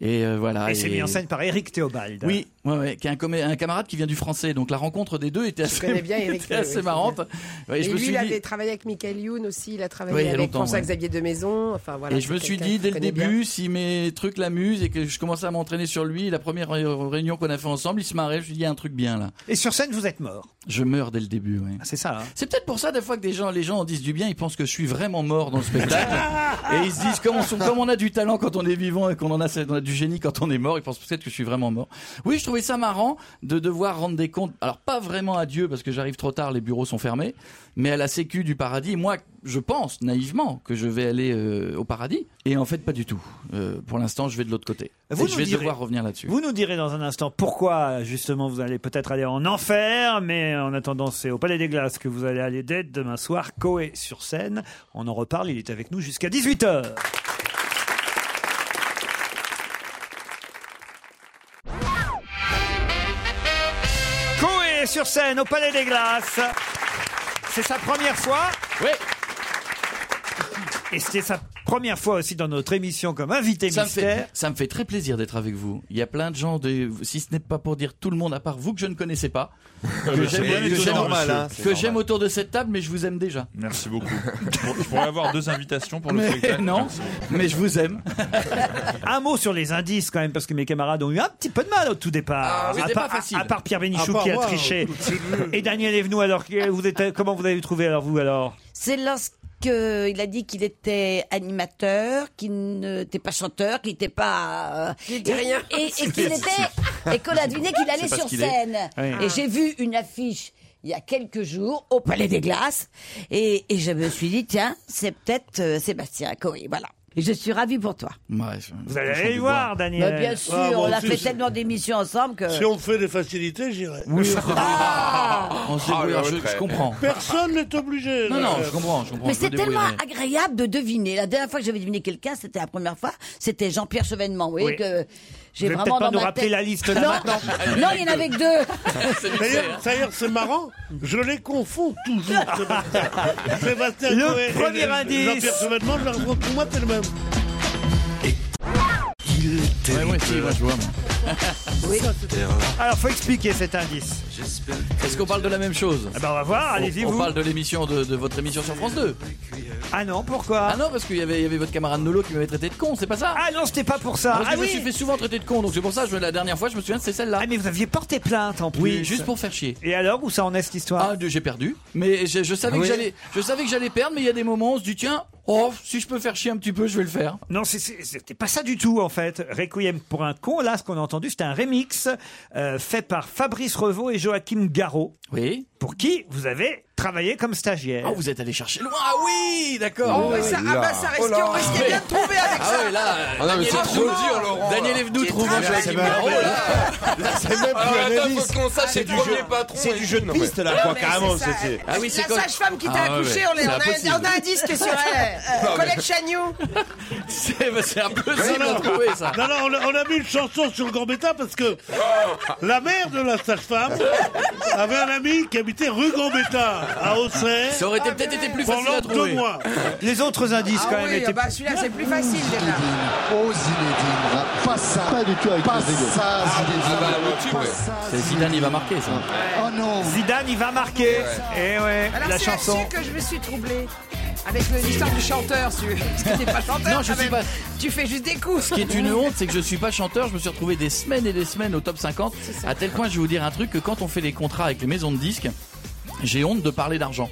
S24: et euh, voilà
S3: Et c'est mis en scène par Eric Théobald.
S24: oui, ouais, ouais, qui est un, comé- un camarade qui vient du français. Donc la rencontre des deux était assez,
S4: connais bien Eric,
S24: était
S4: oui,
S24: assez
S4: oui,
S24: marrante. Ouais,
S4: et
S24: je
S4: lui,
S24: me suis
S4: il
S24: dit-
S4: avait travaillé avec Michael Youn aussi, il a
S24: Oui,
S4: travaillé
S24: il y a
S4: avec
S24: longtemps,
S4: François-Xavier de Maison. Enfin, voilà,
S24: et je me
S4: c'est
S24: suis
S4: quelqu'un
S24: dit
S4: que
S24: dès
S4: je
S24: le
S4: connais bien.
S24: début, si mes trucs l'amusent et que je commençais à m'entraîner sur lui, la première ré- réunion qu'on a fait ensemble, il se marrait. Je lui dis il y a un truc bien là.
S3: Et sur scène, vous êtes mort.
S24: Je meurs dès le début. ouais.
S3: Ah, C'est ça. hein.
S24: C'est peut-être pour ça des fois que des gens, les gens en disent du bien, ils pensent que je suis vraiment mort dans le spectacle. et ils se disent comme on, comme on a du talent quand on est vivant et qu'on en a, on a du génie quand on est mort, ils pensent peut-être que je suis vraiment mort. Oui, je trouvais ça marrant de devoir rendre des comptes. Alors pas vraiment à Dieu parce que j'arrive trop tard, les bureaux sont fermés, mais à la Sécu du paradis. Et Moi, je pense naïvement que je vais aller euh, au paradis et en fait pas du tout. Euh, pour l'instant, je vais de l'autre côté.
S3: Vous
S24: et je
S3: nous
S24: vais
S3: direz-
S24: devoir revenir là-dessus.
S3: Vous nous direz dans un instant pourquoi justement vous allez peut-être aller en enfer, mais en attendant c'est au Palais des Glaces que vous allez aller dès demain soir, Coé sur scène. On en reparle, il est avec nous jusqu'à 18h. Coé sur scène au Palais des Glaces. C'est sa première fois
S24: Oui.
S3: Et c'était sa première fois aussi dans notre émission comme invité
S24: ça me, fait,
S3: mystère.
S24: ça me fait très plaisir d'être avec vous. Il y a plein de gens, de, si ce n'est pas pour dire tout le monde, à part vous que je ne connaissais pas, que
S6: Mais
S24: j'aime-
S6: c'est bien
S24: que j'aime
S6: étonnant,
S24: que
S6: monsieur. C'est normal.
S24: j'aime autour de cette table, mais je vous aime déjà.
S6: Merci beaucoup. Je pourrais avoir deux invitations pour le
S24: Mais
S6: spectacle.
S24: non,
S6: Merci.
S24: mais je vous aime.
S3: Un mot sur les indices quand même, parce que mes camarades ont eu un petit peu de mal au tout départ.
S24: Ah, c'était
S3: à, part,
S24: pas facile.
S3: à- à part Pierre
S24: À
S3: Bénichou
S24: part
S3: qui a
S24: moi,
S3: triché. Et Daniel Evenou, alors que vous êtes, comment vous avez trouvé alors vous alors
S25: C'est lorsque il a dit qu'il était animateur, qu'il n'était pas chanteur, qu'il n'était pas. euh,
S4: Il dit
S25: et-
S4: rien.
S25: Et, et
S4: C'est
S25: qu'il
S4: bien,
S25: était. Et qu'on a deviné qu'il allait
S4: C'est parce
S25: sur
S4: qu'il est.
S25: scène.
S4: Oui.
S25: Et j'ai vu une affiche il y a quelques jours au Palais des Glaces. Et, et je me suis dit, tiens, c'est peut-être euh, Sébastien Coé. Voilà. Et je suis ravie pour toi.
S3: Vous allez aller le voir, Daniel.
S25: Bah, bien sûr,
S8: Ah, moi
S25: on a
S8: aussi,
S25: fait
S8: je-
S25: tellement d'émissions ensemble que.
S8: Si on me fait des facilités, j'irai.
S24: Ah
S8: Ah,
S24: On se
S4: Ah
S24: débrouillera, je- je comprends.
S8: Personne n'est obligé.
S24: Non,
S8: là.
S24: non, je comprends, je comprends.
S25: Mais
S24: je me
S25: c'est tellement
S24: débrouillerai.
S25: agréable de deviner. La dernière fois que j'avais deviné quelqu'un, c'était la première fois, c'était Jean-Pierre Chevènement. Vous voyez
S3: Oui.
S25: que j'ai
S3: Vous allez
S25: vraiment
S3: peut-être pas
S25: dans
S3: nous
S25: ma
S3: rappeler
S25: tête-
S3: la liste là
S25: non,
S3: maintenant.
S25: non, il y en avait que deux.
S8: D'ailleurs, d'ailleurs, c'est marrant, je les confonds toujours. Sébastien. Sébastien
S3: Le
S8: Coé et
S3: premier
S8: Jean-
S3: indice.
S8: Jean-Pierre Chevènement, je les rencontre pour moi, c'est le même.
S24: Ouais, moi aussi, moi, je vois. moi.
S3: Alors faut expliquer cet indice.
S24: Est-ce qu'on parle de la même chose
S3: Ah bah, on va voir, allez-y,
S24: On,
S3: vous.
S24: parle de l'émission de, de votre émission sur France 2.
S3: Ah non, pourquoi
S24: Ah non, parce qu'il y avait, il y avait votre camarade Nolo qui m'avait traité de con, c'est pas ça
S3: Ah non, c'était pas pour ça.
S24: Parce que
S3: Ah
S24: je
S3: oui.
S24: me suis fait souvent traiter de con, donc c'est pour ça, je, la dernière fois, je me souviens, c'est celle-là.
S3: Ah mais vous aviez porté plainte en plus.
S24: Oui, juste pour faire chier.
S3: Et alors où ça en est cette histoire
S24: Ah j'ai perdu. Mais je, je savais
S3: Ah
S24: que
S3: oui.
S24: j'allais, je savais que j'allais perdre, mais il y a des moments où on se dit tiens, oh si je peux faire chier un petit peu, je vais le faire.
S3: Non, c'est- c'est- c'était pas ça du tout en fait. Requiem pour un con, là ce qu'on a entendu c'était un remix euh, fait par Fabrice Revaux et Joachim Garraud.
S24: Oui.
S3: Pour qui vous avez travaillé comme stagiaire.
S24: vous êtes allé chercher loin. Ah oui, d'accord.
S4: Oh, mais ça, ah bah, ça risquait, on risquait bien de trouver avec
S24: Ah
S4: ça.
S24: ouais, là, euh,
S7: Ah non, mais
S24: Daniel
S7: c'est trop
S24: Evenou-
S7: dur, Laurent, là.
S24: Daniel Evenou
S7: C'est
S24: trouvant
S7: très bien,
S24: Joachim
S7: c'est même
S5: oh
S24: Garraud,
S7: pas-
S24: là.
S7: Là, c'est même
S24: Ah,
S7: plus
S24: là,
S7: un
S24: attends,
S7: indice.
S24: faut qu'on sache,
S7: Ah,
S24: c'est
S7: c'est
S24: du
S7: du
S24: premier
S7: jeu-
S24: patron.
S7: c'est du jeu de
S24: Non,
S7: piste,
S24: mais-
S7: là,
S24: Ah,
S7: quoi,
S24: mais
S7: carrément,
S24: c'est ça.
S7: c'est-
S24: Ah oui, c'est
S4: La
S24: quoi
S4: sage-femme qui t'a
S24: Ah ouais,
S4: accouché,
S24: ouais.
S4: on, est-
S24: C'est
S4: on
S24: impossible.
S4: a, on a un disque sur euh, elle.
S24: Non, mais-
S4: Colette Chagnou.
S24: C'est bah, c'est impossible
S8: Non,
S24: à
S8: non.
S24: trouver ça.
S8: Non, non, on a, on a mis une chanson sur Gambetta parce que la mère de la sage-femme avait un ami qui habitait rue Gambetta à Auxerre.
S24: Ça aurait été peut-être été plus facile à
S8: pendant
S24: trouver.
S8: deux mois.
S3: Les autres indices
S4: Ah
S3: quand même
S4: oui,
S3: étaient
S4: bah, celui-là, c'est plus facile déjà.
S21: Oh Zinedine, pas ça. Pas du tout avec Ah, bah, pas ça, Zinedine. Pas ça,
S24: C'est Zidane, il va marquer ça.
S21: Oh non.
S3: Zidane, il va marquer. Et ouais,
S4: Alors
S3: la
S4: c'est
S3: chanson.
S4: là-dessus que je me suis troublée. Avec le- l'histoire du chanteur, tu... parce que t'es pas chanteur.
S24: Non, je
S4: quand
S24: suis
S4: même. Tu fais juste des coups. Ah,
S24: Ce qui est une honte, c'est que je suis pas chanteur. Je me suis retrouvé des semaines et des semaines au top 50. À tel point, je vais vous dire un truc que quand on fait les contrats avec les maisons de disques, j'ai honte de parler d'argent.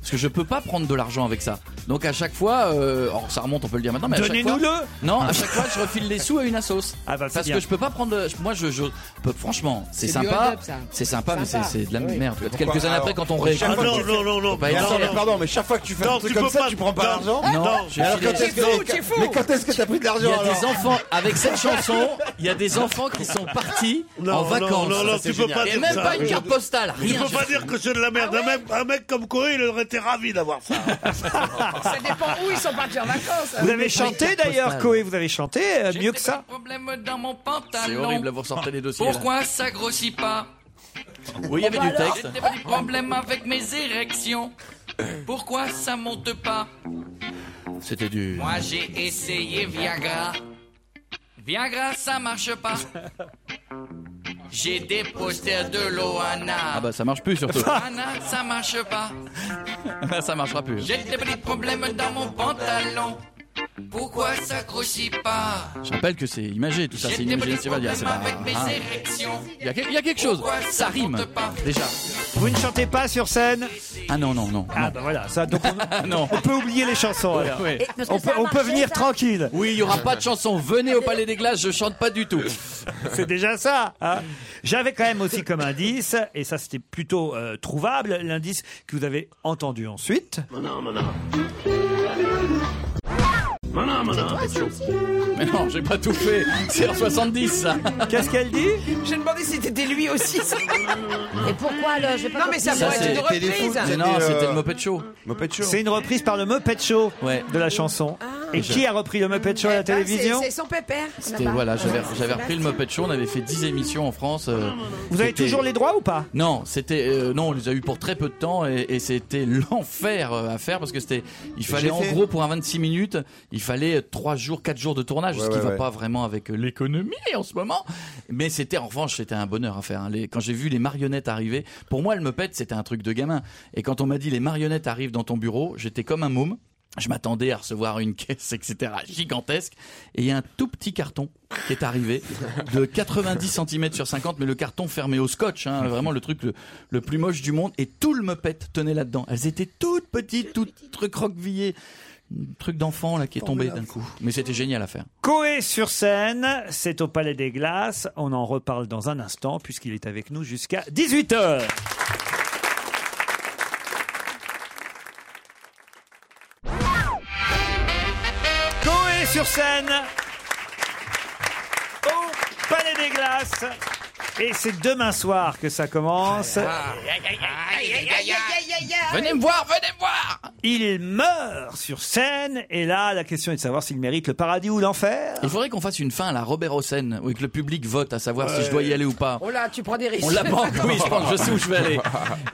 S24: Parce que je peux pas prendre de l'argent avec ça. Donc à chaque fois, euh, alors ça remonte, on peut le dire maintenant, mais à chaque fois,
S3: Donnez-nous-le
S24: Non, à chaque fois, je refile les sous à une assos.
S3: Ah, bah, c'est
S24: Parce
S3: bien.
S24: que je peux pas prendre. de- je- Moi, je, je peux- franchement, c'est
S3: C'est du
S24: sympa,
S3: hold-up, ça.
S24: c'est sympa, mais c'est
S3: Sympa.
S24: c'est de la
S3: Oui.
S24: merde.
S3: Mais
S24: Quelques
S3: pourquoi
S24: années après, quand on
S3: alors
S24: réécoute,
S3: Chaque fois
S24: on
S3: que
S24: dit,
S3: tu fais-
S24: faut pas y
S3: non,
S24: aller.
S3: mais pardon, mais chaque fois que tu fais un truc comme ça, tu prends pas
S24: Non,
S3: l'argent
S24: Non,
S3: Non. Mais alors, quand est-ce que- mais quand est-ce que t'as pris de l'argent,
S24: Il y a
S3: alors
S24: des enfants avec cette chanson, il y a des enfants qui sont partis
S8: Non,
S24: en
S8: non,
S24: vacances.
S8: non, non,
S24: Ça, c'est
S8: tu peux
S24: génial.
S8: pas
S24: Et
S8: dire
S24: même
S8: ça.
S24: pas une carte postale,
S8: Tu
S24: rien. Ah
S8: peux pas
S24: j'ai-
S8: dire que c'est de la merde. un, mec, un mec comme Corée, il aurait été ravi d'avoir ça.
S4: Ça dépend où ils sont partis en vacances. hein.
S3: Vous avez chanté d'ailleurs, Coé, vous avez chanté euh, mieux que ça.
S10: problème dans mon pantalon.
S24: C'est horrible, vous ressortez les dossiers. là.
S10: Pourquoi ça grossit pas
S24: hein. Oui, il y avait du texte.
S10: J'ai des problèmes avec mes érections. Pourquoi ça monte pas
S24: C'était du.
S10: Moi j'ai essayé Viagra. Viagra ça marche pas. J'ai des posters de
S24: Ah
S10: Loana.
S24: bah ça marche plus surtout.
S10: Loana ça marche pas.
S3: Ah.
S24: ça marchera plus.
S10: J'ai des petits problèmes dans mon pantalon. Pourquoi ça grossit pas
S24: Je rappelle que c'est imagé, tout ça, c'est une imagé- c'est pas- c'est pas-
S10: avec mes
S24: hein.
S10: érections.
S24: Il y, a que- il y a quelque chose, ça rime, déjà.
S3: Vous ne chantez pas sur scène
S24: Ah non, non, non.
S3: Ah bah voilà, ça, donc on, on peut oublier les chansons alors.
S24: Ouais. Et parce que
S3: On,
S24: ça
S3: peut,
S24: a
S3: on peut
S24: marché,
S3: venir
S24: ça
S3: tranquille.
S24: Oui, il y aura pas de chanson. Venez au Palais des Glaces, je chante pas du tout.
S3: C'est déjà ça. hein. J'avais quand même aussi comme indice, et ça c'était plutôt euh, trouvable, l'indice que vous avez entendu ensuite.
S24: Mais non, j'ai pas tout fait. C'est en 70 ça.
S3: Qu'est-ce qu'elle dit
S4: J'ai demandé si c'était lui aussi. ça.
S25: Et pourquoi là J'ai pas
S4: Non, mais ça
S25: compris.
S4: pourrait être une reprise.
S24: non, c'était le Muppet Show.
S3: C'est une reprise par le Muppet Show de la chanson. Et qui a repris le Muppet Show à la
S4: Ah, c'est-
S3: télévision
S4: C'est son pépère.
S24: C'était- voilà, j'avais j'avais repris le Muppet Show, on avait fait 10 émissions en France. euh,
S3: Vous avez toujours les droits ou pas
S24: Non, c'était euh, non, on les a eu pour très peu de temps et, et c'était l'enfer euh, à faire parce que c'était il fallait en
S7: fait.
S24: gros pour un 26 minutes, il fallait 3 jours, 4 jours de tournage,
S7: Ouais,
S24: ce qui
S7: ouais,
S24: va
S7: ouais.
S24: pas vraiment avec euh, l'économie en ce moment, mais c'était en revanche, c'était un bonheur à faire. hein. Les- quand j'ai vu les marionnettes arriver, pour moi le Muppet, c'était un truc de gamin et quand on m'a dit les marionnettes arrivent dans ton bureau, j'étais comme un môme. Je m'attendais à recevoir une caisse, etc., gigantesque. Et il y a un tout petit carton qui est arrivé de 90 cm sur 50, mais le carton fermé au scotch, hein, vraiment le truc le, le plus moche du monde. Et tout le Muppet tenait là-dedans. Elles étaient toutes petites, toutes recroquevillées. Un truc d'enfant là qui est tombé d'un coup. Mais c'était génial à faire.
S3: Coé sur scène, c'est au Palais des Glaces. On en reparle dans un instant puisqu'il est avec nous jusqu'à 18h. Coé sur scène au Palais des Glaces. Et c'est demain soir que ça commence.
S8: Ah.
S10: Venez me voir, venez me voir
S3: Il meurt sur scène et là la question est de savoir s'il mérite le paradis ou l'enfer.
S24: Il faudrait qu'on fasse une fin à la Robert Hossein, où que le public vote à savoir Euh, si
S4: Ouais.
S24: je dois y aller ou pas.
S4: Oh là, tu prends des risques.
S24: On la banque, oui, je pense, je sais où je vais aller.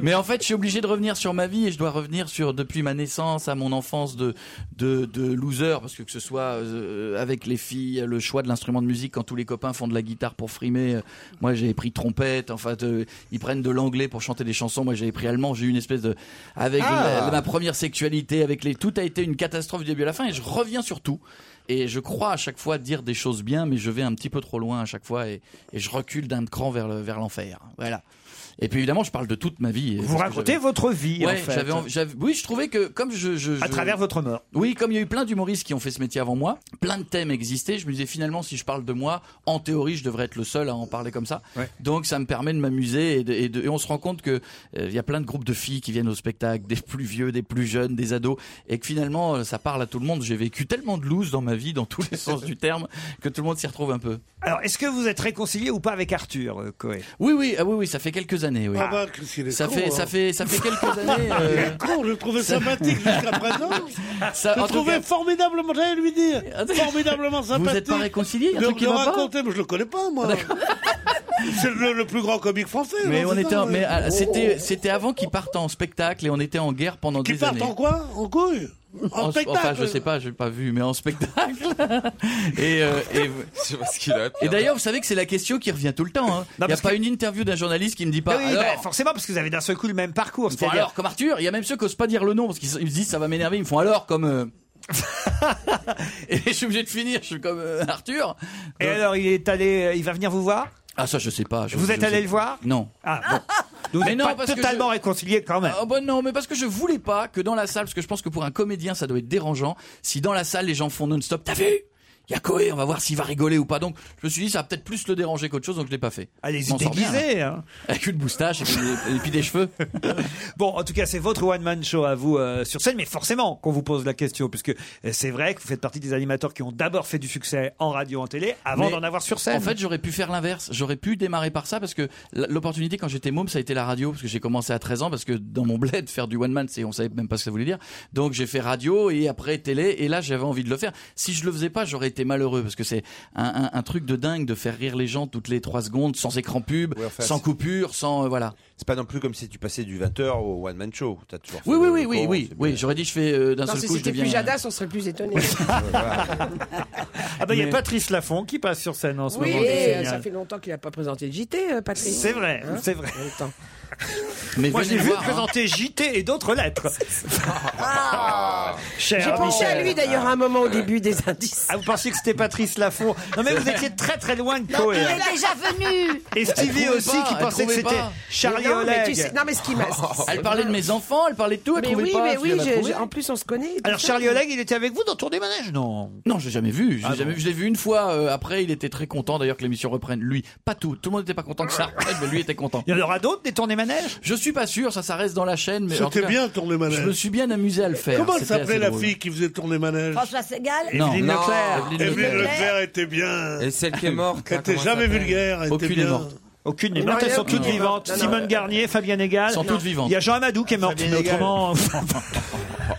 S24: Mais en fait, je suis obligé de revenir sur ma vie et je dois revenir sur depuis ma naissance à mon enfance de de, de loser parce que que ce soit euh, avec les filles, le choix de l'instrument de musique quand tous les copains font de la guitare pour frimer, euh, moi j'ai pris trompette, enfin de- ils prennent de l'anglais pour chanter des chansons, moi j'ai pris allemand, j'ai eu une espèce de avec
S7: Ah.
S24: la- ma première sexualité, avec les tout a été une catastrophe du début à la fin et je reviens sur tout. Et je crois à chaque fois dire des choses bien, mais je vais un petit peu trop loin à chaque fois et, et je recule d'un cran vers le- vers l'enfer. voilà. Et puis évidemment, je parle de toute ma vie.
S3: Vous racontez votre vie, en
S24: Ouais,
S3: fait.
S24: j'avais envie- j'avais- oui, je trouvais que comme je, je-
S3: À
S24: je-
S3: travers votre mort.
S24: Oui, comme il y a eu plein d'humoristes qui ont fait ce métier avant moi, plein de thèmes existaient. Je me disais finalement, si je parle de moi, en théorie, je devrais être le seul à en parler comme ça. Donc ça me permet de m'amuser et, de- et de- et on se rend compte que euh, il y a plein de groupes de filles qui viennent au spectacle, des plus vieux, des plus jeunes, des ados, et que finalement euh, ça parle à tout le monde. J'ai vécu tellement de loose dans ma vie, dans tous les sens du terme, que tout le monde s'y retrouve un peu.
S3: Alors, est-ce que vous êtes réconcilié ou pas avec Arthur euh, Coé
S24: Oui, oui, ah oui, oui, ça fait quelques années. Oui.
S3: Ah bah,
S24: ça fait, ça fait, ça fait quelques années.
S8: hein. Il
S24: euh,
S8: est con, je le trouvais sympathique jusqu'à présent.
S24: Ça-
S8: je
S24: en
S8: le
S24: tout
S8: trouvais
S24: cas-
S8: formidablement, j'allais lui dire, formidablement
S24: Vous êtes
S8: sympathique.
S24: pas réconciliés Il y a un
S8: De-
S24: truc qui
S8: de
S24: va pas
S8: raconter, mais je le connais pas, moi. C'est le, le plus grand comique français.
S24: Mais
S8: non,
S24: on
S8: c'est
S24: était,
S8: ça, oh,
S24: en- mais
S8: ouais.
S3: Oh.
S24: ah, c'était, c'était avant qu'ils partent en spectacle et on était en guerre pendant
S8: Qui
S24: des
S8: partent
S24: années.
S8: en quoi En couille En,
S24: En-
S8: spectacle
S24: Enfin, je sais pas, j'ai pas vu, mais en spectacle. et, euh, et, et d'ailleurs, vous savez que c'est la question qui revient tout le temps. hein. Il n'y a
S3: parce
S24: pas une interview d'un journaliste qui ne dit pas.
S3: Oui,
S24: alors,
S3: bah, forcément, parce que vous avez d'un seul coup le même parcours.
S24: Bon, alors, comme Arthur, il y a même ceux qui osent pas dire le nom parce qu'ils ils se disent ça va m'énerver. Ils me font alors comme. euh, et je suis obligé de finir. Je suis comme euh, Arthur.
S3: Et alors, il est allé, il va venir vous voir
S24: Ah ça, je sais pas. je-
S3: Vous
S24: je
S3: êtes allé
S24: sais-
S3: le voir
S24: Non.
S3: Ah, bon. Vous
S24: Mais
S3: n'êtes
S24: non,
S3: pas
S24: parce que
S3: totalement
S24: je-
S3: réconcilié quand même.
S24: Ah bah non, mais parce que je voulais pas que dans la salle, parce que je pense que pour un comédien, ça doit être dérangeant, si dans la salle, les gens font non-stop, t'as vu Il y a Koé, on va voir s'il va rigoler ou pas. Donc, je me suis dit, ça va peut-être plus le déranger qu'autre chose, donc je l'ai pas fait.
S3: Allez-y,
S24: M'en sors bien,
S3: déguisé,
S24: là.
S3: hein.
S24: Avec une moustache et puis, des- et puis des cheveux.
S3: Bon, en tout cas, c'est votre one-man show à vous euh, sur scène, mais forcément qu'on vous pose la question, puisque euh, c'est vrai que vous faites partie des animateurs qui ont d'abord fait du succès en radio, en télé, avant
S24: Mais
S3: d'en avoir sur scène.
S24: En fait, j'aurais pu faire l'inverse. J'aurais pu démarrer par ça parce que l- l'opportunité quand j'étais môme, ça a été la radio parce que j'ai commencé à 13 ans parce que dans mon bled, faire du one man, c'est on savait même pas ce que ça voulait dire. Donc j'ai fait radio et après télé et là j'avais envie de le faire. Si je le faisais pas, j'aurais été malheureux parce que c'est un, un- un truc de dingue de faire rire les gens toutes les 3 secondes sans écran pub,
S5: enfin,
S24: sans
S5: c'est-
S24: coupure, sans euh, voilà.
S5: C'est pas non plus comme si tu passais du 20h au One Man Show. T'as toujours fait
S24: Oui oui
S5: le
S24: oui oui
S5: con,
S24: oui
S5: c'est
S24: oui, j'aurais dit je fais euh, d'un
S4: Non,
S24: seul
S4: si
S24: coup je
S4: c'était
S24: deviens
S4: plus Jadas, on serait plus étonné.
S3: Ah bah, il y a
S24: Mais-
S3: Patrice Lafont qui passe sur scène en ce
S4: oui,
S3: moment. c'est
S4: et, euh,
S3: génial.
S4: ça fait longtemps qu'il n'a pas présenté le JT, euh, Patrick.
S3: C'est vrai,
S4: Hein
S3: c'est vrai.
S24: Mais
S3: Moi, je l'ai
S24: venez le
S3: vu
S24: voir, hein.
S3: présenter JT et d'autres lettres. Cher
S4: J'ai pensé à
S3: Michel.
S4: lui d'ailleurs à un moment au début des indices.
S3: Ah, vous pensiez que c'était Patrice Lafont Non, mais vous étiez très très loin de Coé. hein.
S25: déjà venu
S3: Et Stevie
S24: Elle
S3: aussi
S24: trouvait
S3: qui
S24: pas,
S3: pensait
S24: elle
S3: que
S24: trouvait
S3: c'était
S24: pas. Oh,
S3: Charlie
S4: Mais non, mais tu
S3: Oleg. Oh,
S4: sais- non, mais ce qui m'a-
S24: Elle parlait de mes enfants, elle parlait de tout, elle
S4: Mais
S24: trouvait
S4: oui,
S24: pas.
S4: mais
S24: je
S4: oui,
S24: l'avais
S4: je-
S24: trouvé.
S4: je- en plus on se connaît. et tout
S3: Alors
S4: ça.
S3: Charlie Oleg, il était avec vous dans Tour des Manèges Non.
S24: Non, j'ai jamais vu. J'ai
S3: Ah
S24: jamais
S3: bon.
S24: vu. Je l'ai vu une fois. euh, après, il était très content d'ailleurs que l'émission reprenne. Lui, pas tout. Tout le monde n'était pas content que ça reprenne, mais lui était content.
S3: Il y en aura d'autres des tournées manèges
S24: Je suis pas sûr. Ça, ça reste dans la chaîne. Mais en
S8: C'était
S24: tout cas,
S8: bien, Tourner Manège.
S24: Je me suis bien amusé à le faire.
S8: Comment
S24: C'était
S8: s'appelait
S24: assez
S8: la
S24: drôle.
S8: fille qui faisait tourner manège
S25: François Segal
S24: Non. Evelyne Non. Leclerc.
S8: Evelyne
S24: Evelyne
S8: Leclerc.
S24: Leclerc.
S8: était bien.
S7: Et celle qui est morte,
S24: Ah,
S8: Elle
S7: là,
S8: était
S7: comment
S8: jamais
S7: elle s'appelle
S8: vulgaire. Elle était
S3: Aucune
S8: bien.
S3: est morte. Aucune n'est morte, elles sont toutes vivantes. Simone Garnier, Fabienne Egal.
S24: Elles sont toutes vivantes.
S3: Il y a Jean Amadou qui est mort,
S24: Fabienne
S3: Ah, mais
S24: Egal.
S3: autrement. euh,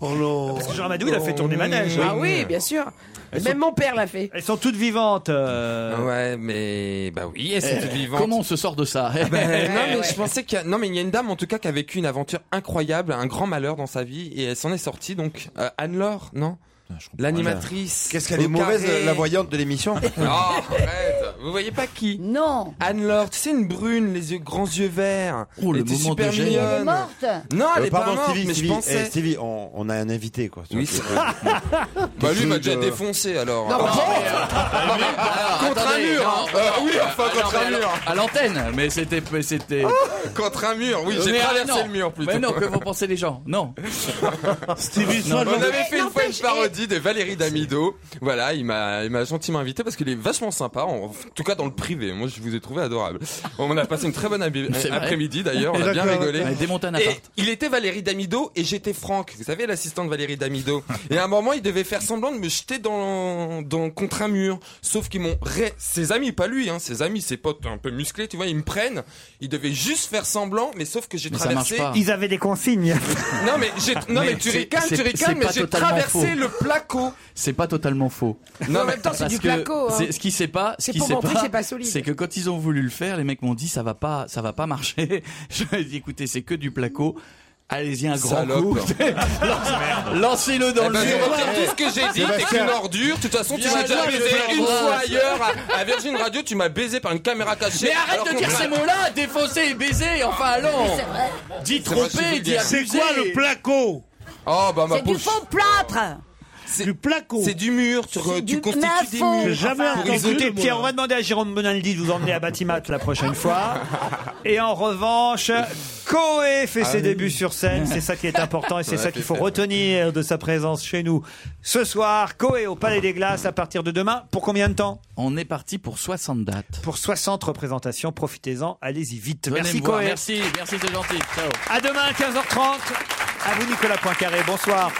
S3: Parce que Jean Amadou, il a fait tourner manège.
S4: Ah oui, bien sûr.
S3: Elles
S4: Même
S3: sont-
S4: mon père l'a fait.
S3: Elles sont toutes vivantes. euh.
S7: Ouais, mais bah oui, elles sont
S24: Eh,
S7: toutes vivantes.
S24: Comment on se sort de ça eh?
S7: Ah ben, non mais
S24: Ouais.
S7: je pensais qu'il y a... non mais il y a une dame en tout cas qui a vécu une aventure incroyable, un grand malheur dans sa vie et elle s'en est sortie donc euh, Anne-Laure, non
S24: Ah,
S7: L'animatrice.
S5: Qu'est-ce qu'elle est
S7: au
S5: mauvaise, euh,
S7: carré.
S5: la voyante de l'émission
S7: Oh, arrête Vous voyez pas qui
S25: Non
S7: Anne-Laure, tu sais, une brune, les yeux, grands yeux verts.
S24: Oh, le
S7: elle était
S24: moment
S7: super
S24: de gêne.
S7: mignonne.
S25: Elle est morte
S7: Non, elle
S5: Euh,
S7: est
S5: pardon,
S7: pas morte,
S5: Stevie,
S7: mais
S5: Stevie,
S7: je pensais.
S5: eh, Stevie, on, on a un invité, quoi.
S7: Oui, c'est vrai. Bah lui il m'a déjà défoncé alors.
S5: Non,
S7: Contre un mur, hein. Euh, oui, enfin,
S24: ah, non,
S7: contre
S24: mais
S7: un
S24: alors,
S7: mur.
S24: À l'antenne, mais c'était. mais c'était...
S7: Contre un mur, oui, j'ai
S24: Ah Mais, ah,
S7: traversé
S24: non.
S7: le mur plutôt.
S24: Mais non, que vont penser les gens Non.
S8: Stevie,
S7: Non,
S8: soit
S7: mais on avait fait une fois une
S4: n'empêche,
S7: parodie de Valérie Damido. Voilà, il m'a, il m'a gentiment invité parce qu'il est vachement sympa. En, en tout cas, dans le privé. Moi, je vous ai trouvé adorable. On a passé une très bonne abi-
S24: C'est vrai.
S7: après-midi d'ailleurs. On a bien
S24: D'accord.
S7: rigolé.
S24: Ouais, démonter un
S7: Et
S24: appart.
S7: il était Valérie Damido et j'étais Franck. Vous savez, l'assistant de Valérie Damido. Et à un moment, il devait faire semblant de me jeter dans, dans, contre un mur. Sauf qu'ils m'ont, ré- ses amis, pas lui, hein, ses amis, ses potes un peu musclés, tu vois, ils me prennent. Ils devaient juste faire semblant, mais sauf que j'ai
S24: Mais ça marche pas.
S7: traversé.
S3: Ils avaient des consignes.
S7: Non mais, j'ai- non, mais tu
S24: c'est-
S7: ricanes,
S24: c'est-
S7: tu
S24: c'est
S7: ricanes, mais
S24: pas
S7: j'ai
S24: totalement
S7: traversé
S24: faux.
S7: le placo.
S24: C'est pas totalement faux.
S7: Non,
S4: en même temps, c'est
S24: Parce
S4: du
S24: que
S4: placo. hein.
S24: c'est- Ce qui sait pas,
S4: C'est
S24: ce qui
S4: pour
S24: sait
S4: montrer que c'est pas solide.
S24: c'est que quand ils ont voulu le faire, les mecs m'ont dit ça va pas, ça va pas marcher. Je leur ai dit écoutez, c'est que du placo. Allez-y un grand
S7: Salope.
S24: coup. Lance- Lancez-le dans
S7: Eh
S24: le
S7: ben, tu
S24: mur. Eh ben,
S7: retiens tout ce que j'ai dit, t'es
S5: Sébastien.
S7: qu'une ordure. De toute façon, tu
S24: Bien
S7: m'as déjà
S24: joué,
S7: baisé
S24: Pierre
S7: une
S24: Brass.
S7: fois ailleurs. À- À Virgin Radio, tu m'as baisé par une caméra cachée.
S24: Mais arrête
S7: Alors
S24: de
S7: qu'on-
S24: dire ces mots-là, défoncer et baiser, enfin allons. Dis
S7: C'est
S24: tromper,
S7: vrai, c'est
S24: dis
S7: vulgaire.
S24: abuser.
S8: C'est quoi le placo
S7: Oh, bah, ma
S25: C'est du
S7: pauvre.
S25: faux plâtre
S7: C'est
S8: Du placo.
S7: c'est du mur, tu, re- tu
S25: du-
S7: constitues
S25: mais à
S7: des
S25: fond.
S7: murs.
S8: J'ai jamais
S7: Enfin,
S8: entendu
S7: écoutez,
S8: le
S3: Écoutez,
S8: mot,
S3: Pierre,
S8: là.
S3: on va demander à Jérôme Bonaldi de vous emmener à Batimat la prochaine fois. Et en revanche, Coé
S24: Ah
S3: fait ses débuts sur scène. C'est ça qui est important et c'est ça qu'il faut retenir de sa présence chez nous. Ce soir, Coé au Palais des Glaces à partir de demain. Pour combien de temps
S24: On est parti pour 60 dates.
S3: Pour 60 représentations. Profitez-en. Allez-y vite.
S24: Venez
S3: Merci,
S24: me voir.
S3: Coé.
S24: Merci, merci, c'est gentil. Ciao.
S3: À demain, 15h30. À vous, Nicolas Poincaré. Bonsoir.